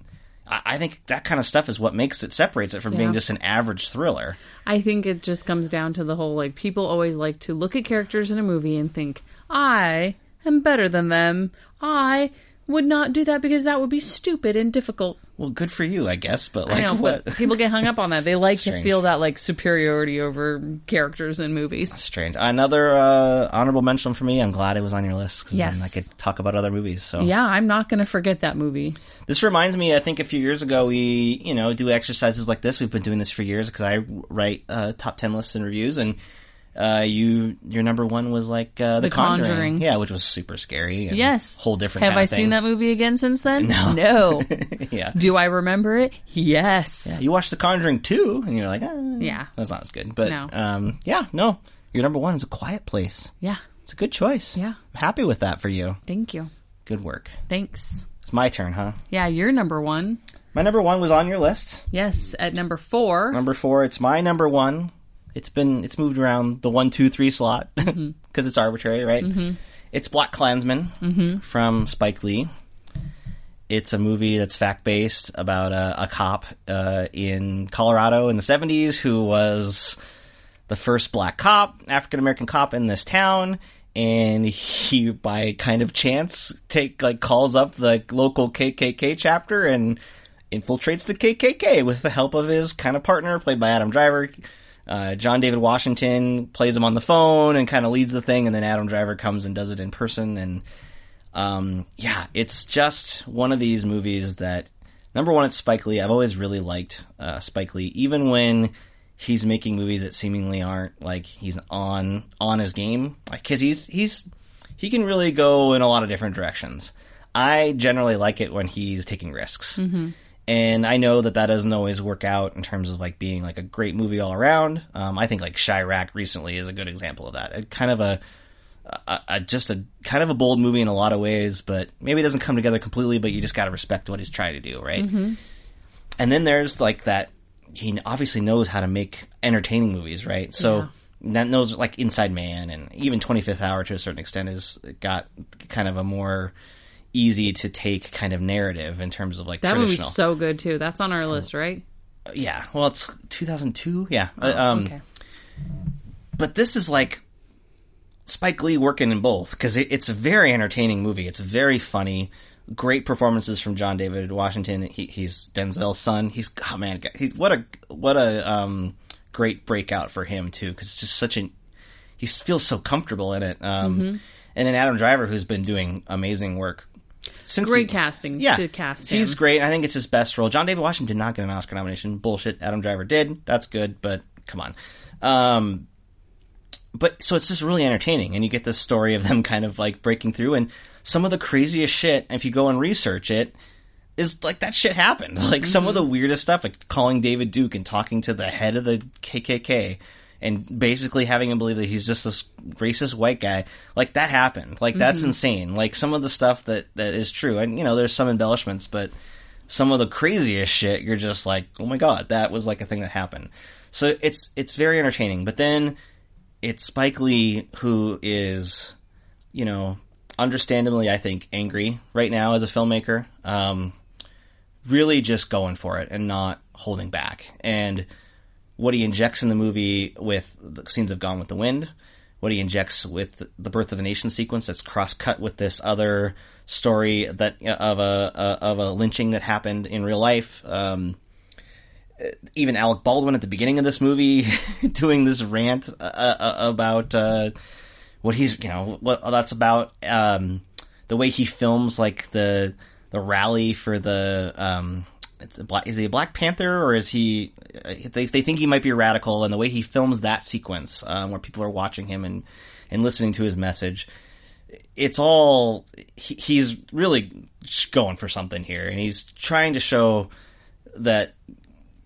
S2: I, I think that kind of stuff is what makes it separates it from
S1: Yeah.
S2: being just an average thriller.
S1: I think it just comes down to the whole like people always like to look at characters in a movie and think, I am better than them. I would not do that because that would be stupid and difficult.
S2: Well, good for you, I guess, but like
S1: I know,
S2: what?
S1: but people get hung up on that. They like to
S2: Strange.
S1: feel that like superiority over characters in movies.
S2: Strange. Another uh, honorable mention for me. I'm glad it was on your list because
S1: Yes.
S2: then I could talk about other movies. So
S1: Yeah, I'm not going to forget that movie.
S2: This reminds me, I think a few years ago, we, you know, do exercises like this. We've been doing this for years because I write uh, top 10 lists and reviews and uh, you, your number one was like uh, The,
S1: The Conjuring.
S2: Yeah, which was super scary. and
S1: Yes.
S2: Whole different
S1: Have
S2: kind
S1: I
S2: of thing.
S1: seen that movie again since then?
S2: No.
S1: No.
S2: yeah.
S1: do I remember it? Yes.
S2: You watch The Conjuring 2 and you're like, ah,
S1: Yeah.
S2: That's not as good. But
S1: No.
S2: um, yeah, no. Your number one is A Quiet Place.
S1: Yeah.
S2: It's a good choice.
S1: Yeah.
S2: I'm happy with that for you.
S1: Thank you.
S2: Good work.
S1: Thanks.
S2: It's my turn, huh?
S1: Yeah, you're number one.
S2: My number one was on your list.
S1: Yes, at number four.
S2: Number four, it's my number one. It's been it's moved around the one, two, three slot because it's arbitrary, right? It's Black Klansman from Spike Lee. It's a movie that's fact based about a, a cop uh, in Colorado in the seventies who was the first black cop, African American cop in this town, and he, by kind of chance, take like calls up the local KKK chapter and infiltrates the KKK with the help of his kind of partner, played by Adam Driver. Uh, John David Washington plays him on the phone and kind of leads the thing, and then Adam Driver comes and does it in person. And um, yeah, it's just one of these movies that number one, it's Spike Lee. I've always really liked uh, Spike Lee, even when he's making movies that seemingly aren't like he's on on his game, like because he's he's he can really go in a lot of different directions. I generally like it when he's taking risks. And I know that that doesn't always work out in terms of like being like a great movie all around. Um, I think like Chirac recently is a good example of that. It kind of a a, a just a kind of a bold movie in a lot of ways, but maybe it doesn't come together completely. But you just got to respect what he's trying to do, right?
S1: Mm-hmm.
S2: And then there's like that he obviously knows how to make entertaining movies, right? So that knows like Inside Man and even 25th Hour to a certain extent has got kind of a more easy to take kind of narrative in terms of like
S1: That
S2: traditional.
S1: movie's so good too. That's on our list, right?
S2: yeah, well, it's 2002. Yeah, Uh, um,
S1: Oh, okay.
S2: but this is like Spike Lee working in both because it, it's a very entertaining movie. It's very funny. Great performances from John David Washington. He, he's Denzel's son. He's oh man, he, what a what a um, great breakout for him too because it's just such an he feels so comfortable in it. Um, And then Adam Driver, who's been doing amazing work since
S1: Great
S2: he-
S1: casting
S2: yeah,
S1: to cast him.
S2: he's great. I think it's his best role. John David Washington did not get an Oscar nomination. Bullshit. Adam Driver did. That's good, but come on. Um, but so it's just really entertaining, and you get this story of them kind of like breaking through, and some of the craziest shit. If you go and research it, is like that shit happened. Like some of the weirdest stuff, like calling David Duke and talking to the head of the KKK and basically having him believe that he's just this racist white guy. Like that happened. Like that's insane. Like some of the stuff that that is true, and you know, there's some embellishments, but some of the craziest shit, you're just like, oh my god, that was like a thing that happened. So it's it's very entertaining. But then it's Spike Lee who is, you know, understandably, I think, angry right now as a filmmaker. Um, really just going for it and not holding back. And what he injects in the movie with the scenes of Gone with the Wind, what he injects with the Birth of a Nation sequence that's cross cut with this other story that of a of a lynching that happened in real life. Um, even Alec Baldwin at the beginning of this movie doing this rant uh, uh, about uh, what he's you know what oh, that's about um, the way he films like the the rally for the um, it's a black, is he a Black Panther or is he uh, they they think he might be a radical and the way he films that sequence um, where people are watching him and and listening to his message it's all he, he's really going for something here and he's trying to show that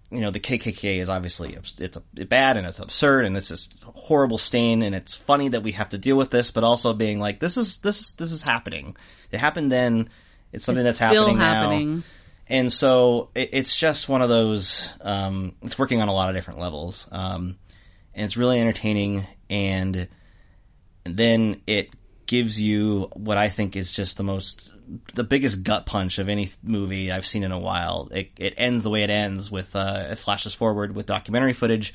S2: you know the KKK is obviously abs- it's a- bad and it's absurd and it's this horrible stain and it's funny that we have to deal with this, but also being like this is this is this is happening. It happened then. It's something
S1: It's
S2: that's
S1: still
S2: happening,
S1: happening.
S2: now. And so it, it's just one of those. Um, it's working on a lot of different levels, um, and it's really entertaining. And then it gives you what I think is just the most, the biggest gut punch of any movie I've seen in a while. It, it ends the way it ends with, uh, it flashes forward with documentary footage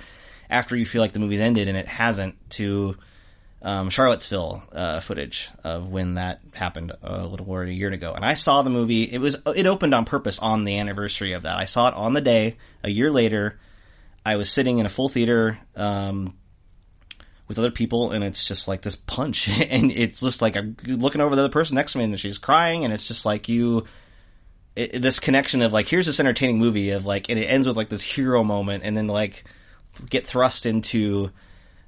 S2: after you feel like the movie's ended and it hasn't to, um, Charlottesville, uh, footage of when that happened a little over a year ago. And I saw the movie, it was, it opened on purpose on the anniversary of that. I saw it on the day, a year later. I was sitting in a full theater, um, with other people and it's just like this punch and it's just like I'm looking over the other person next to me and she's crying and it's just like you it, this connection of like here's this entertaining movie of like and it ends with like this hero moment and then like get thrust into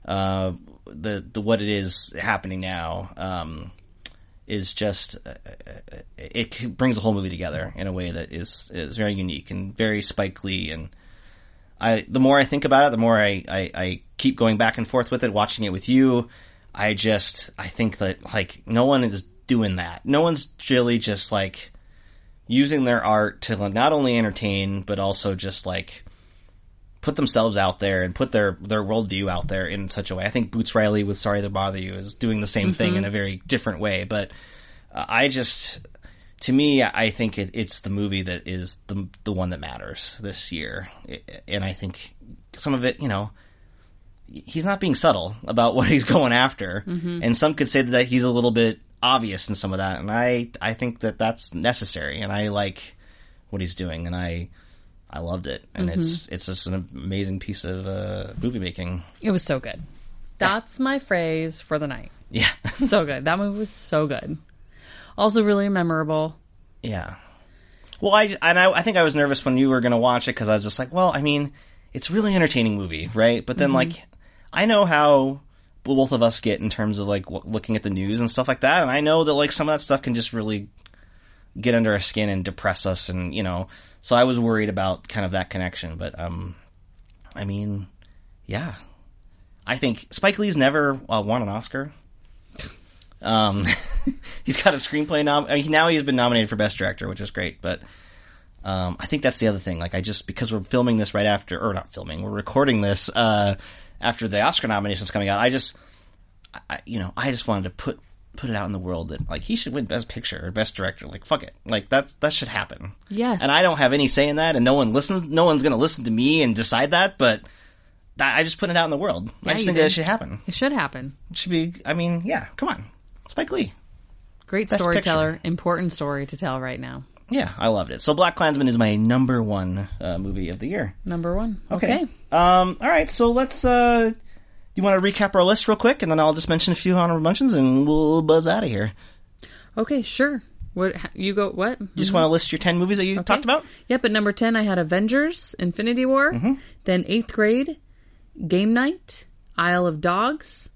S2: uh the the what it is happening now um is just uh, it brings the whole movie together in a way that is is very unique and very Spike Lee and I the more I think about it, the more I, I, I keep going back and forth with it, watching it with you. I just I think that like no one is doing that. No one's really just like using their art to like, not only entertain but also just like put themselves out there and put their their worldview out there in such a way. I think Boots Riley with Sorry to Bother You is doing the same thing in a very different way, but uh, I just to me, I think it, it's the movie that is the the one that matters this year, It- and I think some of it, you know, he's not being subtle about what he's going after, and some could say that he's a little bit obvious in some of that, and I I think that that's necessary, and I like what he's doing, and I I loved it, and it's it's just an amazing piece of uh, movie making.
S1: It was so good. That's my phrase for the night.
S2: Yeah,
S1: So good. That movie was so good. Also, really memorable.
S2: Yeah. Well, I just- and I, I think I was nervous when you were going to watch it because I was just like, well, I mean, it's a really entertaining movie, right? But then like, I know how both of us get in terms of like w- looking at the news and stuff like that, and I know that like some of that stuff can just really get under our skin and depress us, and you know, so I was worried about kind of that connection. But um, I mean, yeah, I think Spike Lee's never uh, won an Oscar. Um, he's got a screenplay nom. I mean, now he's been nominated for best director, which is great. But um, I think that's the other thing. Like, I just because we're filming this right after, or not filming, we're recording this uh, after the Oscar nominations coming out. I just, I- I, you know, I just wanted to put put it out in the world that like he should win best picture or best director. Like, fuck it, like that that should happen.
S1: Yes.
S2: And I don't have any say in that, and no one listens. No one's gonna listen to me and decide that, but. that- I just put it out in the world. I just
S1: you
S2: think
S1: did.
S2: that should happen
S1: It should happen.
S2: should be. I mean, yeah. Come on, Spike Lee.
S1: Great
S2: Best
S1: storyteller. Important story to tell right now.
S2: Yeah, I loved it. So Black Klansman is my number one uh, movie of the year.
S1: Number one. Okay.
S2: Um. All right. So let's. uh You want to recap our list real quick, and then I'll just mention a few honorable mentions, and we'll buzz out of here.
S1: Okay, sure. What ha- you go? What
S2: You just want to list your ten movies that you
S1: Okay.
S2: talked about.
S1: Yep. At number ten, I had Avengers: Infinity War.
S2: Mm-hmm.
S1: Then eighth grade, Game Night, Isle of Dogs,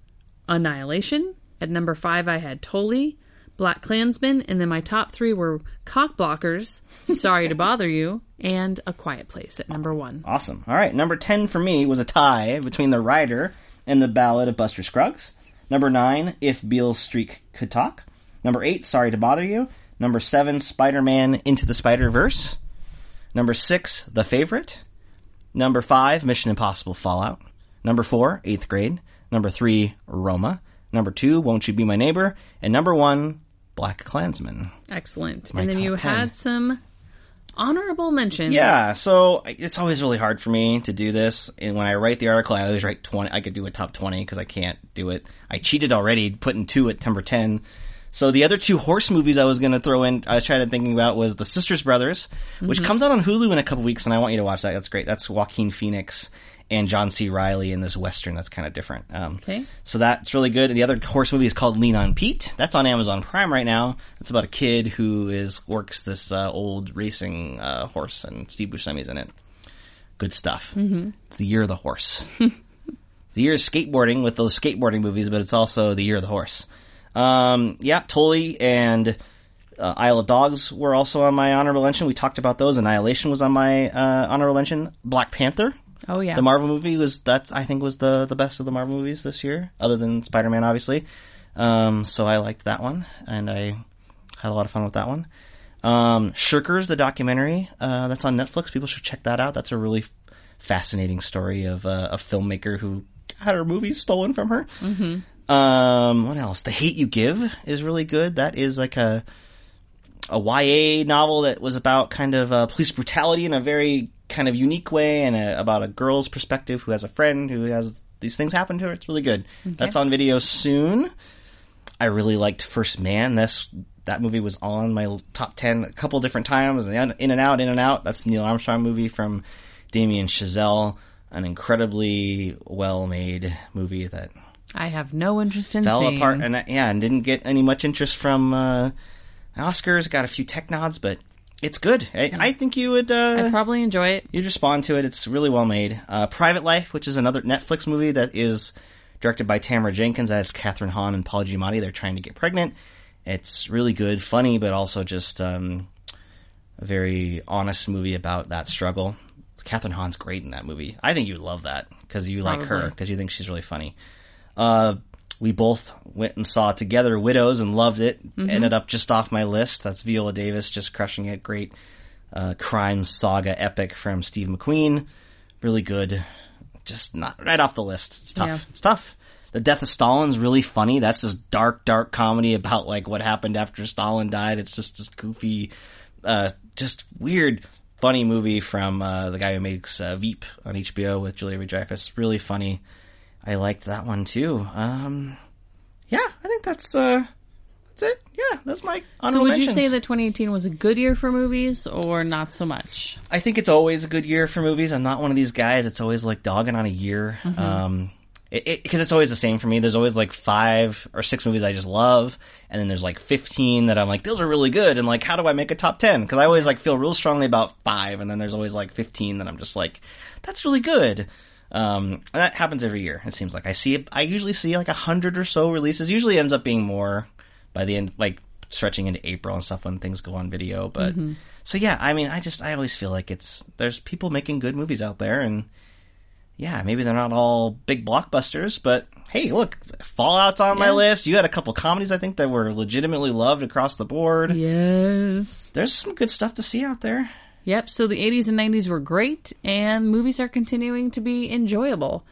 S1: Annihilation. At number five, I had Tolly, Black Klansman, and then my top three were Cock Blockers, Sorry to Bother You, and A Quiet Place at number one.
S2: Awesome. All right. Number 10 for me was a tie between The Rider and The Ballad of Buster Scruggs. Number 9, If Beale Streak Could Talk. Number 8, Sorry to Bother You. Number 7, Spider Man Into the Spider Verse. Number 6, The Favorite. Number 5, Mission Impossible Fallout. Number 4, Eighth Grade. Number 3, Roma. Number 2, Won't You Be My Neighbor. And number 1, Black Klansman.
S1: Excellent. and then
S2: top
S1: you
S2: 10.
S1: had some honorable mentions.
S2: Yeah, so I- it's always really hard for me to do this. And when I write the article, I always write 20. I could do a top 20 because I can't do it. I cheated already putting two at number 10. So the other two horse movies I was going to throw in, I was trying to thinking about was The Sisters Brothers, which comes out on Hulu in a couple weeks, and I want you to watch that. That's great. That's Joaquin Phoenix and John C. Riley in this Western that's kind of different. Um,
S1: Okay.
S2: so that's really good. The other horse movie is called Lean on Pete. That's on Amazon Prime right now. It's about a kid who is works this uh, old racing uh, horse, and Steve Buscemi's in it. Good stuff. Mm-hmm. It's the year of the horse. the year of skateboarding with those skateboarding movies, but it's also the year of the horse. Um, yeah, Tully and uh, Isle of Dogs were also on my honorable mention. We talked about those. Annihilation was on my uh, honorable mention. Black Panther
S1: Oh yeah.
S2: the Marvel movie was that's I think was the the best of the Marvel movies this year, other than Spider Man, obviously. Um, so I liked that one, and I had a lot of fun with that one. Um, Shirkers, the documentary uh, that's on Netflix. People should check that out. That's a really f- fascinating story of uh, a filmmaker who had her movie stolen from her. Mm-hmm. Um, what else? The Hate You Give is really good. That is like a a YA novel that was about kind of uh, police brutality in a very kind of unique way and a, about a girl's perspective who has a friend who has these things happen to her. It's really good. That's on video soon. I really liked First Man. That's that movie was on my top ten a couple different times. In and out, in and out. That's the Neil Armstrong movie from Damien Chazelle. An incredibly well-made movie that
S1: I have no interest in
S2: fell
S1: seeing.
S2: apart and uh, yeah, and didn't get any much interest from uh, Oscars. Got a few tech nods, but it's good. I, I think you would
S1: I
S2: uh,
S1: probably enjoy it.
S2: you'd respond to it. It's really well made. Uh, Private Life, which is another Netflix movie that is directed by Tamara Jenkins, as Catherine Hahn and Paul Giamatti. They're trying to get pregnant. It's really good, funny, but also just um, a very honest movie about that struggle. Catherine Hahn's great in that movie. I think you love that because you like her
S1: Probably.
S2: because you think she's really funny. Uh, we both went and saw together Widows and loved it. Ended up just off my list. That's Viola Davis just crushing it. Great uh, crime saga epic from Steve McQueen. Really good. Just not right off the list. It's tough.
S1: Yeah.
S2: It's tough. The Death of Stalin's really funny. That's this dark, dark comedy about like what happened after Stalin died. It's just this goofy, uh, just weird, funny movie from uh, the guy who makes uh, Veep on HBO with Julia Louis Dreyfus. Really funny. I liked that one too. Um, yeah, I think that's uh, that's it. Yeah, that's my
S1: So
S2: honorable
S1: would you
S2: mentions.
S1: say that 2018 was a good year for movies or not so much?
S2: I think it's always a good year for movies. I'm not one of these guys that's always like dogging on a year. Um, because it, 'cause it's always the same for me. There's always like five or six movies I just love, and then there's like 15 that I'm like, those are really good, and like, how do I make a top 10? Because I always like feel real strongly about five, and then there's always like 15 that I'm just like, that's really good. Um, and that happens every year. It seems like I see, I usually see like a hundred or so releases. Usually ends up being more by the end, like stretching into April and stuff when things go on video. But
S1: Mm-hmm.
S2: so yeah, I mean, I just I always feel like it's there's people making good movies out there, and yeah, maybe they're not all big blockbusters, but hey, look, Fallout's on my
S1: Yes.
S2: list. You had a couple comedies I think that were legitimately loved across the board.
S1: Yes.
S2: There's some good stuff to see out there.
S1: Yep. So the 80s and 90s were great, and movies are continuing to be enjoyable.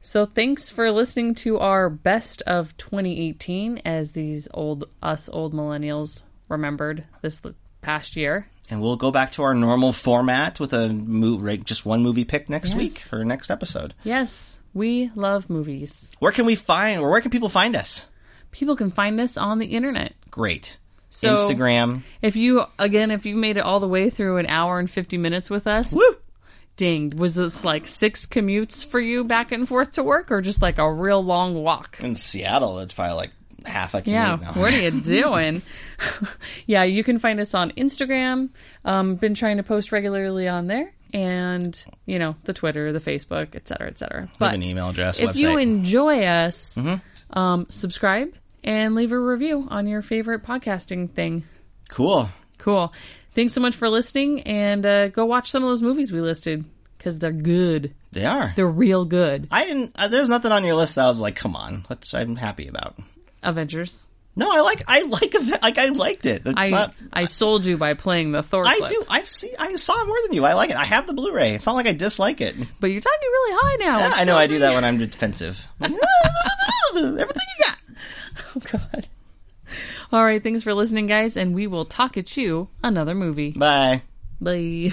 S1: So thanks for listening to our best of 2018 as these old us old millennials remembered this l- past year.
S2: And we'll go back to our normal format with a mo- right, just one movie pick next
S1: Yes.
S2: week for next episode.
S1: Yes, we love movies.
S2: Where can we find or where can people find us?
S1: People can find us on the internet.
S2: Great.
S1: So
S2: Instagram.
S1: If you again, if you made it all the way through an hour and 50 minutes with us,
S2: Woo!
S1: ding, was this like six commutes for you back and forth to work or just like a real long walk?
S2: In Seattle, it's probably like half a commute
S1: Yeah,
S2: now.
S1: what are you doing? yeah, you can find us on Instagram. Um, been trying to post regularly on there, and you know the Twitter, the Facebook, et cetera, et cetera. But
S2: an email address,
S1: If you
S2: website. Mm-hmm.
S1: enjoy us, um, subscribe and leave a review on your favorite podcasting thing.
S2: Cool.
S1: Cool. Thanks so much for listening, and uh, go watch some of those movies we listed because they're good.
S2: They are.
S1: They're real good.
S2: I didn't. Uh, there's nothing on your list that I was like, come on, which I'm happy about.
S1: Avengers.
S2: No, I like. I like. Like I liked it. That's
S1: I
S2: not-
S1: I sold you by playing the Thor.
S2: I
S1: clip.
S2: do. I've seen. I saw more than you. I like it. I have the Blu-ray. It's not like I dislike it.
S1: but you're talking really high now. which
S2: I know I
S1: tells
S2: do
S1: me-
S2: that when I'm defensive. Everything you got.
S1: Oh, God. All right, thanks for listening, guys, and we will talk at you another movie.
S2: Bye.
S1: Bye.